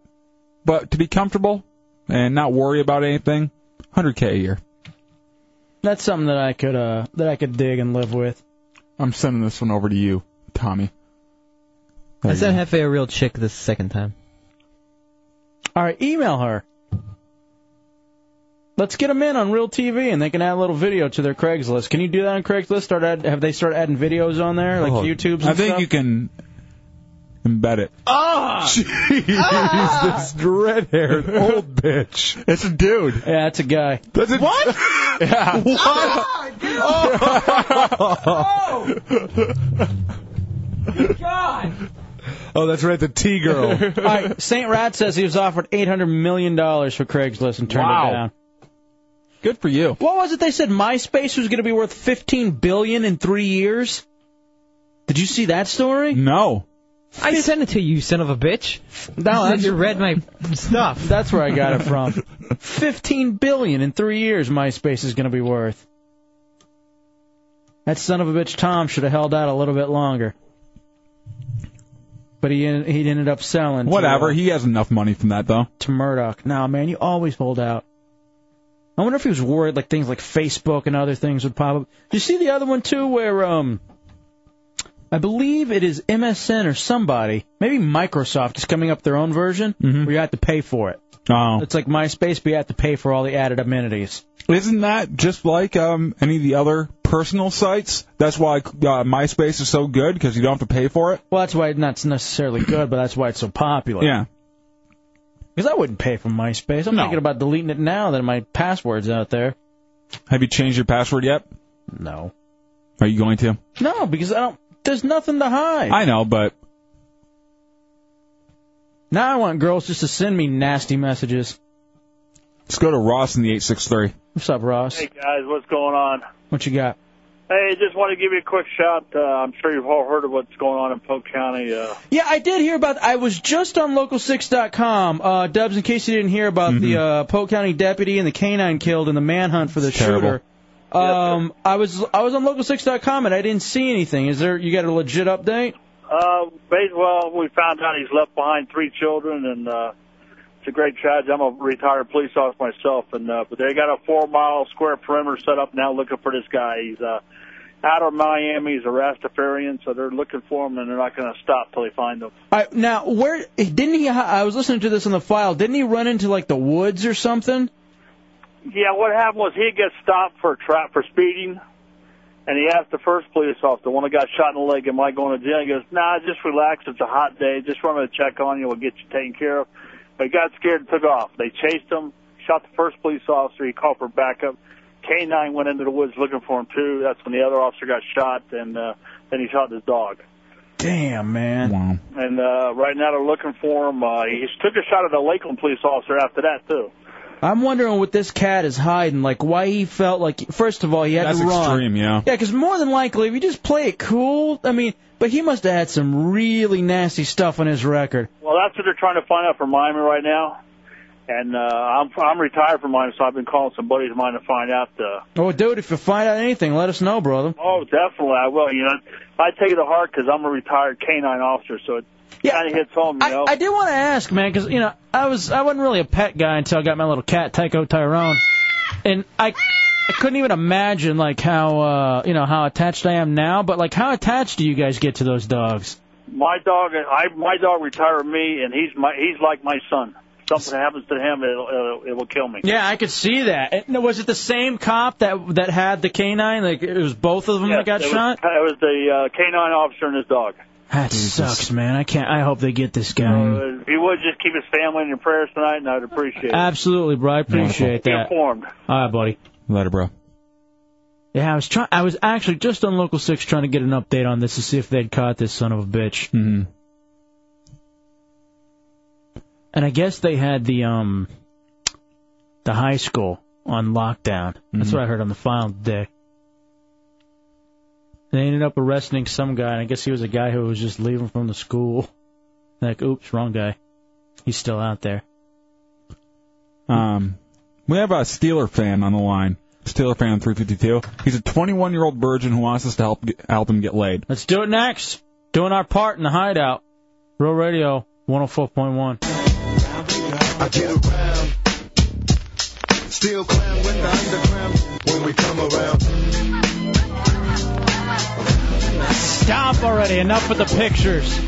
but to be comfortable and not worry about anything, 100k a year.
That's something that I could uh, that I could dig and live with.
I'm sending this one over to you, Tommy.
I sent Hefe a real chick this second time.
All right, email her. Let's get them in on Real TV, and they can add a little video to their Craigslist. Can you do that on Craigslist? Start add, have they started adding videos on there, like
Oh,
YouTube's? And
I think
stuff?
you can embed it.
Ah!
Jeez, this red
[LAUGHS]
haired old bitch.
It's a dude.
Yeah, it's a guy.
That's it. [LAUGHS] What?
[LAUGHS]
[LAUGHS] Yeah.
What?
Oh! God!
Oh, that's right, the T girl.
[LAUGHS] All right, St. Rat says he was offered eight hundred million dollars for Craigslist and turned
Wow.
it down.
Good for you.
What was it they said? MySpace was going to be worth fifteen billion in three years. Did you see that story?
No.
I sent it to you, son of a bitch.
[LAUGHS] No,
Since
that's,
you read my stuff.
that's where I got it
[LAUGHS]
from. fifteen billion in three years. MySpace is going to be worth. That son of a bitch Tom should have held out a little bit longer. But he en- he ended up selling. to,
Whatever.
uh,
He has enough money from that though.
to Murdoch. Nah, man, you always hold out. I wonder if he was worried like things like Facebook and other things would pop up. You see the other one too, where um, I believe it is MSN or somebody, maybe Microsoft is coming up with their own version where you have to pay for it.
Mm-hmm. Oh.
It's like MySpace, but you have to pay for all the added amenities.
Isn't that just like um any of the other personal sites? That's why uh, MySpace is so good because you don't have to pay for it.
Well, that's why it's not
[CLEARS THROAT]
necessarily good, but that's why it's so popular.
Yeah.
Because I wouldn't pay for MySpace. I'm
No.
thinking about deleting it now that my password's out there.
Have you changed your password yet?
No.
Are you going to?
No, because I don't. There's nothing to hide.
I know, but
Now I want girls just to send me nasty messages.
let's go to Ross in the eight six three.
What's up, Ross?
Hey guys, what's going on?
What you got?
Hey, just want to give you a quick shot. Uh, I'm sure you've all heard of what's going on in Polk County. Uh,
Yeah, I did hear about. I was just on local6.com. Uh, Dubs, in case you didn't hear about the
Mm-hmm.
uh, Polk County deputy and the canine killed in the manhunt for the
terrible.
shooter. [LAUGHS]
Uh,
Um, I was I was on local6.com and I didn't see anything. Is there? You got a legit update?
uh, bas- well, we found out he's left behind three children, and uh, it's a great tragedy. I'm a retired police officer myself, and uh, but they got a four-mile square perimeter set up now, looking for this guy. He's uh, out of Miami. He's a Rastafarian, so they're looking for him, and they're not going to stop till they find him.
I, now, where didn't he? I was listening to this on the file. Didn't he run into like the woods or something?
Yeah, what happened was he gets stopped for tra- for speeding, and he asked the first police officer, the one that got shot in the leg, "Am I going to jail?" He goes, "Nah, just relax. It's a hot day. Just wanted to check on you. We'll get you taken care of." But he got scared and took off. They chased him, shot the first police officer. He called for backup. K9 went into the woods looking for him too. That's when the other officer got shot, and uh, then he shot his dog.
Damn, man.
And uh, right now they're looking for him. Uh, he took a shot at a Lakeland police officer after that too.
I'm wondering what this cat is hiding, like why he felt like. First of all, he had
That's
to run.
extreme, yeah.
Yeah, because more than likely, if you just play it cool, I mean, but he must have had some really nasty stuff on his record.
Well, that's what they're trying to find out from Miami right now. And uh, I'm I'm retired from Miami, so I've been calling some buddies of mine to find out. Uh,
Oh, dude, if you find out anything, let us know, brother.
oh, definitely I will. You know, I take it to heart because I'm a retired canine officer, so it kind of hits home. You know,
I did want to ask, man, 'cause you know, I was I wasn't really a pet guy until I got my little cat, Tycho Tyrone, and I I couldn't even imagine like how uh you know how attached I am now. But like, how attached do you guys get to those dogs?
my dog I my dog retired me, and he's my he's like my son. Something happens to him, it'll, it'll it will kill me.
Yeah, I could see that. And was it the same cop that that had the canine? Like it was both of them that got
it was-
shot.
it was the uh, canine officer and his dog.
That sucks, man. I can't. I hope they get this guy.
If you would just keep his family in your prayers tonight, and I'd appreciate it.
Absolutely, bro. I appreciate
Be
that.
informed.
All right, buddy.
Later, bro.
Yeah, I was trying. I was actually just on Local Six trying to get an update on this to see if they'd caught this son of a bitch.
Mm-hmm.
And I guess they had the um, the high school on lockdown.
Mm-hmm.
That's what I heard on the file today. They ended up arresting some guy, and I guess he was a guy who was just leaving from the school. Like, oops, wrong guy. He's still out there.
Um, we have a Steeler fan on the line. Steeler fan 352. He's a 21 year old virgin who wants us to help get, help him get laid.
Let's do it next. Doing our part in the hideout. Real Radio 104.1.
I get around. Still clown with the underground when we come around.
Stop already. Enough with the pictures.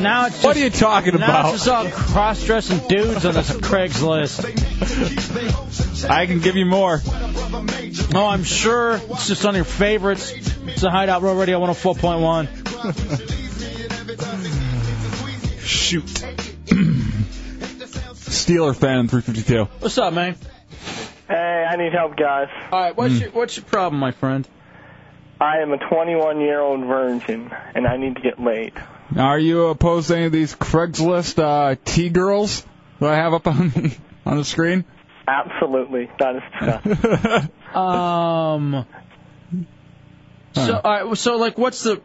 Now it's just,
What are you talking
now
about?
It's just all cross-dressing dudes on this Craigslist.
I can give you more.
Oh, I'm sure it's just on your favorites. It's the Hideout Road Radio [SIGHS] 104.1.
Shoot. Steeler fan 352.
What's up, man?
Hey, I need help, guys. Hmm.
All right, what's your what's your problem, my friend?
I am a 21 year old virgin, and I need to get laid.
Are you opposed to any of these Craigslist uh, T girls that I have up on [LAUGHS] on the screen?
Absolutely, that is
Um. So, all right, so like, what's the,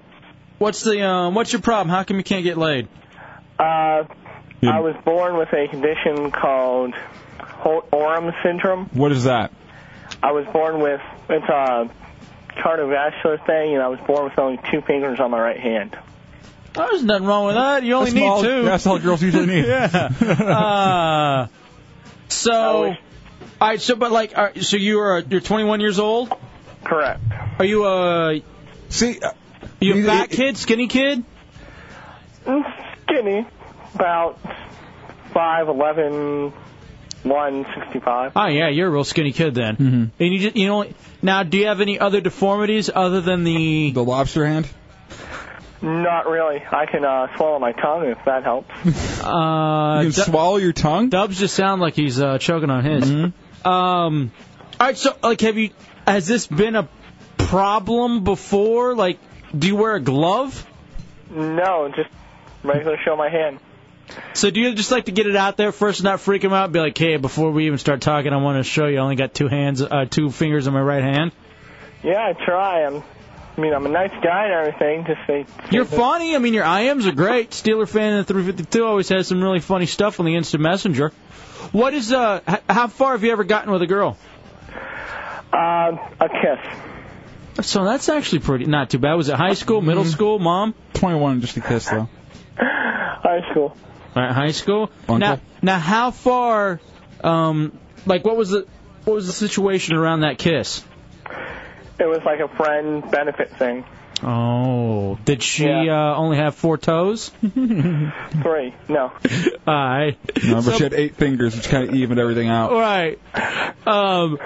what's the, um, what's your problem? How come you can't get laid?
Uh, I was born with a condition called Holt Oram syndrome.
What is that?
I was born with it's a cardiovascular thing, and I was born with only two fingers on my right hand.
Oh, there's nothing wrong with that. You only
That's all-
need two.
that's all girls usually
[LAUGHS]
need. [LAUGHS]
yeah. Uh, so, all right. So, but like, are, so you are you're 21 years old.
Correct.
Are you a
see?
uh,
you a fat kid, skinny kid?
Mm, Skinny, about five eleven, one sixty five.
Oh yeah, you're a real skinny kid then. Mm-hmm. And you just, you know now do you have any other deformities other than the
the lobster hand?
Not really. I can uh, swallow my tongue if that helps.
Uh,
you can swallow your tongue. Mm-hmm.
Dubs just sound like he's uh, choking on his. Um, all right. So, like, have you? Has this been a problem before? Like, do you wear a glove?
No, just regular show my hand.
So, do you just like to get it out there first, and not freak him out? Be like, hey, before we even start talking, I want to show you. I only got two hands, uh, two fingers on my right hand.
Yeah, I try. I'm, I mean, I'm a nice guy and everything. Just they.
You're funny. I mean, your IMs are great. Steeler fan in the 352 always has some really funny stuff on the instant messenger. What is uh? H- how far have you ever gotten with a girl?
Uh, a kiss.
So that's actually pretty not too bad. Was it high school, middle school, mom?
21, just a kiss though.
High school.
All right, high school. Now, now, how far? Um, like, what was the what was the situation around that kiss?
It was like a friend benefit
[LAUGHS]
thing.
Oh, did she uh, only have four toes?
Three. No.
All right.
No, but
So-
she had eight fingers, which kind of evened everything out.
Right. Um.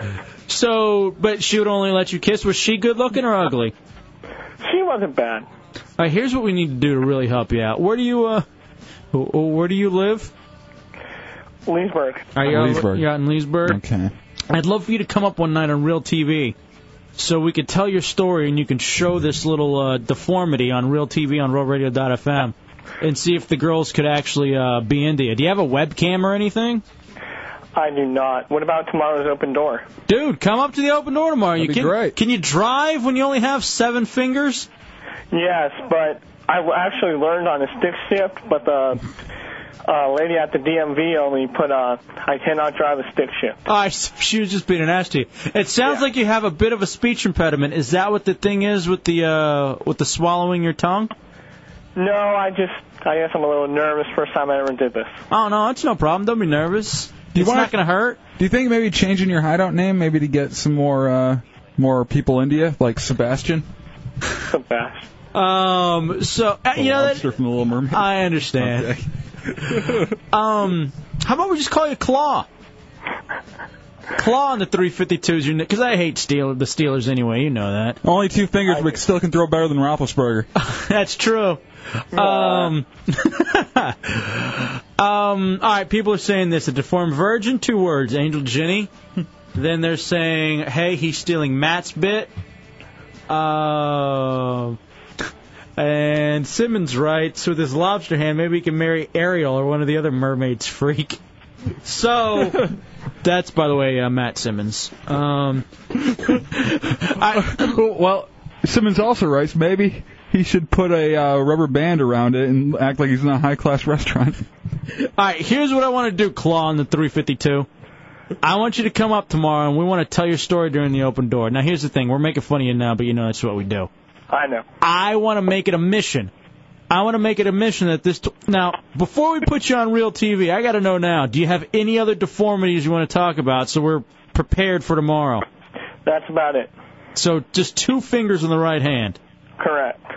So, but she would only let you kiss. Was she good looking or ugly?
She wasn't bad.
All right. Here's what we need to do to really help you out. Where do you uh? wh- wh- Where do you live?
Leesburg.
Are you out-
Leesburg.
You're out in Leesburg.
Okay.
I'd love for you to come up one night on Real TV, so we could tell your story and you can show this little uh, deformity on Real TV on RealRadio.fm, and see if the girls could actually uh, be into you. Do you have a webcam or anything?
I do not. What about tomorrow's open door?
Dude, come up to the open door tomorrow. you
That'd be
can,
great.
can you drive when you only have seven fingers?
Yes, but I w- actually learned on a stick shift, but the uh, lady at the DMV only put, uh, I cannot drive a stick shift.
Oh, [LAUGHS] she was just being an ass to you. It sounds like you have a bit of a speech impediment. Is that what the thing is with the uh, with the swallowing your tongue?
No, I just, I guess I'm a little nervous. First time I ever did this.
Oh no, it's no problem. Don't be nervous.
Do you
it's
want-
not going to hurt.
Do you think maybe changing your hideout name maybe to get some more uh, more people into you, like Sebastian?
Um, so uh, you know
Lobster
that
from the Little Mermaid.
I understand. [LAUGHS] um, how about we just call you Claw? Claw on the 352 is your because I hate Steel the Steelers anyway. You know that.
Only two fingers, but still can throw better than
[LAUGHS]
Roethlisberger.
That's true. Um, um, [LAUGHS] all right, people are saying this. A deformed virgin, two words, Angel [LAUGHS] Jenny. then they're saying, hey, he's stealing Matt's bit. Uh, and Simmons writes, with his lobster hand, maybe he can marry Ariel or one of the other mermaids freak. [LAUGHS] So, that's, by the way, uh, Matt Simmons. Um, I,
well, Simmons also writes maybe he should put a uh, rubber band around it and act like he's in a high class restaurant.
All right, here's what I want to do, Claw, on the 352. I want you to come up tomorrow, and we want to tell your story during the open door. Now, here's the thing. We're making fun of you now, but you know that's what we do.
I know.
I want to make it a mission. I want to make it a mission that this... T- now, before we put you on real TV, I got to know now, do you have any other deformities you want to talk about so we're prepared for tomorrow?
That's about it.
So, just two fingers on the right hand.
Correct.
All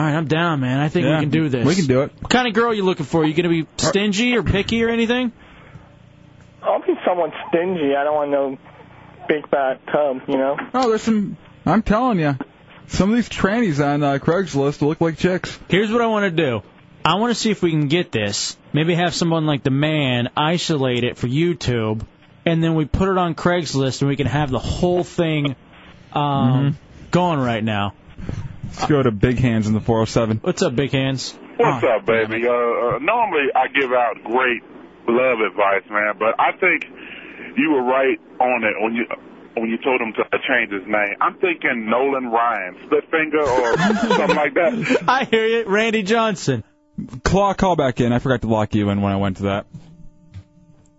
right, I'm down, man. I think
Yeah,
we can do this.
we can do it.
What kind of girl are you looking for? Are you going to be stingy or picky or anything?
I'll be somewhat stingy. I don't want no big back tub, you know?
Oh, there's some. I'm telling you, some of these trannies on uh, Craigslist look like chicks.
Here's what I want to do. I want to see if we can get this. Maybe have someone like the man isolate it for YouTube, and then we put it on Craigslist, and we can have the whole thing um, going right now.
Let's go to Big Hands in the 407.
What's up, Big Hands?
What's
Ah.
up, baby? Uh, uh, normally I give out great love advice, man, but I think you were right on it when you when you told him to change his name. I'm thinking Nolan Ryan, split finger or
Oh.
something like that.
I hear you, Randy Johnson.
Claw, call back in. I forgot to lock you in when I went to that.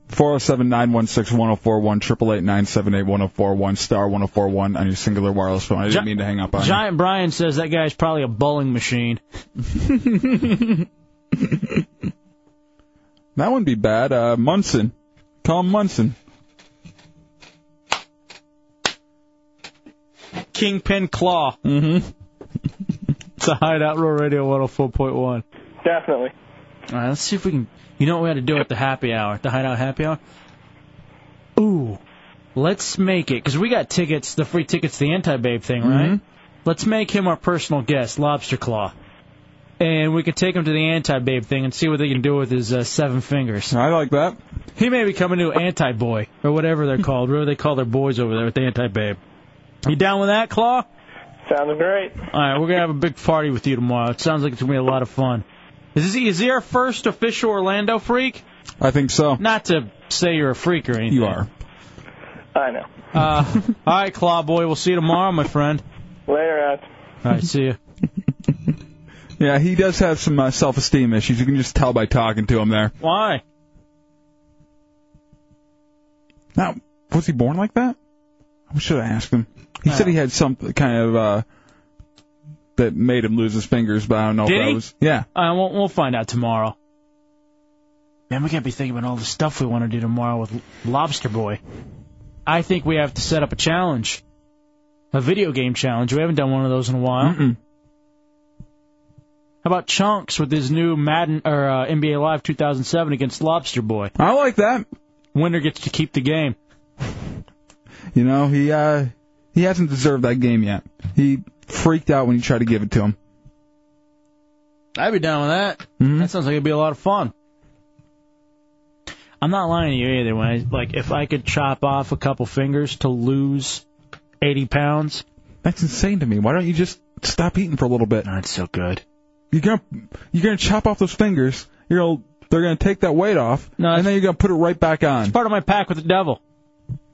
407 916 1041 888 978 oh star 1041 on your singular wireless phone. I didn't
Gi-
mean to hang up on you.
Giant Brian says that guy's probably a bowling [LAUGHS] machine.
That wouldn't be bad. Uh, Munson. Call him Munson.
Kingpin Claw.
Mm-hmm.
[LAUGHS] it's a Hideout Roll Radio 104.1. All
Definitely.
right, let's see if we can. You know what we had to do at the happy hour, the Hideout happy hour. Ooh, let's make it because we got tickets, the free tickets, to the anti babe thing, right?
Mm-hmm.
Let's make him our personal guest, Lobster Claw, and we could take him to the anti babe thing and see what they can do with his uh, seven fingers.
I like that.
He may become a new anti boy or whatever they're called, whatever they call their boys over there with the anti babe. You down with that, Claw?
Sounds great.
All right, we're gonna have a big party with you tomorrow. It sounds like it's gonna be a lot of fun. Is this is he our first official Orlando freak?
I think so.
Not to say you're a freak or anything.
You are.
I know.
Uh, all right, Claw Boy. We'll see you tomorrow, my friend.
Later, out.
All right, see you.
Yeah, he does have some uh, self esteem issues. You can just tell by talking to him there.
Why?
Now, was he born like that? I should have asked him. He said he had some kind of uh that made him lose his fingers, but I don't know
Did
if that
he?
was. Yeah.
Uh, we'll, we'll find out tomorrow. Man, we can't be thinking about all the stuff we want to do tomorrow with Lobster Boy. I think we have to set up a challenge, a video game challenge. We haven't done one of those in a while. How about Chunks with his new Madden or uh, NBA Live 2007 against Lobster Boy?
I like that.
Winner gets to keep the game.
You know, he uh he hasn't deserved that game yet. He freaked out when you tried to give it to him.
Mm-hmm. I'd be down with that. That sounds like it'd be a lot of fun. I'm not lying to you either. When I, like, if I could chop off a couple fingers to lose 80 pounds,
That's insane to me. Why don't you just stop eating for a little bit?
That's so good.
You're gonna you're gonna chop off those fingers. You're gonna they're gonna take that weight off, and then you're gonna put it right back on.
part of my pack with the devil.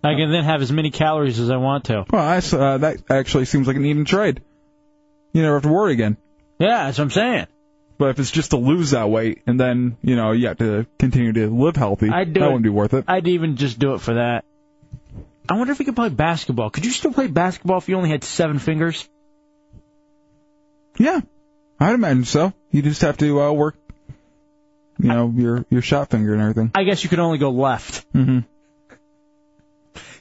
I can then have as many calories as I want to.
Well, that's, uh, that actually seems like an even trade. You never have to worry again.
Yeah, that's what I'm saying.
But if it's just to lose that weight and then you know you have to continue to live healthy,
I'd do
that
it.
wouldn't be worth it.
I'd even just do it for that. I wonder if we could play basketball. Could you still play basketball if you only had seven fingers?
Yeah, I'd imagine so. You just have to uh, work, you know, your your shot finger and everything.
I guess you could only go left.
Mm-hmm.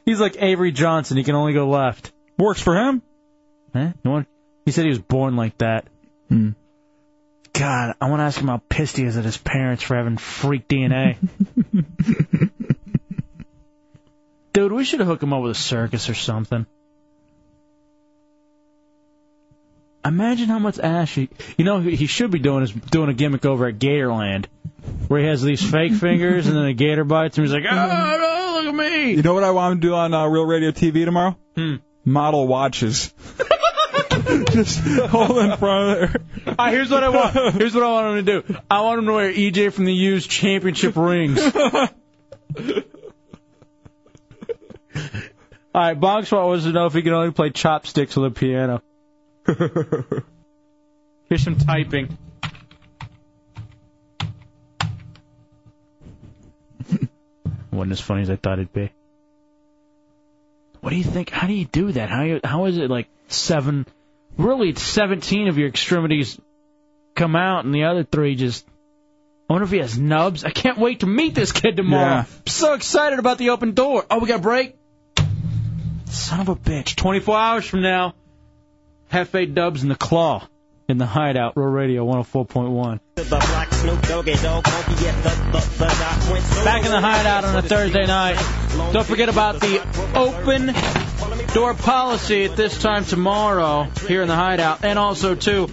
He's like Avery Johnson. He can only go left.
Works for him.
Huh? No one. He said he was born like that.
Hmm.
God, I want to ask him how pissed he is at his parents for having freak DNA. Dude, we should hook him up with a circus or something. Imagine how much ash he. You know, he should be doing is doing a gimmick over at Gatorland, where he has these fake fingers and then a gator bites him. He's like, ah, no, look at me.
You know what I want to do on uh, Real Radio TV tomorrow?
Hmm.
Model watches. [LAUGHS] Just hold in front of her.
Ah, here's what I want. Here's what I want him to do. I want him to wear EJ from the U's championship rings.
[LAUGHS]
All right, Bong Swat wants to know if he can only play chopsticks with a piano. Here's some typing. Wasn't as funny as I thought it'd be. What do you think? How do you do that? How you, how is it like seven? Really, it's seventeen of your extremities come out, and the other three just. I wonder if he has nubs. I can't wait to meet this kid tomorrow.
Yeah.
I'm so excited about the open door. Oh, we got a break. Son of a bitch! Twenty-four hours from now, Hefe Dubs and the Claw in the Hideout. Real Radio 104.1. Back in the hideout on a Thursday night. Don't forget about the open door policy at this time tomorrow here in the hideout, and also too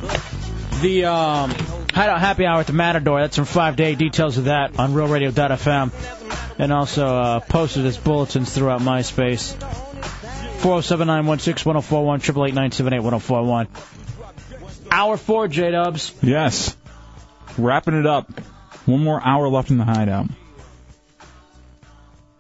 the um, hideout happy hour at the Matador. That's from five to eight. Details of that on RealRadio.fm, and also uh, posted as bulletins throughout MySpace. 407 916 1041 888 978 1041. Hour four, J Dubs.
Yes. Wrapping it up. One more hour left in the hideout.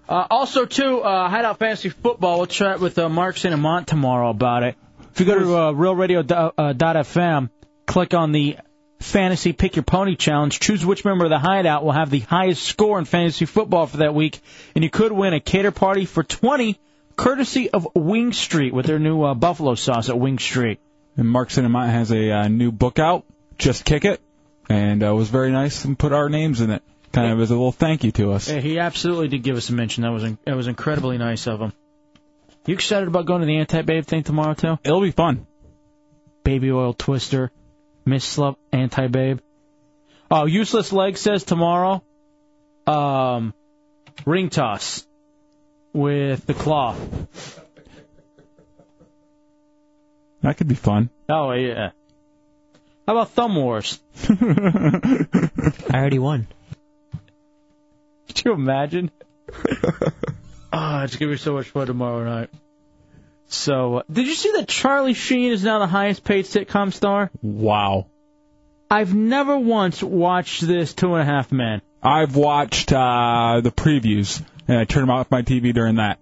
Uh, also, too, uh, Hideout Fantasy Football. We'll chat with uh, Mark Sinamont tomorrow about it. If you go to uh, realradio.fm, uh, dot FM, click on the Fantasy Pick Your Pony Challenge. Choose which member of the Hideout will have the highest score in fantasy football for that week, and you could win a cater party for 20 courtesy of Wing Street with their new uh, buffalo sauce at Wing Street.
And Mark Cinemont has a uh, new book out, Just Kick It, and uh, was very nice and put our names in it, kind of as a little thank you to us.
Yeah, he absolutely did give us a mention. That was in- that was incredibly nice of him. You excited about going to the anti babe thing tomorrow too?
It'll be fun.
Baby oil twister, miss slump anti babe. Oh, useless leg says tomorrow. Um, ring toss with the claw.
That could be fun.
Oh yeah. How about thumb wars?
[LAUGHS] I already won.
Could you imagine? [LAUGHS] oh, it's gonna be so much fun tomorrow night. So, uh, did you see that Charlie Sheen is now the highest paid sitcom star?
Wow.
I've never once watched this Two and a Half Men.
I've watched uh, the previews, and I turned off my TV during that.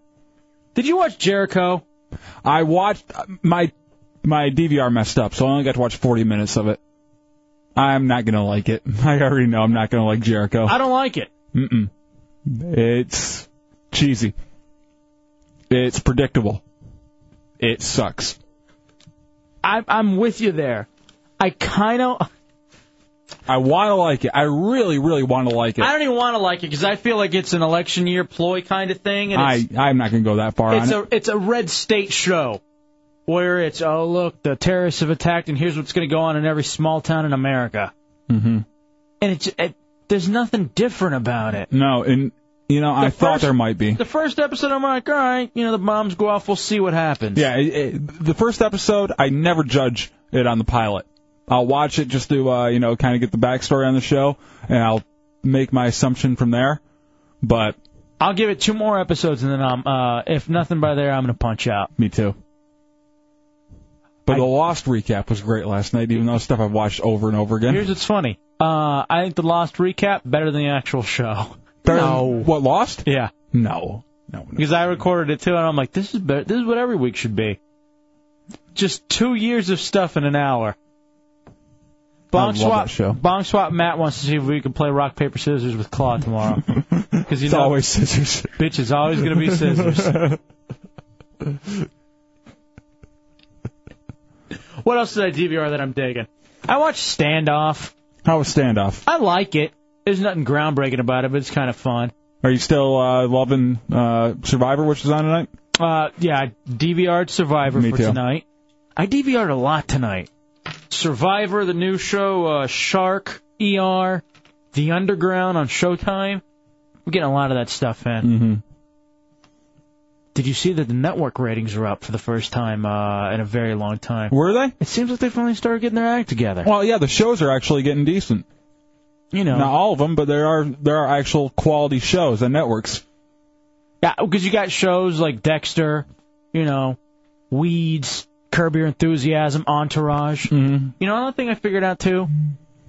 Did you watch Jericho?
I watched uh, my my DVR messed up, so I only got to watch 40 minutes of it. I'm not gonna like it. [LAUGHS] I already know I'm not gonna like Jericho.
Oh.
I don't like it.
Mm-mm. It's cheesy. It's predictable. It sucks.
I, I'm with you there. I kind of,
I want to like it. I really, really want to like it.
I don't even want to like it because I feel like it's an election year ploy kind of thing, and it's,
I, I'm not gonna go that far
it's
on
a
it.
it's a red state show where it's oh look the terrorists have attacked and here's what's going to go on in every small town in America,
Mm-hmm.
and it's it, there's nothing different about it.
No, and you know, I
The
thought
first-
there might be.
The first episode, I'm like, all right, you know, the bombs go off, we'll see what happens.
Yeah, it, it, the first episode, I never judge it on the pilot. I'll watch it just to, uh, you know, kind of get the backstory on the show, and I'll make my assumption from there. But
I'll give it two more episodes, and then I'm. Uh, if nothing by there, I'm gonna punch out.
me too. But the Lost recap was great last night, even though it's stuff I've watched over and over again.
Here's what's funny. Uh, I think the Lost recap better than the actual show.
Better than what Lost?
Yeah.
No.
Because I recorded it too, and I'm like, this is better. This is what every week should be. Just two years of stuff in an hour. Bong
love
swap.
that show.
Bong swap. Matt wants to see if we can play rock paper scissors with Claw
[LAUGHS]
tomorrow. Because
It's always scissors.
Bitch is always gonna be
[LAUGHS]
scissors. what else did I DVR that I'm digging? I watched Standoff.
How was standoff?
I like it. There's nothing groundbreaking about it, but it's kind of fun.
Are you still uh, loving uh, Survivor, which is on tonight?
Uh, yeah, I DVR'd Survivor
Me
for
too.
tonight. I DVR'd a lot tonight. Survivor, the new show, uh, Shark, ER, The Underground on Showtime. We're getting a lot of that stuff in.
Mm-hmm.
Did you see that the network ratings are up for the first time uh, in a very long time?
Were they?
It seems like they finally started getting their act together.
Well, Oh, yeah, the shows are actually getting decent.
You know,
not all of them, but there are there are actual quality shows and networks.
Yeah, because you got shows like Dexter, you know, Weeds, Curb Your Enthusiasm, Entourage.
Mm-hmm.
You know, another thing I figured out too,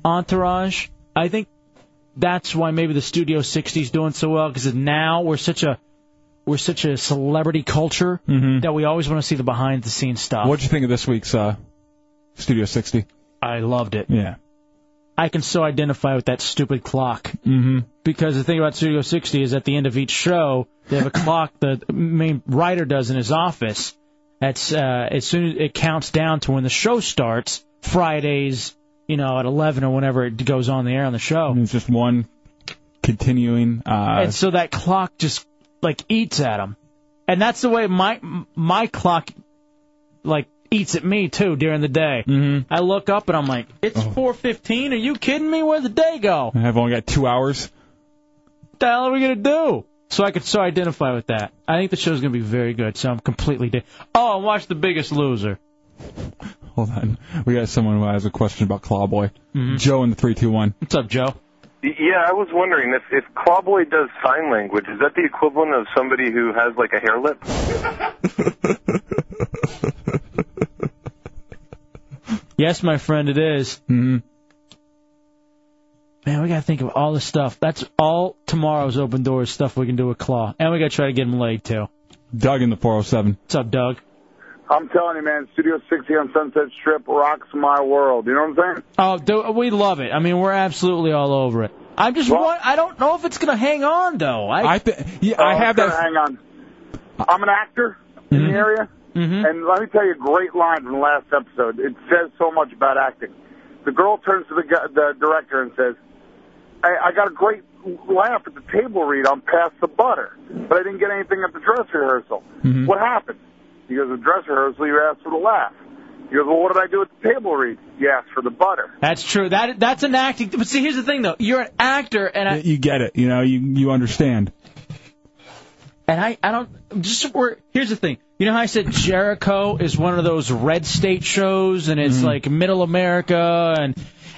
Entourage. I think that's why maybe the Studio 60 is doing so well because now we're such a we're such a celebrity culture that we always want to see the behind the scenes stuff.
Mm-hmm. What'd you think of this week's uh, Studio 60?
I loved it.
Yeah.
I can so identify with that stupid clock.
Mm-hmm.
because the thing about Studio 60 is at the end of each show they have a clock the main writer does in his office. That's uh, as soon as it counts down to when the show starts Fridays, you know, at 11 or whenever it goes on the air on the show.
It's just one continuing. Uh,
and so that clock just like eats at him, and that's the way my my clock like eats at me too during the day. Mm-hmm. I look up and I'm like, it's
Oh.
4:15. Are you kidding me? Where'd the day go?
I've only got two hours.
What the hell are we gonna do? So I could so identify with that. I think the show's gonna be very good. So I'm completely. Di- oh, and watch The Biggest Loser.
Hold on. We got someone who has a question about Clawboy. Joe in the 321.
What's up, Joe?
Yeah, I was wondering if if Clawboy does sign language, is that the equivalent of somebody who has like a hair lip?
Yes, my friend, it is.
Mm-hmm.
Man, we gotta think of all the stuff. That's all tomorrow's open doors stuff we can do with Claw, and we gotta try to get him laid too.
Doug in the 407.
What's up, Doug?
I'm telling you, man, Studio 60 on Sunset Strip rocks my world. You know what I'm saying?
Oh, do, we love it. I mean, we're absolutely all over it. I'm just wa- I don't know if it's gonna hang on though. I,
I th- yeah,
Oh,
I have
okay,
that. Mm-hmm.
Hang on. I'm an actor in the area, and let me tell you a great line from the last episode. It says so much about acting. The girl turns to the, gu- the director and says, I, "I got a great laugh at the table read on Pass the Butter, but I didn't get anything at the dress rehearsal.
Mm-hmm.
What happened?" He goes, "The dress rehearsal, you asked for the laugh." He goes, "Well, what did I do at the table read? You asked for the butter."
That's true. That that's an acting. But see, here's the thing though. You're an actor, and I,
You get it. You know, you, you understand.
And I, I don't just we're, here's the thing. You know how I said Jericho is one of those red state shows, and it's like Middle America, and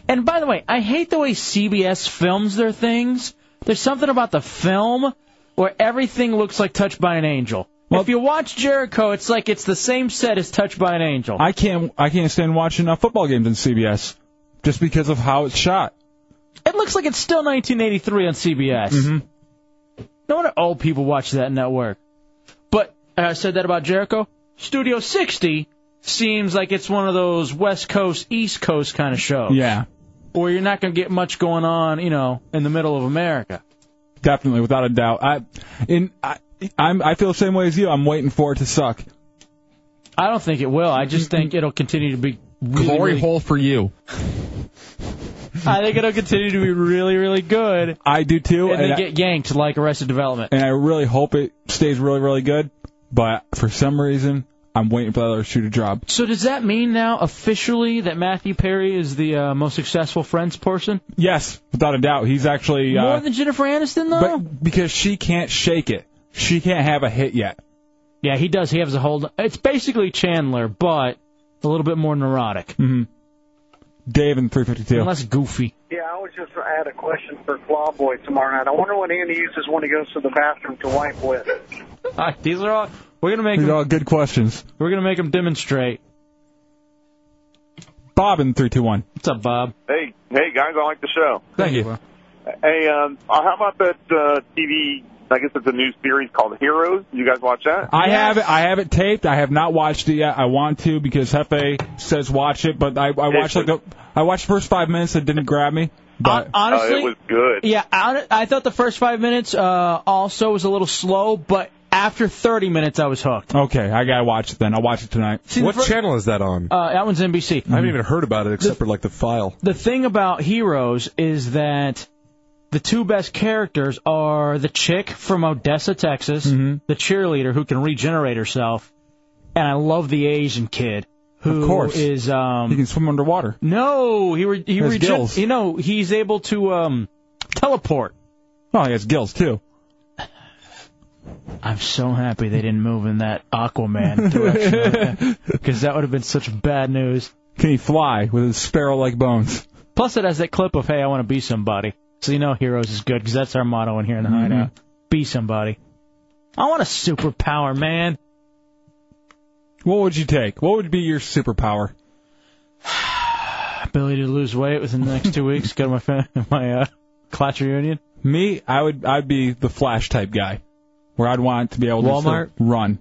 and by the way, I hate the way CBS films their things. There's something about the film where everything looks like Touched by an Angel. if you watch Jericho, it's like it's the same set as Touched by an Angel.
I can't I can't stand watching uh, football games on CBS just because of how it's shot.
It looks like it's still 1983 on CBS.
Mm-hmm.
No wonder old people watch that network. But and I said that about Jericho. Studio 60 seems like it's one of those West Coast, East Coast kind of shows.
Yeah,
Where you're not going to get much going on, you know, in the middle of America.
definitely, without a doubt. I in I I'm, I feel the same way as you. I'm waiting for it to suck.
I don't think it will. I just think it'll continue to be really,
Glory
really-
hole for you.
I think it'll continue to be really, really good.
I do too.
And,
and
then
I-
get yanked like Arrested Development.
and I really hope it stays really, really good. But for some reason, I'm waiting for that other shoe to drop.
So does that mean now officially that Matthew Perry is the uh, most successful Friends person?
Yes, without a doubt, he's actually.
More
Uh,
than Jennifer Aniston though.
but because she can't shake it, she can't have a hit yet.
Yeah, he does. He has a hold. It's basically Chandler, but a little bit more neurotic.
Mm-hmm. Dave in 352.
Unless goofy.
Yeah, I was just I had a question for Clawboy tomorrow night. I wonder what Andy uses when he goes to the bathroom to wipe with.
these are all we're gonna make.
These are all good questions.
We're gonna make them demonstrate.
Bob in 321.
What's up, Bob?
Hey, hey guys, I like the show.
Thank you.
Hey, um, uh, how about that uh, TV? I guess it's a new series called Heroes. You guys watch that?
I have it. I have it taped. I have not watched it yet. I want to because Hefe says watch it, but I, I watched like the, I watched the first five minutes. It didn't grab me. But
Uh, Honestly,
good.
Yeah, I, I thought the first five minutes uh, also was a little slow, but Uh, after 30 minutes, I was hooked.
Okay, I gotta watch it then. I'll watch it tonight.
See, the
what
fir-
channel is that on?
Uh, that one's NBC.
I haven't even heard about it except for like the file.
The thing about Heroes is that the two best characters are the chick from Odessa, Texas, the cheerleader who can regenerate herself, and I love the Asian kid who
Of course.
is um
He can swim underwater.
no he re- he
Has
regen-
gills.
you know he's able to um teleport.
Oh, he has gills too.
I'm so happy they didn't move in that
[LAUGHS]
Aquaman direction because that would have been such bad news.
Can he fly with his sparrow-like bones?
Plus, it has that clip of "Hey, I want to be somebody," so you know Heroes is good because that's our motto in here in the
Mhm.
Hideout: be somebody. I want a superpower, man.
What would you take? What would be your superpower?
[SIGHS] Ability to lose weight within the next two weeks. Go to my fa- [LAUGHS] my uh, class reunion.
Me, I would I'd be the Flash type guy, where I'd want to be able
Walmart?
to just run.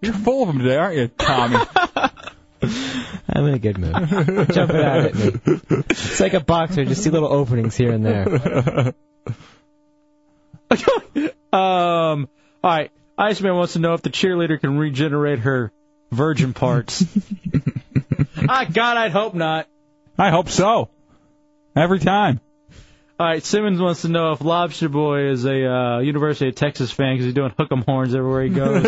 You're full of them today, aren't you,
[LAUGHS]
Tommy?
[LAUGHS] I'm in a good mood. Jumping out at me. It's like a boxer, just see little openings here and there.
Um. All right. Iceman wants to know if the cheerleader can regenerate her virgin parts. ah, God, I'd hope not.
[LAUGHS] I hope so. Every time.
All right. Simmons wants to know if Lobster Boy is a uh, University of Texas fan because he's doing hook'em horns everywhere he
[LAUGHS]
goes.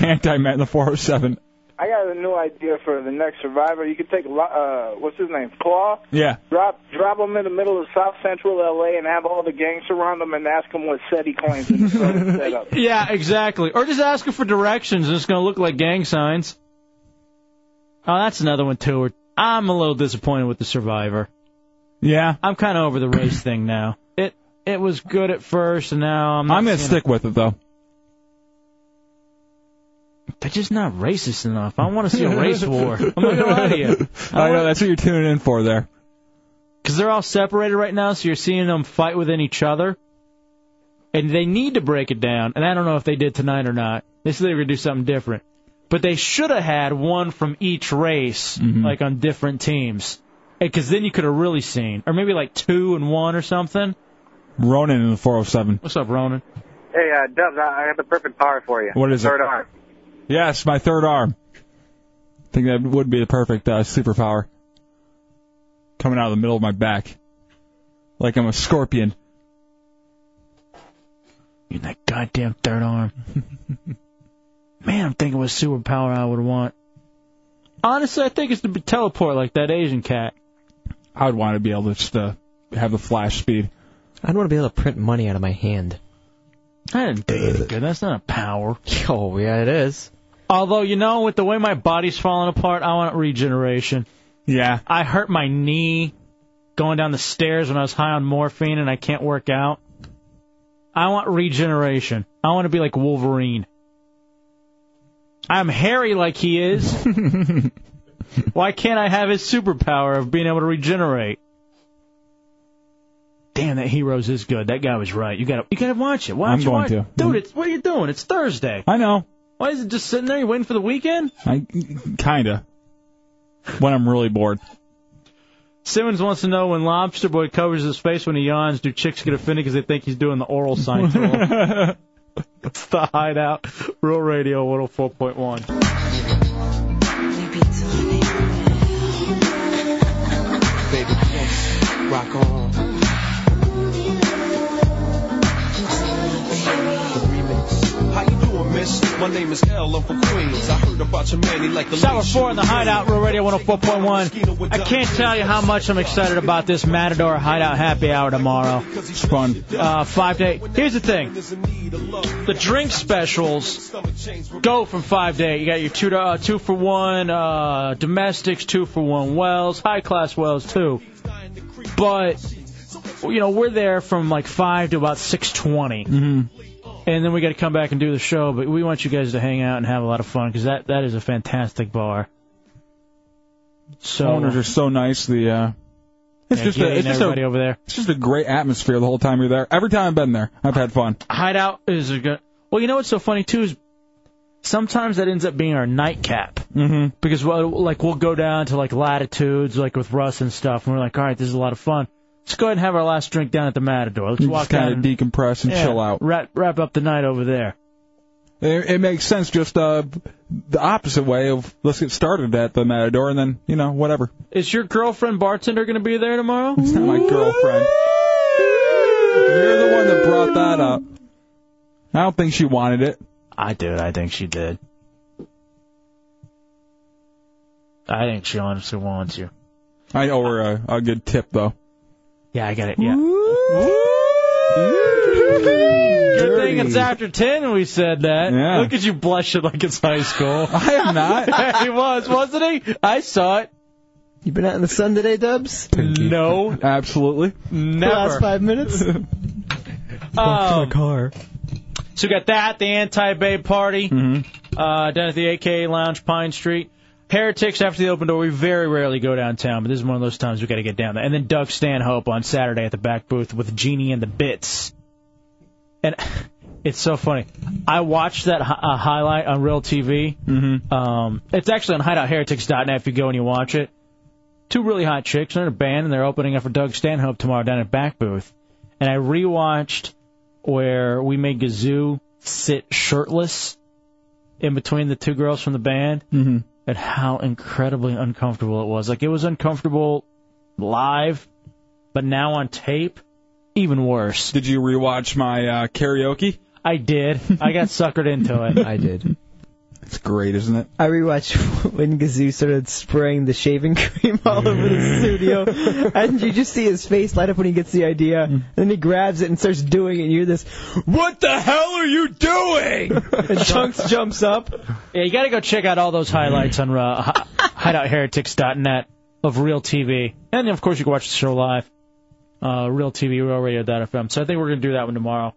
Anti-Matt in the 407.
I got a new idea for the next Survivor. You could take Lo- uh, what's his name, Claw,
Yeah.
drop drop him in the middle of South Central L.A. and have all the gangs surround him and ask him what set he claims in his setup.
yeah, exactly. Or just ask him for directions, and it's going to look like gang signs. Oh, that's another one too. where I'm a little disappointed with the Survivor.
Yeah.
I'm kind of over the race thing now. It it was good at first, and now I'm. Not
I'm gonna
seeing it.
stick with it though.
They're just not
[LAUGHS]
[LAUGHS]
racist enough. I want to see a [LAUGHS] race war. I'm not gonna lie to [LAUGHS] you.
I know Oh, that's what you're tuning in for there.
Because they're all separated right now, so you're seeing them fight within each other. And they need to break it down. And I don't know if they did tonight or not. They said they were going to do something different. But they should have had one from each race, like on different teams. Because then you could have really seen. Or maybe like two and one or something.
Ronan in the 407.
What's up, Ronan?
Hey, uh, Dubs, I I got the perfect power for you.
What is it?
Third arm.
Yes, my third arm. I think that would be the perfect uh, superpower. Coming out of the middle of my back. Like I'm a scorpion.
You're that goddamn third arm. [LAUGHS] Man, I'm thinking what superpower I would want. Honestly, I think it's to be teleport like that Asian cat.
I would want to be able to just uh, have the flash speed.
I'd want to be able to print money out of my hand.
I didn't do any good. That's not a power.
Oh, yeah, it is.
Although, you know, with the way my body's falling apart, I want regeneration.
Yeah.
I hurt my knee going down the stairs when I was high on morphine and I can't work out. I want regeneration. I want to be like Wolverine. I'm hairy like he is. Why can't I have his superpower of being able to regenerate? Damn, that Heroes is good. That guy was right. You gotta, you gotta watch it. Why don't
I'm
you
going
watch-
to.
Dude, it's what are you doing? It's Thursday.
I know.
Why is it just sitting there? You waiting for the weekend?
I kinda. When I'm really bored.
Simmons wants to know when Lobster Boy covers his face when he yawns, do chicks get offended because they think he's doing the oral sign to
[LAUGHS]
him? it's the Hideout, Rural Radio 104.1.
Baby, come on. rock on. Remix. How you doing, miss? My My name is L. I'm from Queens. I heard about your man. He like the
Hour four in the Hideout, Real Radio 104.1. I can't tell you how much I'm excited about this Matador Hideout Happy Hour tomorrow. It's
fun.
Uh, five to eight. Here's the thing: the drink specials go from five to eight. You got your two to, uh, two for one uh, domestics, two for one wells, high class wells too. But you know we're there from like five to about six
Mm-hmm.
and then we got to come back and do the show. But we want you guys to hang out and have a lot of fun because that that is a fantastic bar. So
Owners are so nice. The uh, it's
Yeah,
just
Giddy
a, it's
and
just a,
everybody over there.
It's just a great atmosphere the whole time you're there. Every time I've been there, I've had fun.
hideout is a good. Well, you know what's so funny too is sometimes that ends up being our nightcap
Mm-hmm.
because well, like we'll go down to like latitudes like with Russ and stuff, and we're like, all right, this is a lot of fun. Let's go ahead and have our last drink down at the Matador. Let's
You
walk
just kind
down
of
and-
decompress and
yeah,
chill out.
Wrap wrap up the night over there.
It, it makes sense just uh, the opposite way of let's get started at the Matador and then you know whatever.
Is your girlfriend bartender going to be there tomorrow? It's
not my girlfriend. You're the one that brought that up. I don't think she wanted it.
I did. I think she did. I think she honestly wants you.
I owe her a, a good tip though.
Yeah, I got it. Yeah. Good thing it's after ten. We said that.
Yeah.
Look at you blushing like it's high school.
[LAUGHS] I am not.
[LAUGHS] he was, wasn't he? I saw it.
You been out in the sun today, Dubs?
No,
absolutely. Mm-hmm.
Never.
The last
[LAUGHS]
five minutes.
Um,
Walked to the car.
So we got that, the anti-bay party
Mm-hmm.
uh, down at the AKA Lounge, Pine Street. Heretics after the open door. We very rarely go downtown, but this is one of those times we got to get down there. And then Doug Stanhope on Saturday at the back booth with Genie and the Bits. And [LAUGHS] it's so funny. I watched that hi- uh, highlight on Real TV. Mm-hmm. Um, it's actually on HideoutHeretics.net if you go and you watch it. Two really hot chicks. They're in a band and they're opening up for Doug Stanhope tomorrow down at back booth. And I rewatched where we made Gazoo sit shirtless in between the two girls from the band,
mm-hmm.
and how incredibly uncomfortable it was. Like it was uncomfortable live, but now on tape, even worse.
Did you rewatch my uh, karaoke?
I did. I got suckered into it. I
did.
It's great, isn't it?
I rewatched [LAUGHS] when Gazoo started spraying the shaving [LAUGHS] cream all over the studio, and you just see his face light up when he gets the idea, and then he grabs it and starts doing it. And you hear this, "What the hell are you doing?" [LAUGHS] and Chunks jumps up.
Yeah, you got to go check out all those highlights on uh, hi- [LAUGHS] hideoutheretics.net of Real TV. And, of course, you can watch the show live, uh, Real TV, RealRadio.fm. So I think we're going to do that one tomorrow.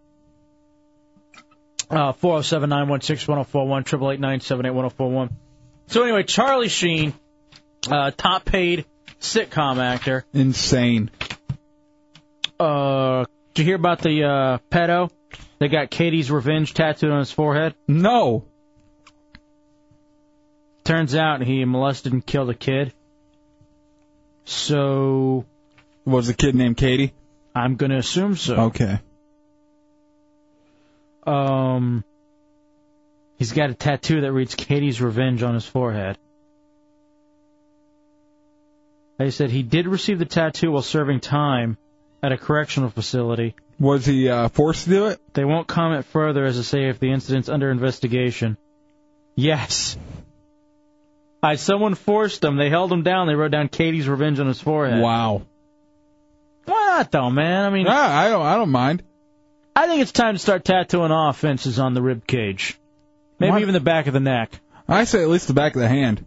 Uh, 407-916-1041, 888 oh So anyway, Charlie Sheen, uh, top paid sitcom actor.
Insane.
Uh, did you hear about the uh, pedo that got Katie's revenge tattooed on his forehead?
No.
Turns out he molested and killed a kid. So.
Was the kid named Katie?
I'm going to assume so.
Okay.
Um, he's got a tattoo that reads Katie's Revenge on his forehead. They said he did receive the tattoo while serving time at a correctional facility.
Was he uh, forced to do it?
They won't comment further as to say if the incident's under investigation. Yes. I someone forced them. They held him down. They wrote down Katie's revenge on his forehead.
Wow.
Why not though, man? I mean,
I don't. I don't mind.
I think it's time to start tattooing offenses on the rib cage. Maybe even the back of the neck.
I say at least the back of the hand.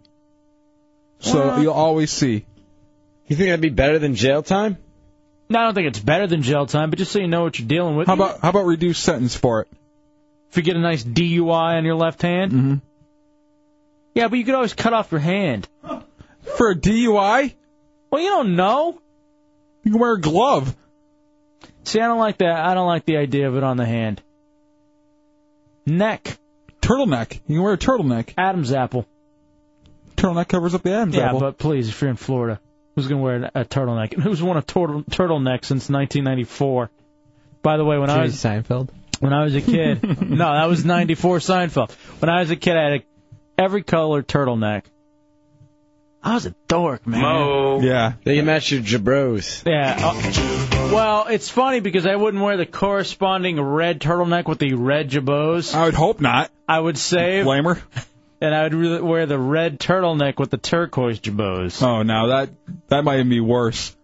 So
Well-
you'll always see.
You think that'd be better than jail time?
No, I don't think it's better than jail time, but just so you know what you're dealing with.
How about how about reduced sentence for it?
if you get a nice DUI on your left hand?
Mm-hmm.
Yeah, but you could always cut off your hand.
For a DUI?
Well, you don't know.
You can wear a glove.
See, I don't like that. I don't like the idea of it on the hand. Neck.
Turtleneck. You can wear a turtleneck.
Adam's apple.
Turtleneck covers up the Adam's
yeah,
apple.
but please, if you're in Florida, who's going to wear a, a turtleneck? And who's worn a turtle, turtleneck since 1994? By the way, when I
Jerry
was
Seinfeld.
When I was a kid, no, that was '94 Seinfeld. When I was a kid, I had a every color turtleneck. I was a dork, man.
Mo.
Yeah.
They can match your jabros.
Yeah. oh. Well, it's funny because I wouldn't wear the corresponding red turtleneck with the red jabos. I would hope not. I would save. Blame her. And I would really wear the red turtleneck with the turquoise jabos.
Oh, now that that might even be worse.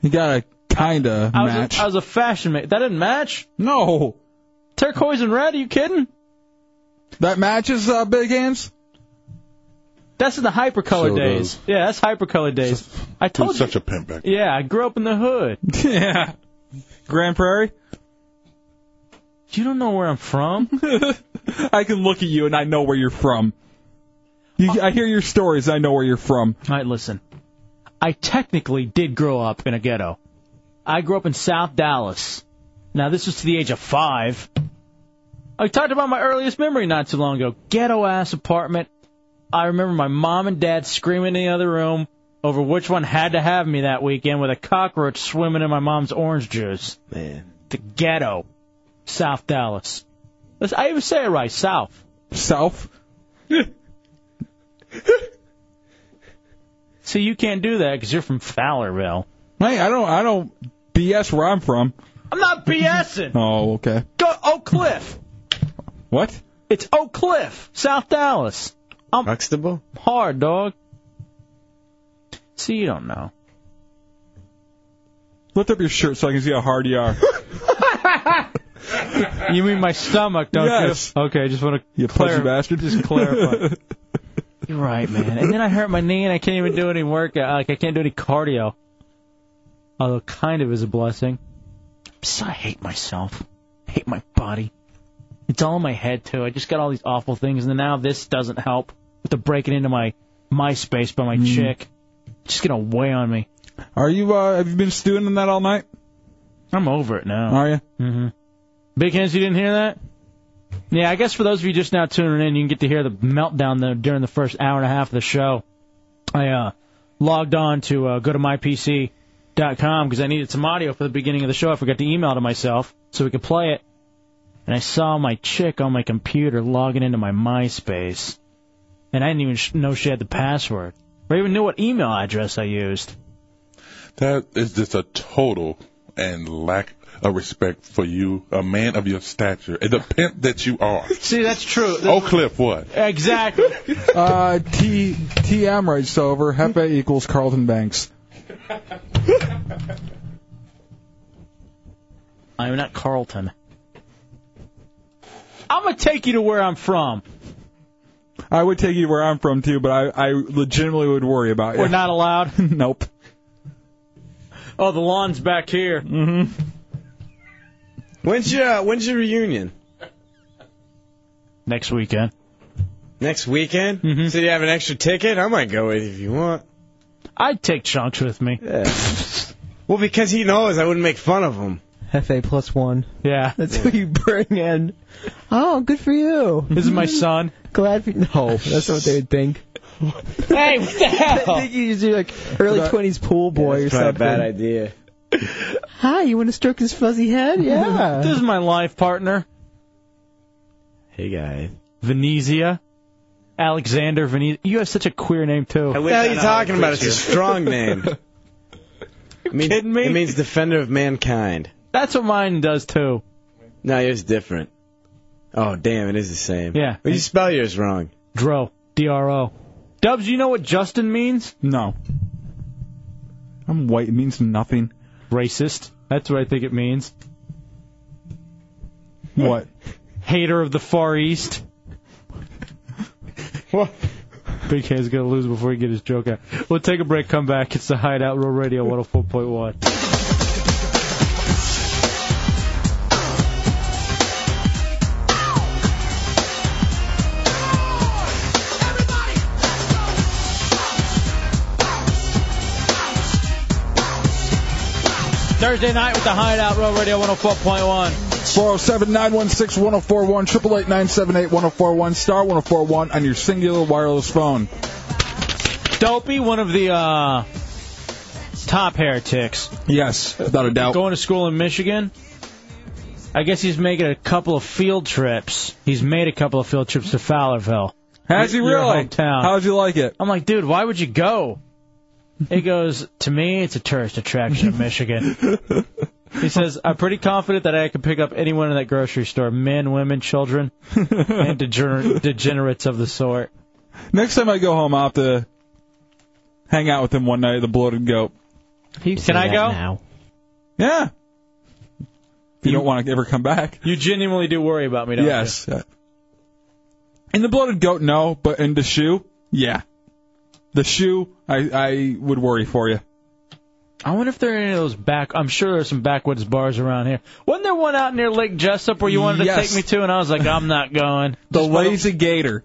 You gotta kinda
I was,
match.
A, I was a fashion ma That didn't match? No. Turquoise and red? Are you kidding? That matches uh, Big Hands? That's in the hypercolor
So
days.
does-
Yeah, that's hypercolor days. I told
He was
you.
such a pimp back.
Yeah, I grew up in the hood. [LAUGHS] yeah. Grand Prairie? You don't know where I'm from?
[LAUGHS] I can look at you and I know where you're from. You,
Oh.
I hear your stories. I know where you're from.
All right, listen. I technically did grow up in a ghetto. I grew up in South Dallas. Now, this was to the age of five. I talked about my earliest memory not too long ago. Ghetto ass apartment. I remember my mom and dad screaming in the other room over which one had to have me that weekend with a cockroach swimming in my mom's orange juice. Man. The ghetto. South Dallas. Listen, I even say it right. South. South? See, you can't do that because you're from Fowlerville.
Hey, I don't, I don't BS where I'm from.
I'm not BSing.
Oh, okay.
Go Oak
[LAUGHS]
Cliff.
What?
It's Oak Cliff, South Dallas. I'm Huxtable? Hard, dog. See, you don't know.
Lift up your shirt so I can see how hard you are.
[LAUGHS] You mean my stomach, don't
yes.
you? Okay, just want to. You
pudgy
clar-
bastard.
Just clarify. You're right, man. And then I hurt my knee and I can't even do any work. uh, Like I can't do any cardio. Although kind of is a blessing. Psst, I hate myself. I hate my body. It's all in my head too. I just got all these awful things, and then now this doesn't help with the breaking into my MySpace by my
Mm.
Mm. chick. It's just gonna weigh on me.
Are you? Uh, have you been stewing in that all night?
I'm over it now.
Mm. Are you? [LAUGHS]
Mm-hmm. Big hands, you didn't hear that? Yeah, I guess for those of you just now tuning in, you can get to hear the meltdown the, during the first hour and a half of the show. I uh, logged on to uh, go to mypc.com because I needed some audio for the beginning of the show. I forgot to email to myself so we could play it. And I saw my chick on my computer logging into my MySpace. And I didn't even sh- know she had the password or even knew what email address I used.
That is just a total and lack of respect for you, a man of your stature, and the pimp that you are.
[LAUGHS] See, that's true.
Oh, Cliff, what?
Exactly.
Uh, T TM writes over. Hefe equals Carlton Banks.
I'm not Carlton. I'm gonna take you to where I'm from.
I would take you where I'm from too, but I, I legitimately would worry about you.
We're not allowed.
[LAUGHS] nope.
Oh, the lawn's back here. Mm-hmm.
When's your uh, When's your reunion?
Next weekend.
Next weekend? Mm-hmm. So you have an extra ticket? I might go with you if you want.
I'd take chunks with me.
Yeah. well, because he knows I wouldn't make fun of him.
Hefe plus one.
Yeah.
That's who you bring in. Oh, good for you.
This is my son.
Glad for No, [LAUGHS] that's what they would think.
Hey, [LAUGHS] what the hell?
I think you just do like early
Right.
[LAUGHS]
20s pool boy or
That's probably a
something.
bad idea.
Hi, you want to stroke his fuzzy head? [LAUGHS]
[LAUGHS]
Yeah.
this is my life partner,
Hey guys.
Venezia. Alexander Venezia. You have such a queer name too.
What the hell are you talking about? It's a
[LAUGHS]
strong name. It means,
kidding me?
It means defender of mankind.
That's what mine does too.
No, yours is different. Oh damn, it is the same.
Yeah.
Well, you spell yours wrong.
Dro. D R O. Dubs, you know what Justin means?
No. I'm white. It means nothing.
Racist. That's what I think it means.
What?
Hater of the Far East.
what?
Big Hand's gonna lose before he get his joke out. We'll take a break, come back. It's the Hideout Roll Radio 104.1. Thursday night with the Hideout Roll Radio 104.1.
407 916 1041, 888 978 1041, star 1041 on your singular wireless phone.
Dopey, one of the uh, top heretics.
Yes, without a doubt.
Going to school in Michigan. I guess he's making a couple of field trips. He's made a couple of field trips to Fowlerville.
Has he
Your
really?
hometown.
How'd you like it?
I'm like, dude, why would you go? He goes, To me, it's a tourist attraction in Michigan.
[LAUGHS]
He says, I'm pretty confident that I can pick up anyone in that grocery store men, women, children, and degener- degenerates of the sort.
Next time I go home, I'll have to hang out with him one night at the Bloated Goat.
Can I go?
Yeah. If you, don't want to ever come back.
[LAUGHS] You genuinely do worry about me, don't
yes. In the Bloated Goat, no, but in the shoe, yeah. The shoe, I, I would worry for you.
I wonder if there are any of those back. I'm sure there's some backwoods bars around here. Wasn't there one out near Lake Jessup where you wanted
Yes.
to take me to, and I was like, I'm not going.
[LAUGHS] The Lazy Gator.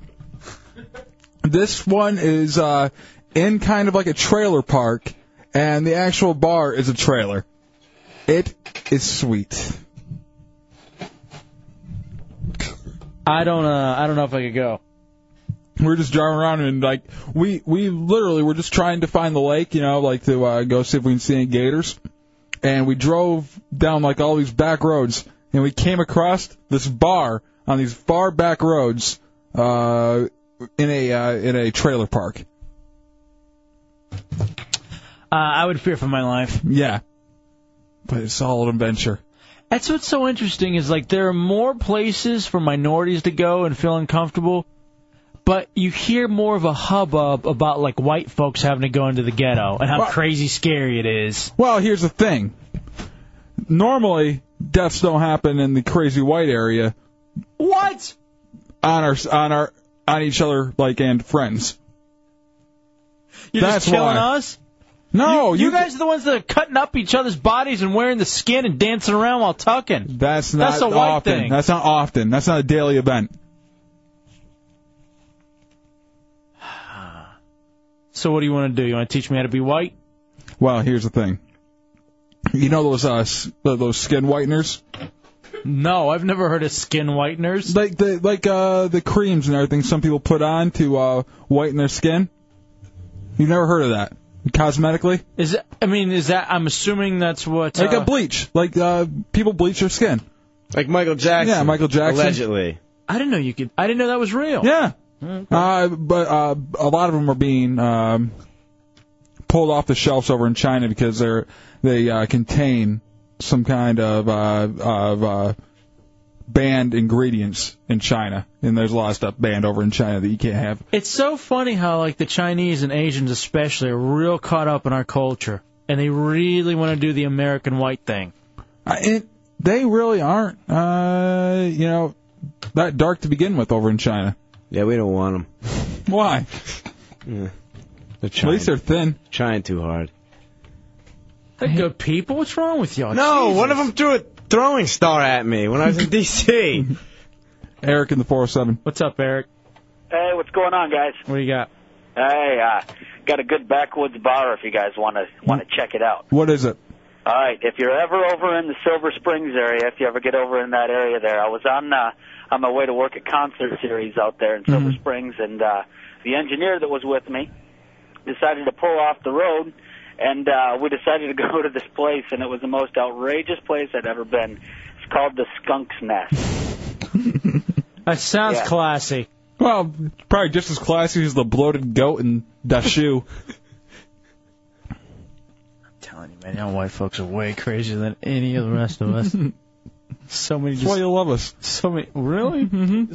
This one is uh, in kind of like a trailer park, and the actual bar is a trailer. It is sweet.
I don't. Uh, I don't know if I could go.
We were just driving around and like we we literally were just trying to find the lake, you know, like to uh, go see if we can see any gators. And we drove down like all these back roads, and we came across this bar on these far back roads uh, in a uh, in a trailer park.
Uh, I would fear for my life.
Yeah, but it's a solid adventure.
That's what's so interesting is like there are more places for minorities to go and feel uncomfortable, but you hear more of a hubbub about like white folks having to go into the ghetto and how
Well-
crazy scary it is.
Well, here's the thing. Normally, deaths don't happen in the crazy white area.
What?
On our on our on each other like and friends.
You're
That's
just killing
why.
us.
No,
you,
you-
guys are the ones that are cutting up each other's bodies and wearing the skin and dancing around while tucking.
That's not
That's a white
often.
thing.
That's not often. That's not a daily event.
So what do you want to do? You want to teach me how to be white?
Well, here's the thing. You know those uh s- th- those skin whiteners,
No, I've never heard of skin whiteners.
like the like uh the creams and everything some people put on to uh whiten their skin. You've never heard of that cosmetically?
Is it, I mean, is that? I'm assuming that's what.
Like
uh,
a bleach. Like uh people bleach their skin.
Like Michael Jackson.
Yeah, Michael Jackson.
Allegedly.
I didn't know you could. I didn't know that was real. Hmm.
Yeah. Uh, but uh, a lot of them are being um, pulled off the shelves over in China because they're they uh, contain some kind of uh, of uh, banned ingredients in China, and there's a lot of stuff banned over in China that you can't have.
It's so funny how like the Chinese and Asians especially are real caught up in our culture and they really want to do the American white thing.
I, Uh, it, they really aren't, uh, you know, that dark to begin with over in China.
Yeah, we don't want them.
[LAUGHS] Why?
Yeah. They're
At least they're thin.
Trying too hard.
They're good people. What's wrong with y'all?
no, one of them threw a throwing star at me when I was in D.C.
Eric in the 407.
What's up, Eric?
Hey, what's going on, guys?
What do you got?
Hey, uh, got a good backwoods bar if you guys want to want to check it out.
What is it?
All right, if you're ever over in the Silver Springs area, if you ever get over in that area there, I was on uh, on my way to work at concert series out there in Silver
Mm-hmm.
Springs, and uh, the engineer that was with me decided to pull off the road, and uh, we decided to [LAUGHS] go to this place, and it was the most outrageous place I'd ever been. It's called the Skunk's Nest.
That sounds
Yeah.
classy.
Well, probably just as classy as the bloated goat in
[LAUGHS]
Dashu. [LAUGHS]
telling you, man, y'all white folks are way crazier than any of the rest of
[LAUGHS]
us. so many.
That's why you love us.
So many. Really? Mm-hmm.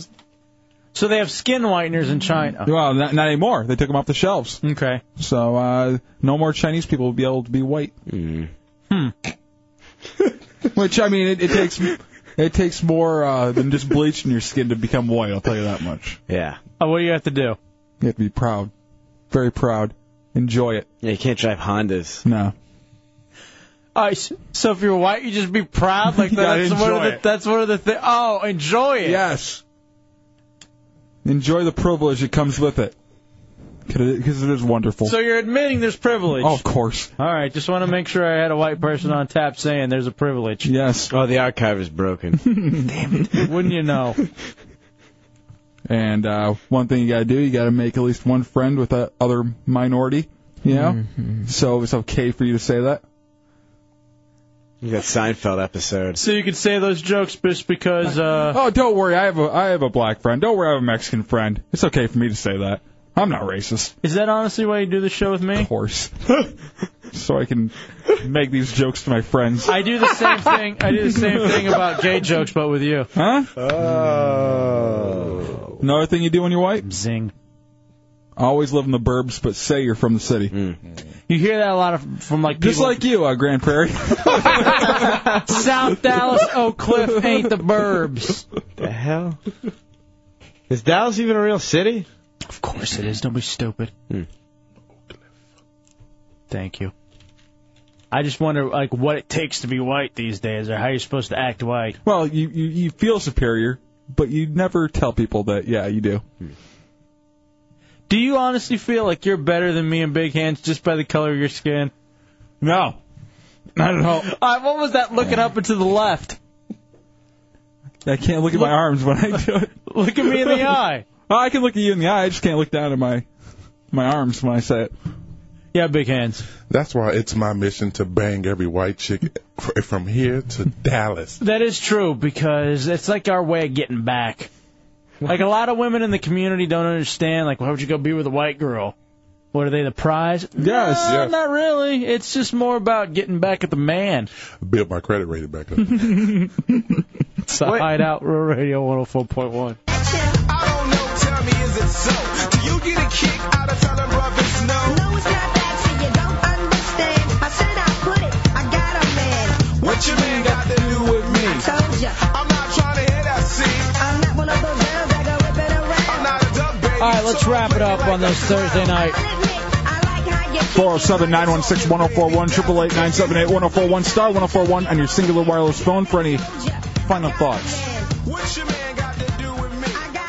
So they have skin whiteners in China.
Well, not, not anymore. They took them off the shelves.
Okay.
So uh, no more Chinese people will be able to be white.
Mm.
Hmm.
[LAUGHS] Which I mean, it, it takes it takes more uh, than just bleaching your skin to become white. I'll tell you that much.
Yeah.
Oh, what do you have to do?
You have to be proud, very proud. Enjoy it.
Yeah, you can't drive Hondas.
No.
All right, so- so if you're white, you just be proud. Like
[LAUGHS] You gotta
that's one of
enjoy
the
it.
that's one of the things. Oh, enjoy it.
Yes. Enjoy the privilege that comes with it, because it is wonderful.
So you're admitting there's privilege.
oh, of course.
All right, just want to make sure I had a white person on tap saying there's a privilege.
Yes.
Oh, the archive is broken.
[LAUGHS]
[LAUGHS]
Wouldn't you
[LAUGHS]
know?
And uh, one thing you gotta do, you gotta make at least one friend with that other minority. You know,
Mm-hmm.
so it's okay for you to say that.
You got Seinfeld episodes.
So you could say those jokes just because. Uh,
Oh, don't worry. I have a I have a black friend. Don't worry. I have a Mexican friend. It's okay for me to say that. I'm not racist.
Is that honestly why you do the show with me? Of
course. [LAUGHS] so I can make these jokes to my friends.
I do the [LAUGHS] same thing. I do the same thing about gay jokes, but with you.
Huh? Another thing you do when you're white?
Zing.
Always live in the burbs, but say you're from the city.
You hear that a lot of, from like people.
Just like you, uh, Grand Prairie.
[LAUGHS] [LAUGHS]
[LAUGHS]
South Dallas, Oak Cliff ain't the burbs.
The hell? Is Dallas even a real city? Hmm.
Of course it is. Don't be stupid. Thank you. I just wonder like what it takes to be white these days, or how you're supposed to act white.
Well, you, you you feel superior, but you never tell people that. Yeah, you do.
Do you honestly feel like you're better than me and Big Hands just by the color of your skin?
No. Not at all.
Uh, what was that looking up and to the left?
I can't look at my arms when I do it.
[LAUGHS] Look at me in the
[LAUGHS]
eye.
Well, I can look at you in the eye. I just can't look down at my my arms when I say it.
Yeah, big hands.
That's why it's my mission to bang every white chick f- from here
[LAUGHS]
to Dallas.
That is true because it's like our way of getting back. Like a lot of women in the community don't understand. Like, why would you go be with a white girl? What are they, the prize?
Yes,
No,
yes.
not really. It's just more about getting back at the man.
Build my credit rating back
Mm-hmm.
up.
It's the Hideout Real Radio 104.1.
Tell me, is it so? Do you get a kick out of telling brothers no? No, it's not that, see, you don't understand. I said I put it, I got a man. What your man got to do with me? I told ya. I'm not trying to hear that, see? I'm not one of those girls that go whipping around. I'm not a duck, baby.
All right, let's wrap it up on this Thursday night.
407 916 1041 1041 star 1041 on your singular wireless phone for any final thoughts.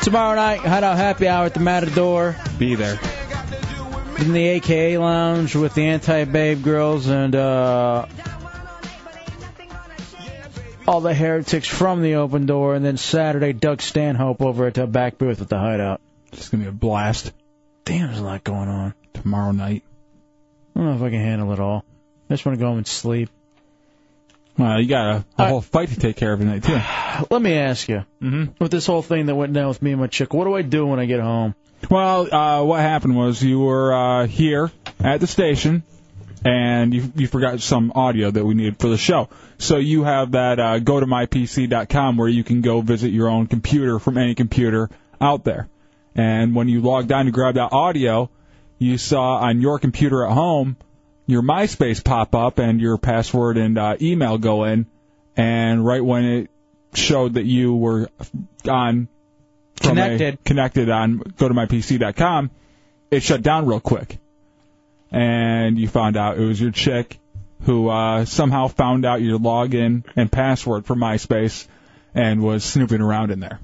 Tomorrow night, Hideout Happy Hour at the Matador.
Be there.
In the AKA Lounge with the Anti Babe Girls and uh, all the heretics from the open door. And then Saturday, Doug Stanhope over at the back booth at the Hideout.
It's going to be a blast.
Damn, there's a lot going on.
Tomorrow night.
I don't know if I can handle it all. I just want to go home and sleep.
Well, you got a, a whole fight to take care of tonight, too.
Let me ask you,
Mhm.
with this whole thing that went down with me and my chick, what do I do when I get home?
Well, uh, what happened was you were uh, here at the station, and you, you forgot some audio that we needed for the show. So you have that uh, go to mypc.com where you can go visit your own computer from any computer out there. And when you logged on to grab that audio, you saw on your computer at home your MySpace pop up and your password and uh, email go in. And right when it showed that you were on from a-
Connected.
connected on go to mypc.com, it shut down real quick. And you found out it was your chick who uh, somehow found out your login and password for MySpace and was snooping around in there.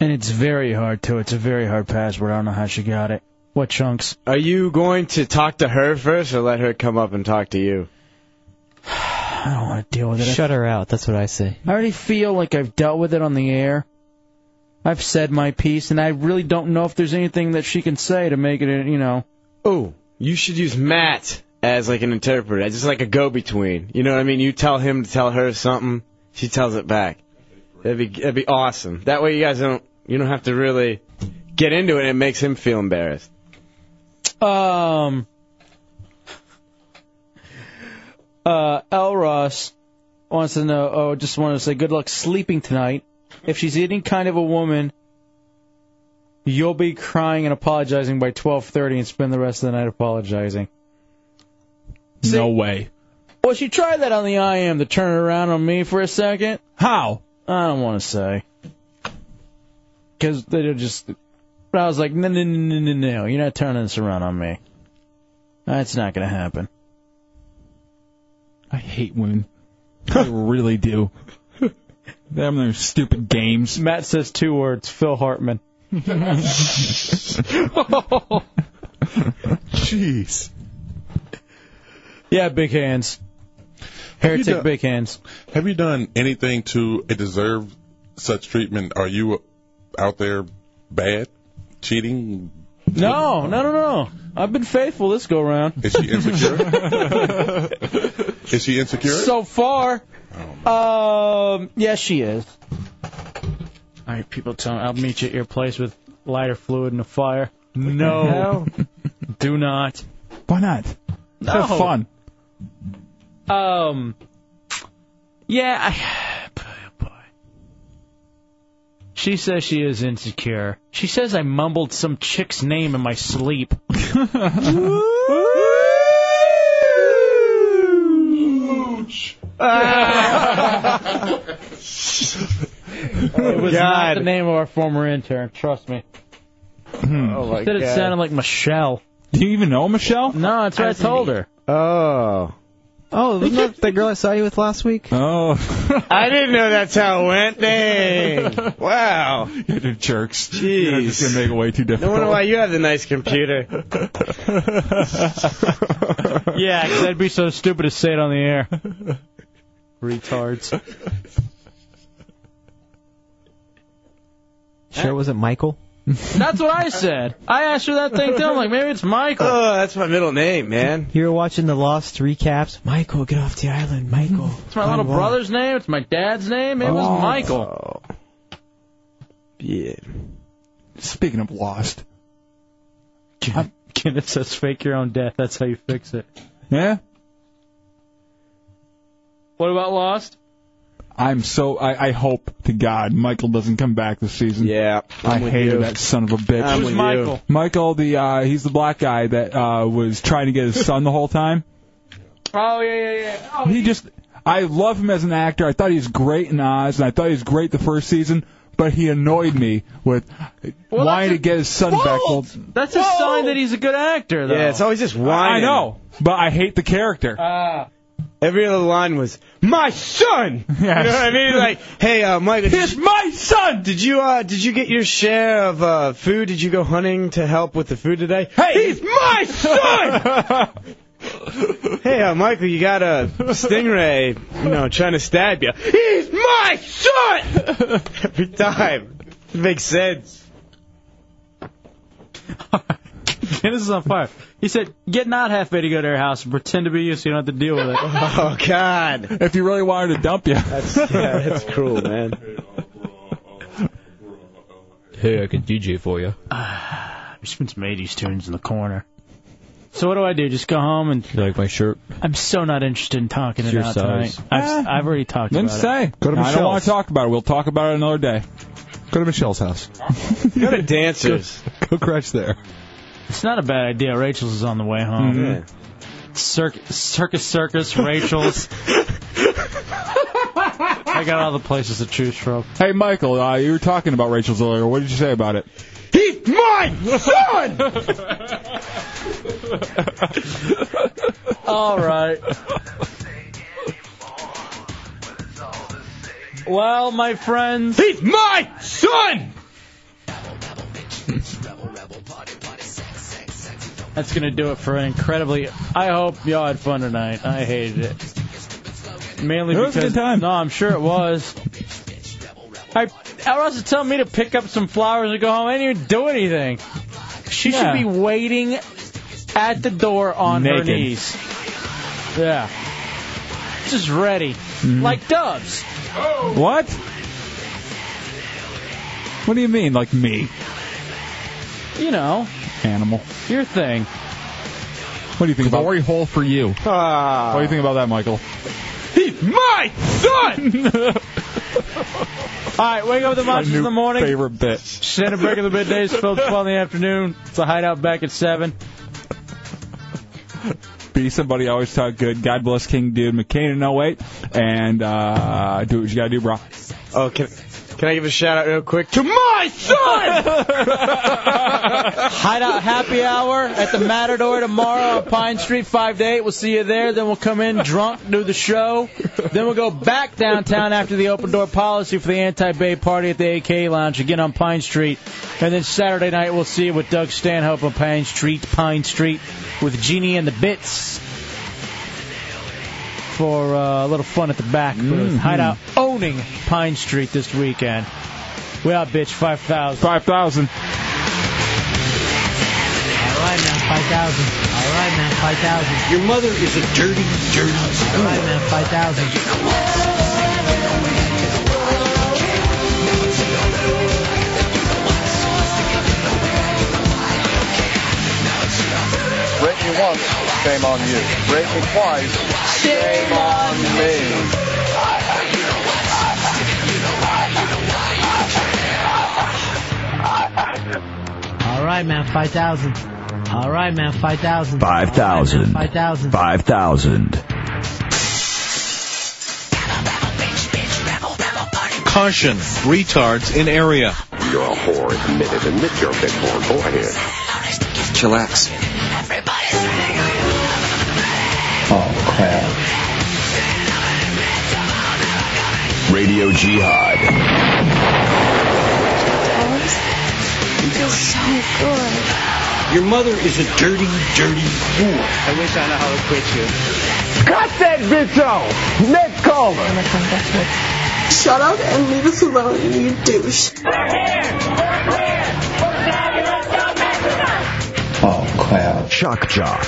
And it's very hard too. It's a very hard password. I don't know how she got it. What chunks?
Are you going to talk to her first, or let her come up and talk to you?
I don't want to deal with it.
Shut
her out. That's what I say.
I already feel like I've dealt with it on the air. I've said my piece, and I really don't know if there's anything that she can say to make it, you know.
Oh, you should use Matt as like an interpreter, just like a go-between. You know what I mean? You tell him to tell her something, she tells it back. That'd be that'd be awesome. That way you guys don't you don't have to really get into it. and It makes him feel embarrassed.
Oh.
Um. Uh, L. Ross wants to know. Oh, just wanted to say good luck sleeping tonight. If she's any kind of a woman, you'll be crying and apologizing by 12:30 and spend the rest of the night apologizing.
no way.
Well, she tried that on the IM to turn it around on me for a second.
How?
I don't want to say. Because they're just. But I was like, no, no, no, no, no, no. You're not turning this around on me. That's not going to happen.
I hate women. I really do. Them and their stupid games.
Matt says two words Phil
[LAUGHS]
Hartman.
[LAUGHS]
Jeez.
Yeah, big hands. Heretic
done-
big hands.
Have you done anything to deserve such treatment? Are you out there bad, cheating?
No, no, no, no. I've been faithful this go round.
Is she insecure? Is she insecure?
[LAUGHS] So far,
Oh,
um, yes, she is. All right, people, tell me I'll meet you at your place with lighter fluid and a fire. No. Do not.
Why not?
No.
Have fun.
Um. Yeah. I, [SIGHS] oh, she says she is insecure. She says I mumbled some chick's name in my
[LAUGHS]
sleep. [LAUGHS] It was not the name of our former intern. Trust me.
oh
She said it sounded like Michelle.
Do you even know Michelle?
No, that's what [LAUGHS] I told her.
[LAUGHS]
Oh.
Oh, wasn't that the girl I saw you with last week?
Oh.
I didn't know that's how it went.
[LAUGHS]
Dang. Wow.
You jerks.
Jeez.
You're just gonna make it way too
No
difficult.
wonder why you have the nice computer.
[LAUGHS]
Yeah, 'cause I'd be so stupid to say it on the air. Retards. [LAUGHS]
Sure, was it Michael?
That's what I said. I asked her that thing too. I'm like, maybe it's Michael.
Oh, that's my middle name, man.
You were watching the Lost recaps. Michael, get off the island, Michael.
It's my little
Unwind.
brother's name. It's my dad's name. It
Oh.
was Michael.
Yeah.
Speaking of lost.
Kenneth says, "Fake your own death. That's how you fix it."
Yeah.
What about Lost?
I'm so. I, I hope to God Michael doesn't come back this season.
Yeah,
i
I'm with
hated
you.
that son of a bitch.
I'm Who's with you. Michael?
Michael, the uh, he's the black guy that uh, was trying to get his son the whole time.
[LAUGHS] Oh yeah, yeah, yeah. Oh,
He just. I love him as an actor. I thought he was great in Oz, and I thought he was great the first season. But he annoyed me with wanting to get his son back. Well,
that's a sign that he's a good actor, though.
Yeah, it's always just whining.
I know, but I hate the character.
Ah.
Every other line was my [LAUGHS] son. You know what I mean? Like, hey, uh, Michael, it's
my son.
Did you uh, did you get your share of uh, food? Did you go hunting to help with the food today? Hey, he's my son. hey, uh, Michael, you got a stingray, you know, trying to stab you. He's my son. Every time, it makes sense.
Kenneth is on fire. He said, "Get not halfway to go to her house and pretend to be you, so you don't have to deal [LAUGHS] with it."
oh God!
If you really wanted to dump you,
that's [LAUGHS] yeah, that's cruel, man.
Hey, I can DJ for you. Ah, there's been some '80s tunes in the corner. So what do I do? Just go home and.
You like my shirt?
I'm so not interested in talking
It's
it
your
out
size.
tonight. I've, I've already talked
Then
about
say.
it.
I don't want to talk about it. We'll talk about it another day. Go to Michelle's house.
Go to dancers.
Go crash there.
It's not a bad idea. Rachel's is on the way home.
Mhm.
Circ- circus, circus, Rachel's. I got all the places to choose from.
Hey, Michael, uh, you were talking about Rachel's earlier. What did you say about it?
He's my son.
[LAUGHS] All right. Well, my friends.
He's my son!
That's going to do it for an incredibly. I hope y'all had fun tonight. I hated it. Mainly
It was
because.
a good time.
No, I'm sure it was. I, Elros is telling me to pick up some flowers and go home. I didn't even do anything. She
Yeah.
should be waiting at the door on
Naked.
her knees. Yeah. Just ready.
Mm-hmm.
Like doves.
What? What do you mean, like me,
You know,
animal?
your thing.
What do you think about? Glory
hole for you.
What do you think about that, Michael?
He's my son!
[LAUGHS] All right, wake up the
My
monsters
new
in the morning.
favorite bit.
Shannon Brick in the middays, Phil Spall in the afternoon. It's a hideout back at 7.
Be somebody always talk good. God bless King Dude McCain in 08. And uh, do what you gotta do, bro.
Oh, can, can I give a shout out real quick to my son?
Hideout happy hour at the Matador tomorrow on Pine Street, 5 to 8. We'll see you there. Then we'll come in drunk, do the show. Then we'll go back downtown after the open door policy for the anti Bay party at the AK Lounge, again on Pine Street. And then Saturday night, we'll see you with Doug Stanhope on Pine Street, Pine Street, with Jeannie and the Bits for uh, a little fun at the back booth. Hideout owning Pine Street this weekend. We out, bitch, 5,000.
5,000.
All right, man, 5,000. All right, man, 5,000. Your mother is a dirty, dirty All right, man, 5,000.
shame on you. Break me twice, shame on me.
All right, man, 5,000. All right, man, 5,000.
5,000.
5,000.
5,000.
Caution, retards in area.
You're a whore, admit it, admit you're a big whore, go ahead. Chillax.
Oh, crap.
Radio Jihad.
Your mother is a dirty, dirty whore. I wish I knew how to quit you. Cut that bitch off! Next caller! Shut up and leave us alone, you douche.
Oh, crap. Shock jock.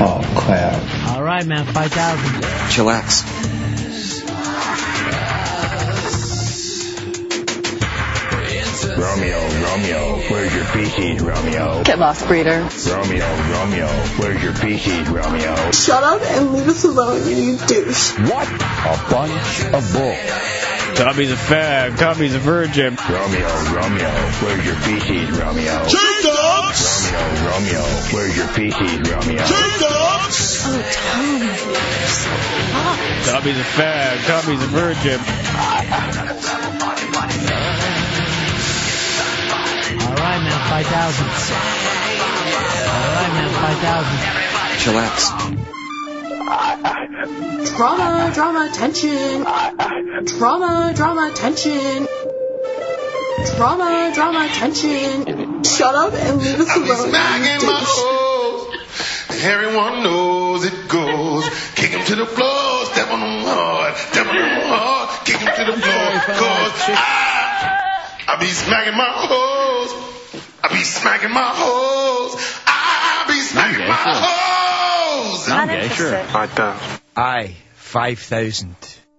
Oh, crap.
All right, man, 5,000.
Chillax.
Romeo, Romeo, where's your feces, Romeo?
Get lost, breeder.
Romeo, Romeo, where's your feces, Romeo?
Shut up and leave us alone, you douche.
What a bunch of bull. Tommy's a fag, Tommy's a virgin. Romeo, Romeo, where's your feces, Romeo?
Jacobs!
Romeo, Romeo, where's your feces, Romeo?
Jacobs!
Oh, Tommy. Tommy's a fag, Tommy's a virgin.
All right, man, 5,000. All right, man,
Chillax.
5,000. Drama, drama, tension. Drama, drama, tension.
Drama, drama, tension. Shut up and leave us
I be
alone,
smacking
you
my
douche.
hoes. Everyone knows it goes. Kick 'em to the floor, step on 'em hard, step on 'em hard, kick 'em to the floor. Cause I, I be smacking my hoes. I be smacking my hoes. I be smacking my hoes.
I, 5,000.